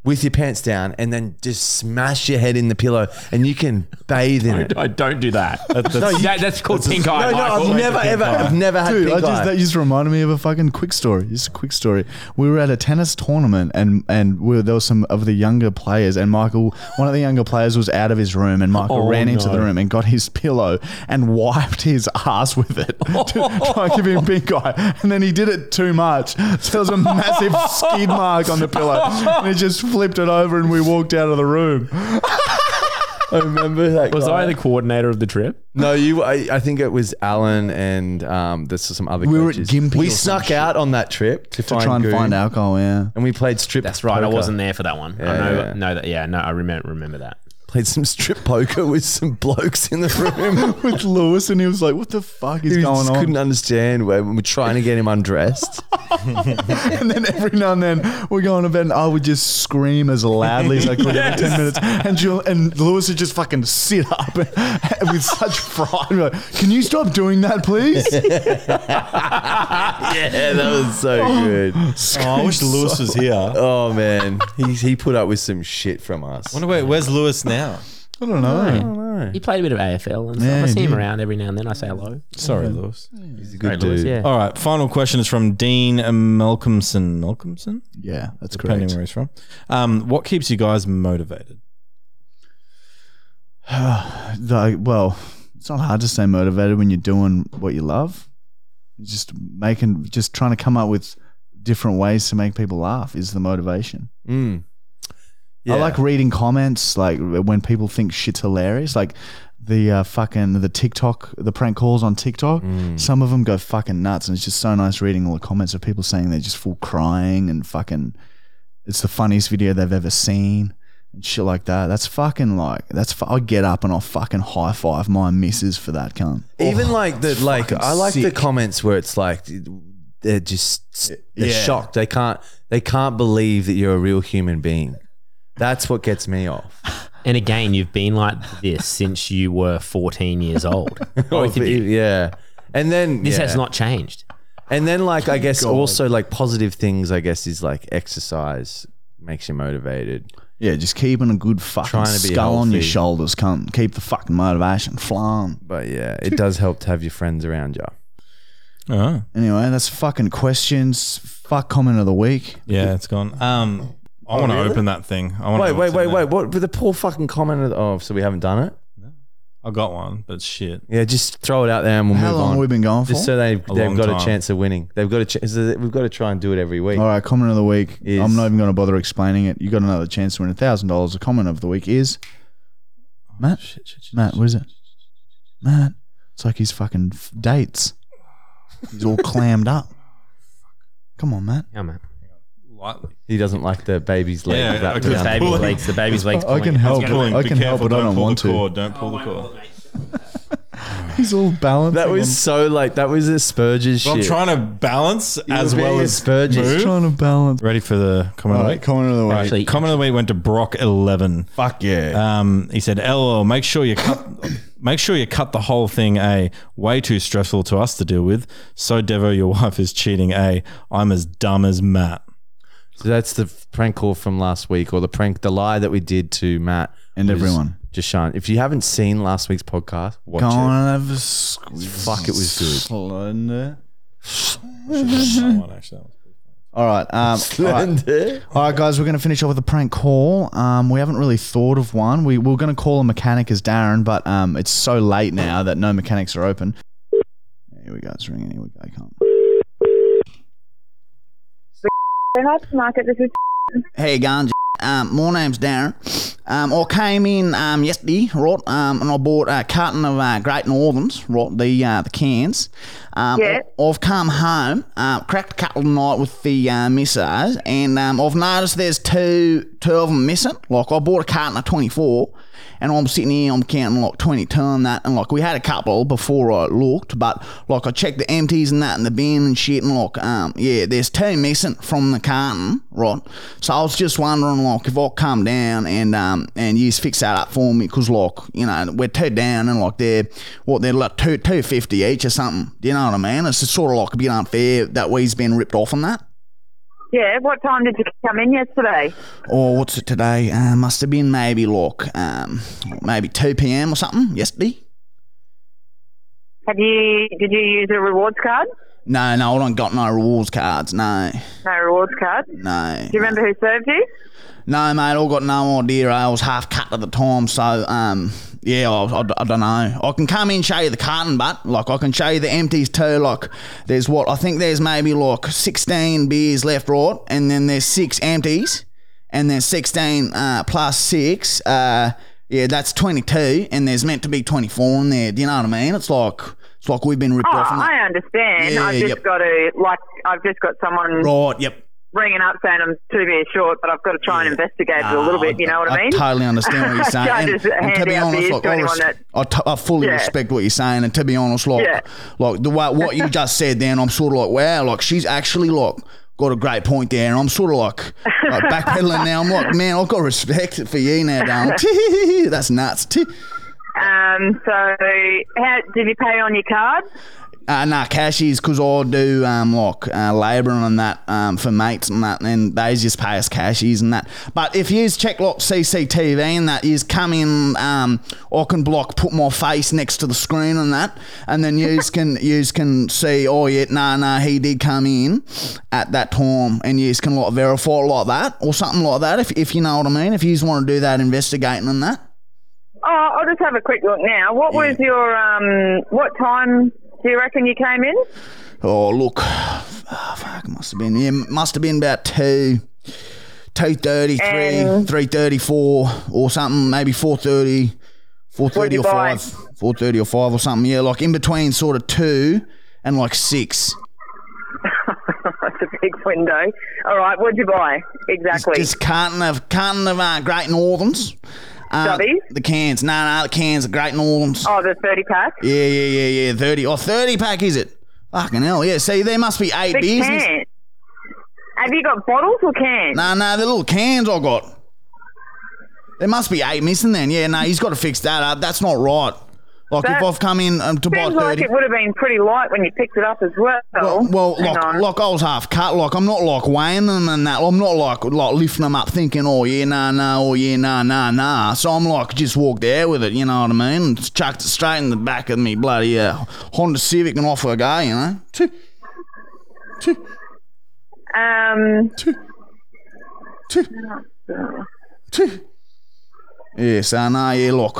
with your pants down and then just smash your head in the pillow and you can bathe in it.
I don't do that. That's,
No, you-
that, that's called pink eye.
No, no,
Michael.
I've never ever, I've never had
Dude,
pink
I just,
eye.
that just reminded me of a fucking quick story. Just a quick story. We were at a tennis tournament, and and we were, there were some of the younger players, and Michael, one of the younger players, was out of his room, and Michael
Oh,
ran into
no.
the room and got his pillow and wiped his ass with it
Oh.
to try and give him pink eye, and then he did it too much, so there was a massive skid mark on the pillow, and he just flipped it over, and we walked out of the room.
I remember that.
Was
guy.
I the coordinator of the trip?
No, you. I, I think it was Alan and um, there's some other.
We were at
coaches.
Gympie
We
or some
snuck out on that trip
To
to, find
try and
Goon,
find alcohol, yeah.
and we played strip.
That's right. I
poker.
wasn't there for that one. I
Yeah,
know.
yeah.
No, that. Yeah. No, I remember. Remember that.
Played some strip poker with some blokes in the room.
With Lewis, and he was like, "What the fuck is
He
going
just
on?"
couldn't understand when we're trying to get him undressed.
And then every now and then we go on a bed and I would just scream as loudly as I could every 10 minutes. And Jul- and Lewis would just fucking sit up and, and with such fright. and be like, Can you stop doing that, please?
yeah, that was so good.
Oh, I wish Lewis was here. I
Oh man, he he put up with some shit from us.
wonder where, where's Lewis now?
I don't know.
He played a bit of AFL and stuff.
Yeah,
I
he
see him
did.
around every now and then. I say hello.
Sorry, Lewis.
He's a good
Lewis,
dude.
yeah.
All right, final question is from Dean Malcolmson. Malcolmson?
Yeah, that's
Depending
correct.
where he's from. Um, what keeps you guys motivated?
Like, well, it's not hard to stay motivated when you're doing what you love. Just making, just trying to come up with different ways to make people laugh is the motivation.
Mm. Yeah.
I like reading comments, like when people think shit's hilarious, like the uh, fucking the TikTok, the prank calls on TikTok.
Mm.
Some of them go fucking nuts, and it's just so nice reading all the comments of people saying they're just full crying and fucking. It's the funniest video they've ever seen. and shit like that. That's fucking like that's. Fu- I get up and I'll fucking high five my missus for that cunt.
Even like the like
Oh, fucking
I like the
sick.
comments where it's like they're just they're
Yeah.
shocked. They can't they can't believe that you're a real human being. That's what gets me off.
And again, you've been like this since you were 14 years old. Both of you.
yeah. And then
This
yeah.
has not changed.
And then like I guess also like positive things I guess is like exercise makes you motivated.
Yeah, just keeping a good fucking
Trying to be
skull on your
healthy.
shoulders, cunt. Um, Keep the fucking motivation flying.
But yeah, it does help to have your friends around you.
Oh,
Anyway, that's fucking questions. Fuck comment of the week.
yeah, it's gone. Um, I
Oh,
Oh,
want to open that thing. I want
Wait, wait, wait, wait. What the poor fucking comment of the, oh, so we haven't done it?
I got one, but shit.
Yeah, just throw it out there and we'll
How
move
long
on.
have we been going for?
Just so they they've
long
got a
time.
chance of winning. They've got a chance. We've got to try and do it every week.
All right, comment of the week.
Is-
I'm not even going to bother explaining it. You got another chance to win a thousand dollars. The comment of the week is Matt. Matt, what is it? Matt. It's like he's fucking f- dates. He's all clammed up. Come on, Matt.
Yeah, man.
Lightly.
He doesn't like the baby's leg.
Yeah,
wrapped
okay.
The
around.
Baby
baby's
pulling.
legs. The baby's legs.
I
pulling.
can help.
Pulling.
I
Be
can help,
careful.
but I don't
Don't pull
want
the
to.
cord. Don't pull the cord.
He's all balanced.
That was so like that was a Spurge's
But I'm
shit.
trying to balance as well as
Spurge's.
move.
trying to balance.
Ready for the comment
All
of the
right,
week?
comment of the week.
Actually,
Comment of the week went to Brock eleven.
Fuck yeah.
Um, he said, "LOL, make sure you cut, make sure you cut the whole thing. A way too stressful to us to deal with. So Devo, your wife is cheating. A I'm as dumb as Matt.
So that's the prank call from last week, or the prank, the lie that we did to Matt
And
was
everyone.
Jashan, if you haven't seen last week's podcast, watch
Go
it.
on and have a squeeze.
Fuck, it was good.
Slender.
Someone actually.
All right. Um, all right. All right, guys, we're going to finish off with a prank call. Um, we haven't really thought of one. We, we're going to call a mechanic as Darren, but um, it's so late now that no mechanics are open. Here we go. It's ringing. Here we go. Come on.
Hi, Market. This is
Hey, Ganj. Um, my name's Darren. Um, I came in um, yesterday, right, um, and I bought a carton of uh, Great Northerns, right, the uh, the cans. Um,
Yeah.
I- I've come home, uh, cracked a couple of night with the uh, missus, and um, I've noticed there's two two of them missing. Like I bought a carton of 24, and I'm sitting here, I'm counting like 22 and that, and like we had a couple before I looked, but like I checked the empties and that in the bin and shit, and like um yeah, there's two missing from the carton, right? So I was just wondering like if I come down and um and you fix that up for me, cause like you know we're two down and like they're what they're like two two fifty each or something. Do you know what I mean? It's just sort of like a bit unfair that we's been ripped off on that.
Yeah, what time did you come in yesterday?
Or what's it today? Uh, must have been maybe like um maybe two p.m. or something yesterday.
Have you did you use a rewards card?
No, no, I don't got no rewards cards. No,
No rewards card. Do
no.
you remember who served you?
No, mate, I got no idea. I was half cut at the time, so um, yeah, I, I, don't know. I can come in and show you the carton, but like I can show you the empties too. Like there's what I think there's maybe like 16 beers left, right, and then there's six empties, and there's 16 uh, plus six. Uh, yeah, that's 22, and there's meant to be 24 in there. Do you know what I mean? It's like it's like we've been ripped
Oh,
off. on
I
that.
understand.
Yeah,
I've just
yep.
got to like I've just got someone
Right. Yep.
ringing up saying I'm two beers short, but I've got to try and investigate it a little bit. You know what I, mean?
totally understand what you're saying.
Can't
and,
just
and to
hand
be
out
honest,
beers
like,
to
I,
anyone
res- I, t- I fully
Yeah.
respect what you're saying, and to be honest, like,
Yeah.
like the way what you just said, then I'm sort of like, wow, like she's actually like. Got a great point there, and I'm sort of like, like backpedaling now. I'm like, man, I've got respect for you now, darling. That's nuts.
Um, so how did you pay on your card?
Uh, nah, cash is because I do um, like uh, labouring and that um, for mates and that, and they just pay us cashies and that. But if you check like CCTV and that, you come in, um, I can block, put my face next to the screen and that, and then you can you can see, oh yeah, nah, nah, he did come in at that time, and you can like verify like that or something like that, if, if you know what I mean. If you just want to do that investigating and that.
Oh, I'll just have a quick look now. What was your um? What time do you reckon you came in?
Oh look, oh, fuck, must have been yeah, must have been about two, two thirty three,
And-
three thirty four or something, maybe four thirty, four thirty
you
or
buy?
five, four thirty or five or something. Yeah, like in between sort of two and like six.
it's a big window. All right, what'd you buy? Exactly.
Just carton of carton of uh, Great Northerns. Uh,
Stubbies?
the cans. No, no, the cans of Great Northerns.
oh, the 30 pack?
Yeah, yeah, yeah, yeah. 30. Oh, 30 pack is it? Fucking hell, yeah. See, there must be eight
The
beers. in this-
can. Have you got bottles or cans?
No, no, the little cans I got. There must be eight missing then. Yeah, no, he's got to fix that up. That's not right. Like,
That-
if I've come in um, to buy
Seems like
30.
it would have been pretty light when you picked it up as well.
Well, well
Hang
like,
on.
like I was half cut. Like I'm not like weighing them and that. I'm not like like lifting them up, thinking, oh yeah, nah, nah, oh yeah, nah, nah, nah. So I'm like just walked out with it. You know what I mean? And chucked it straight in the back of me bloody uh, Honda Civic and off I go. You know. Tch,
Um,
tch, tch. Yeah, so nah, yeah, look.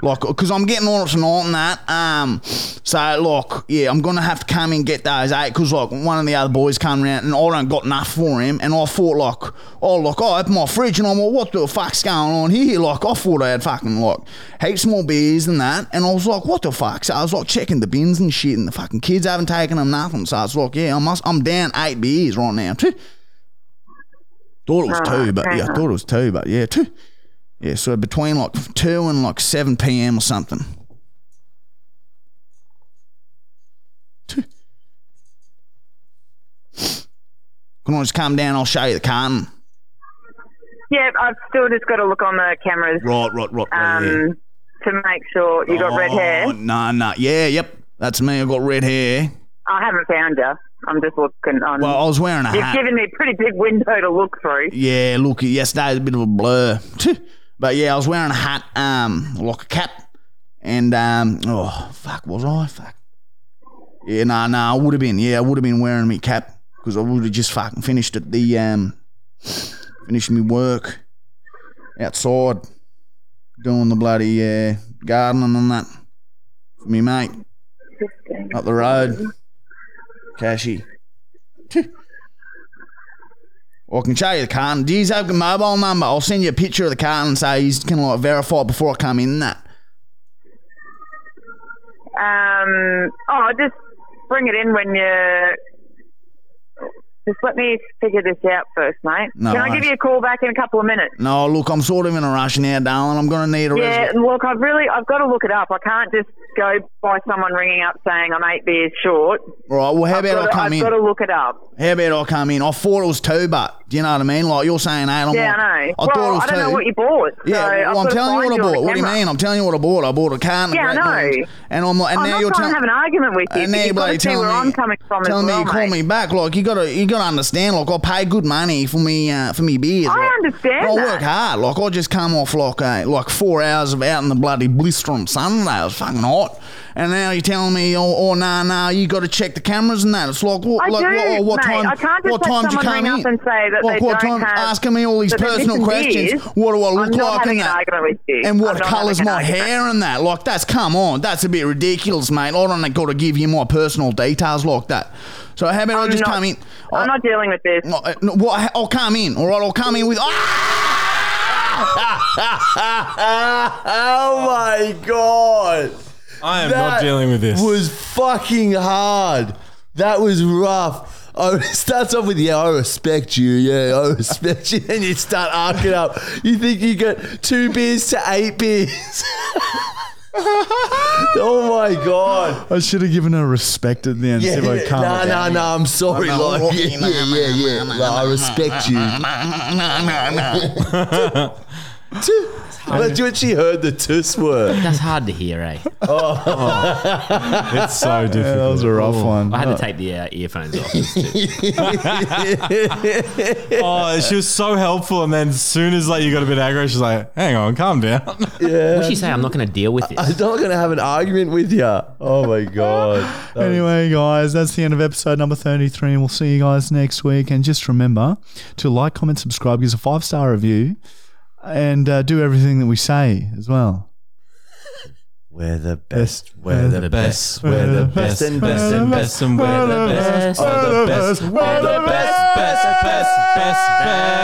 Like, because I'm getting on it tonight and that. Um, so, like, yeah, I'm going to have to come and get those eight because, like, one of the other boys come round and I don't got enough for him. And I thought, like, oh, look, I opened my fridge and I'm like, what the fuck's going on here? Like, I thought I had fucking, like, heaps more beers and that. And I was like, what the fuck? So I was, like, checking the bins and shit and the fucking kids haven't taken them nothing. So it's like, yeah, I must, I'm down eight beers right now. Tch. Thought it was
Right,
two, but yeah, I
right.
thought it was two, but yeah, two. Yeah, so between like two and like seven p.m. or something. Two. Can I just come down? I'll show you the carton.
yeah, I've still just got to look on the cameras
Right, right, right. right
um, to make sure you got red hair.
No, Oh, no. Yeah, yep. That's me. I got red hair.
I haven't found you. I'm just looking on.
Well, I was wearing a
You've
hat.
given me a pretty big window to look through.
Yeah, look, yesterday was a bit of a blur. But yeah, I was wearing a hat, um, like a cap, and um, oh fuck, was I fuck? Yeah, no, nah, no, I would have been. Yeah, I would have been wearing me cap because I would have just fucking finished at the um, finished me work outside, doing the bloody uh, gardening and that for me mate up the road, Cashy. I can show you the carton. Do you have a mobile number? I'll send you a picture of the carton and say you can like verify it before I come in. and That
Um, oh, just bring it in when you. Just let me figure this out first, mate.
No
Can I
worries.
give you a call back in a couple of minutes?
no, look, I'm sort of in a rush now, darling. I'm gonna need a
Yeah,
res-
look, I've really, I've got to look it up. I can't just go by someone ringing up saying I'm eight beers short.
Right. Well, how
I've,
about
got,
I
to,
come
I've
in?
got to look it up.
How about I come in? I thought it was two, but do you know what I mean? Like you're saying eight. I'm
Yeah,
like,
I know.
I
well,
thought it was
I don't
two.
know what you bought.
yeah,
so I've
well, I'm
got to
telling you what
find
I
on
bought.
the
What do you
camera.
mean? I'm telling you what I bought. I bought a carton.
Yeah, I
of
know.
Great Northerns. And I'm like, and
I'm
now
not
you're
trying
telling
to have an argument with you.
And now
You've
you're
got to
bloody
see
telling
where
me,
I'm coming from
telling
as well,
me, you call
mate.
me back. Like you gotta, you gotta understand. Like I pay good money for me, uh, for me beers.
I
like,
understand
and I
that.
work hard. Like I just come off like uh, like four hours of out in the bloody blistering sun. That was fucking hot. And now you're telling me, oh, oh nah, nah, you got to check the cameras and that. It's like, what,
I
like, what,
do,
what
mate.
time?
I can't just
what
let
time do you
someone
come
ring
in?
up and say that
like,
they
what
don't
time?
have-
Asking me all these
that they're
personal
missing
questions.
beers.
What do I look
I'm not
like
having
and
an
that?
argument with you.
And
I'm
what
not
colour's
having an
my
argument.
hair and that? Like that's come on, that's a bit ridiculous, mate. I don't got to give you my personal details like that. So how about i
I'm
just
not-
come in?
I'm not dealing with this.
No, uh, no, well, I- I'll come in. All right, I'll come in with.
oh my god.
I am
That
not dealing with this.
Was fucking hard. That was rough. Oh, it starts off with yeah, I respect you, yeah, I respect you, and you start arcing up. You think you got two beers to eight beers.
Ah!
oh my god!
I should have given her respect at the end.
Yeah, no, no, no. I'm sorry,
I'm
like,
not-
yeah, yeah, yeah, yeah. Like, I respect you. That's when she heard the tuss word.
That's hard to hear, eh?
It's so difficult.
was a rough one.
I had to take the uh, earphones off.
Oh, she was so helpful, and then as soon as like you got a bit aggro, she's like, "Hang on, calm down."
What she say? I'm not going to deal with
I'm
this.
not gonna have an argument with you. Oh my god.
Anyway, guys, that's the end of episode number 33, and we'll see you guys next week. And just remember to like, comment, subscribe, give us a five star review, and uh, do everything that we say as well.
We're the best.
We're
We're
the
the best. We're
We're the
the best
best.
and
We're
best
the
and
best.
best.
and we're the
We're the best.
best. We're the best. We're the best. Best. Best. Best. Best.